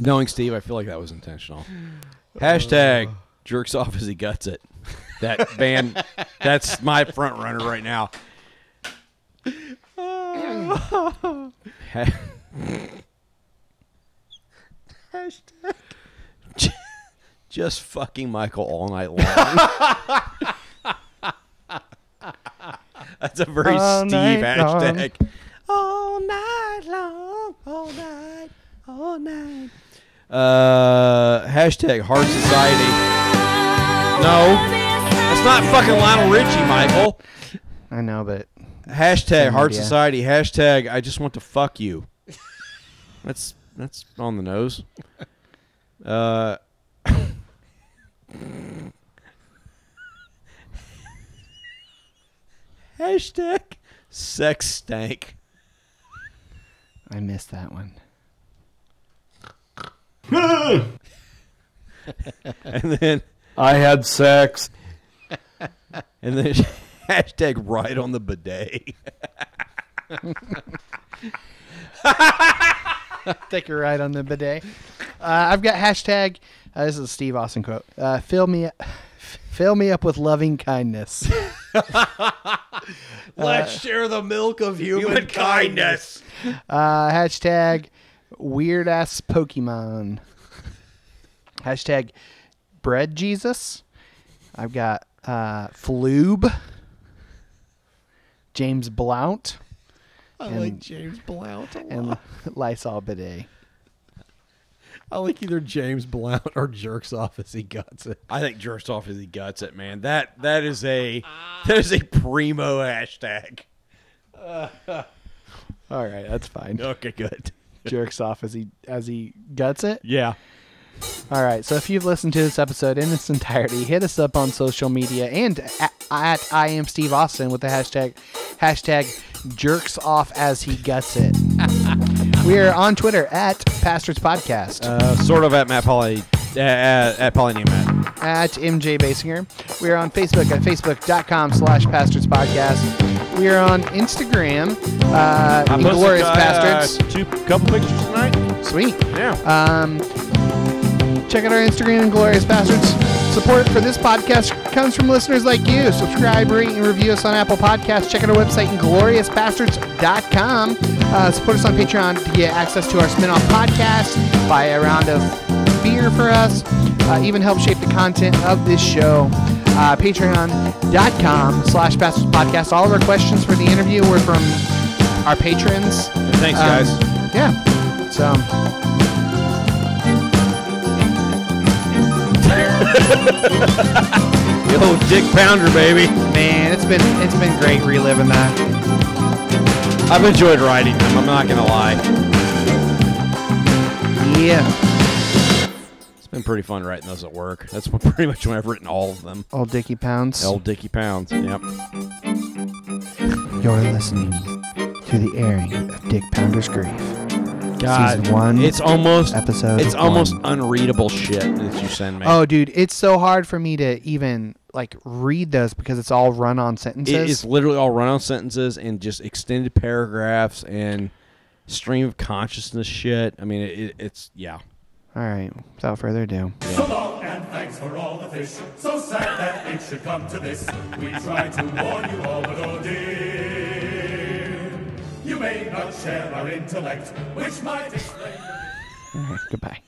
Speaker 2: Knowing Steve, I feel like that was intentional. Hashtag jerks off as he guts it. That band, that's my front runner right now. Ha-
Speaker 3: Hashtag.
Speaker 2: Just fucking Michael all night long. That's a very
Speaker 1: All
Speaker 2: Steve
Speaker 1: night long.
Speaker 2: hashtag. All night long, all night, all night. Uh, hashtag Heart Society. No, it's not fucking Lionel Richie, Michael.
Speaker 1: I know, but
Speaker 2: Hashtag
Speaker 1: Same
Speaker 2: Heart
Speaker 1: idea.
Speaker 2: Society. Hashtag I just want to fuck you. That's that's on the nose. Uh, hashtag sex stank.
Speaker 1: I missed that one.
Speaker 2: And then
Speaker 18: I had sex.
Speaker 2: and then hashtag right on the bidet.
Speaker 1: Take a ride on the bidet. Uh, I've got hashtag. Uh, this is a Steve Austin quote. Uh, fill me, Fill me up with loving kindness.
Speaker 14: Uh,
Speaker 2: Let's share the milk of human, kindness.
Speaker 1: Uh, hashtag weird ass Pokemon. hashtag bread Jesus. I've got uh, Floob, James Blount.
Speaker 14: I like James Blount a
Speaker 1: And
Speaker 14: lot.
Speaker 1: Lysol Bidet.
Speaker 14: I like either James Blount or jerks off as he guts it.
Speaker 2: I think jerks off as he guts it, man. That that is a that is a primo hashtag.
Speaker 1: All right, that's fine.
Speaker 2: Okay, good.
Speaker 1: Jerks off as he as he guts it.
Speaker 2: Yeah.
Speaker 1: All right. So if you've listened to this episode in its entirety, hit us up on social media and at, at I am Steve Austin with the hashtag hashtag jerks off as he guts it. we are on Twitter at Pastors Podcast.
Speaker 2: Uh, sort of at Matt Polly uh, at, at Polly name Matt.
Speaker 1: at MJ Basinger. We are on Facebook at facebook.com slash pastors podcast. We are on Instagram, uh,
Speaker 2: I posted,
Speaker 1: Inglorious
Speaker 2: uh,
Speaker 1: Bastards.
Speaker 2: two couple pictures tonight.
Speaker 1: Sweet.
Speaker 2: Yeah.
Speaker 1: Um, check out our Instagram, Inglorious Bastards. Support for this podcast comes from listeners like you. Subscribe, rate, and review us on Apple Podcasts. Check out our website, ingloriousbastards.com. Uh, support us on Patreon to get access to our spin-off podcast. Buy a round of beer for us. Uh, even help shape the content of this show. Uh, Patreon.com slash Bastards Podcast. All of our questions for the interview were from our patrons.
Speaker 2: Thanks,
Speaker 1: Um,
Speaker 2: guys.
Speaker 1: Yeah. So...
Speaker 2: Yo, Dick Pounder, baby.
Speaker 1: Man, it's been it's been great reliving that.
Speaker 2: I've enjoyed writing them. I'm not gonna lie.
Speaker 1: Yeah.
Speaker 2: It's been pretty fun writing those at work. That's what- pretty much when I've written all of them.
Speaker 1: Old Dicky Pounds.
Speaker 2: L. Dicky Pounds. Yep.
Speaker 1: You're listening to the airing of Dick Pounder's Grief. Season one.
Speaker 2: It's almost
Speaker 1: episode.
Speaker 2: It's
Speaker 1: one.
Speaker 2: almost unreadable shit that you send me.
Speaker 1: Oh, dude, it's so hard for me to even like read those because it's all run-on sentences.
Speaker 2: It is literally all run-on sentences and just extended paragraphs and stream of consciousness shit. I mean, it, it, it's yeah.
Speaker 1: all right. Without further ado.
Speaker 19: So long and thanks for all the fish. So sad that it should come to this. We tried to warn you all, but oh dear. You may not share our intellect, which might explain.
Speaker 1: All right. Goodbye.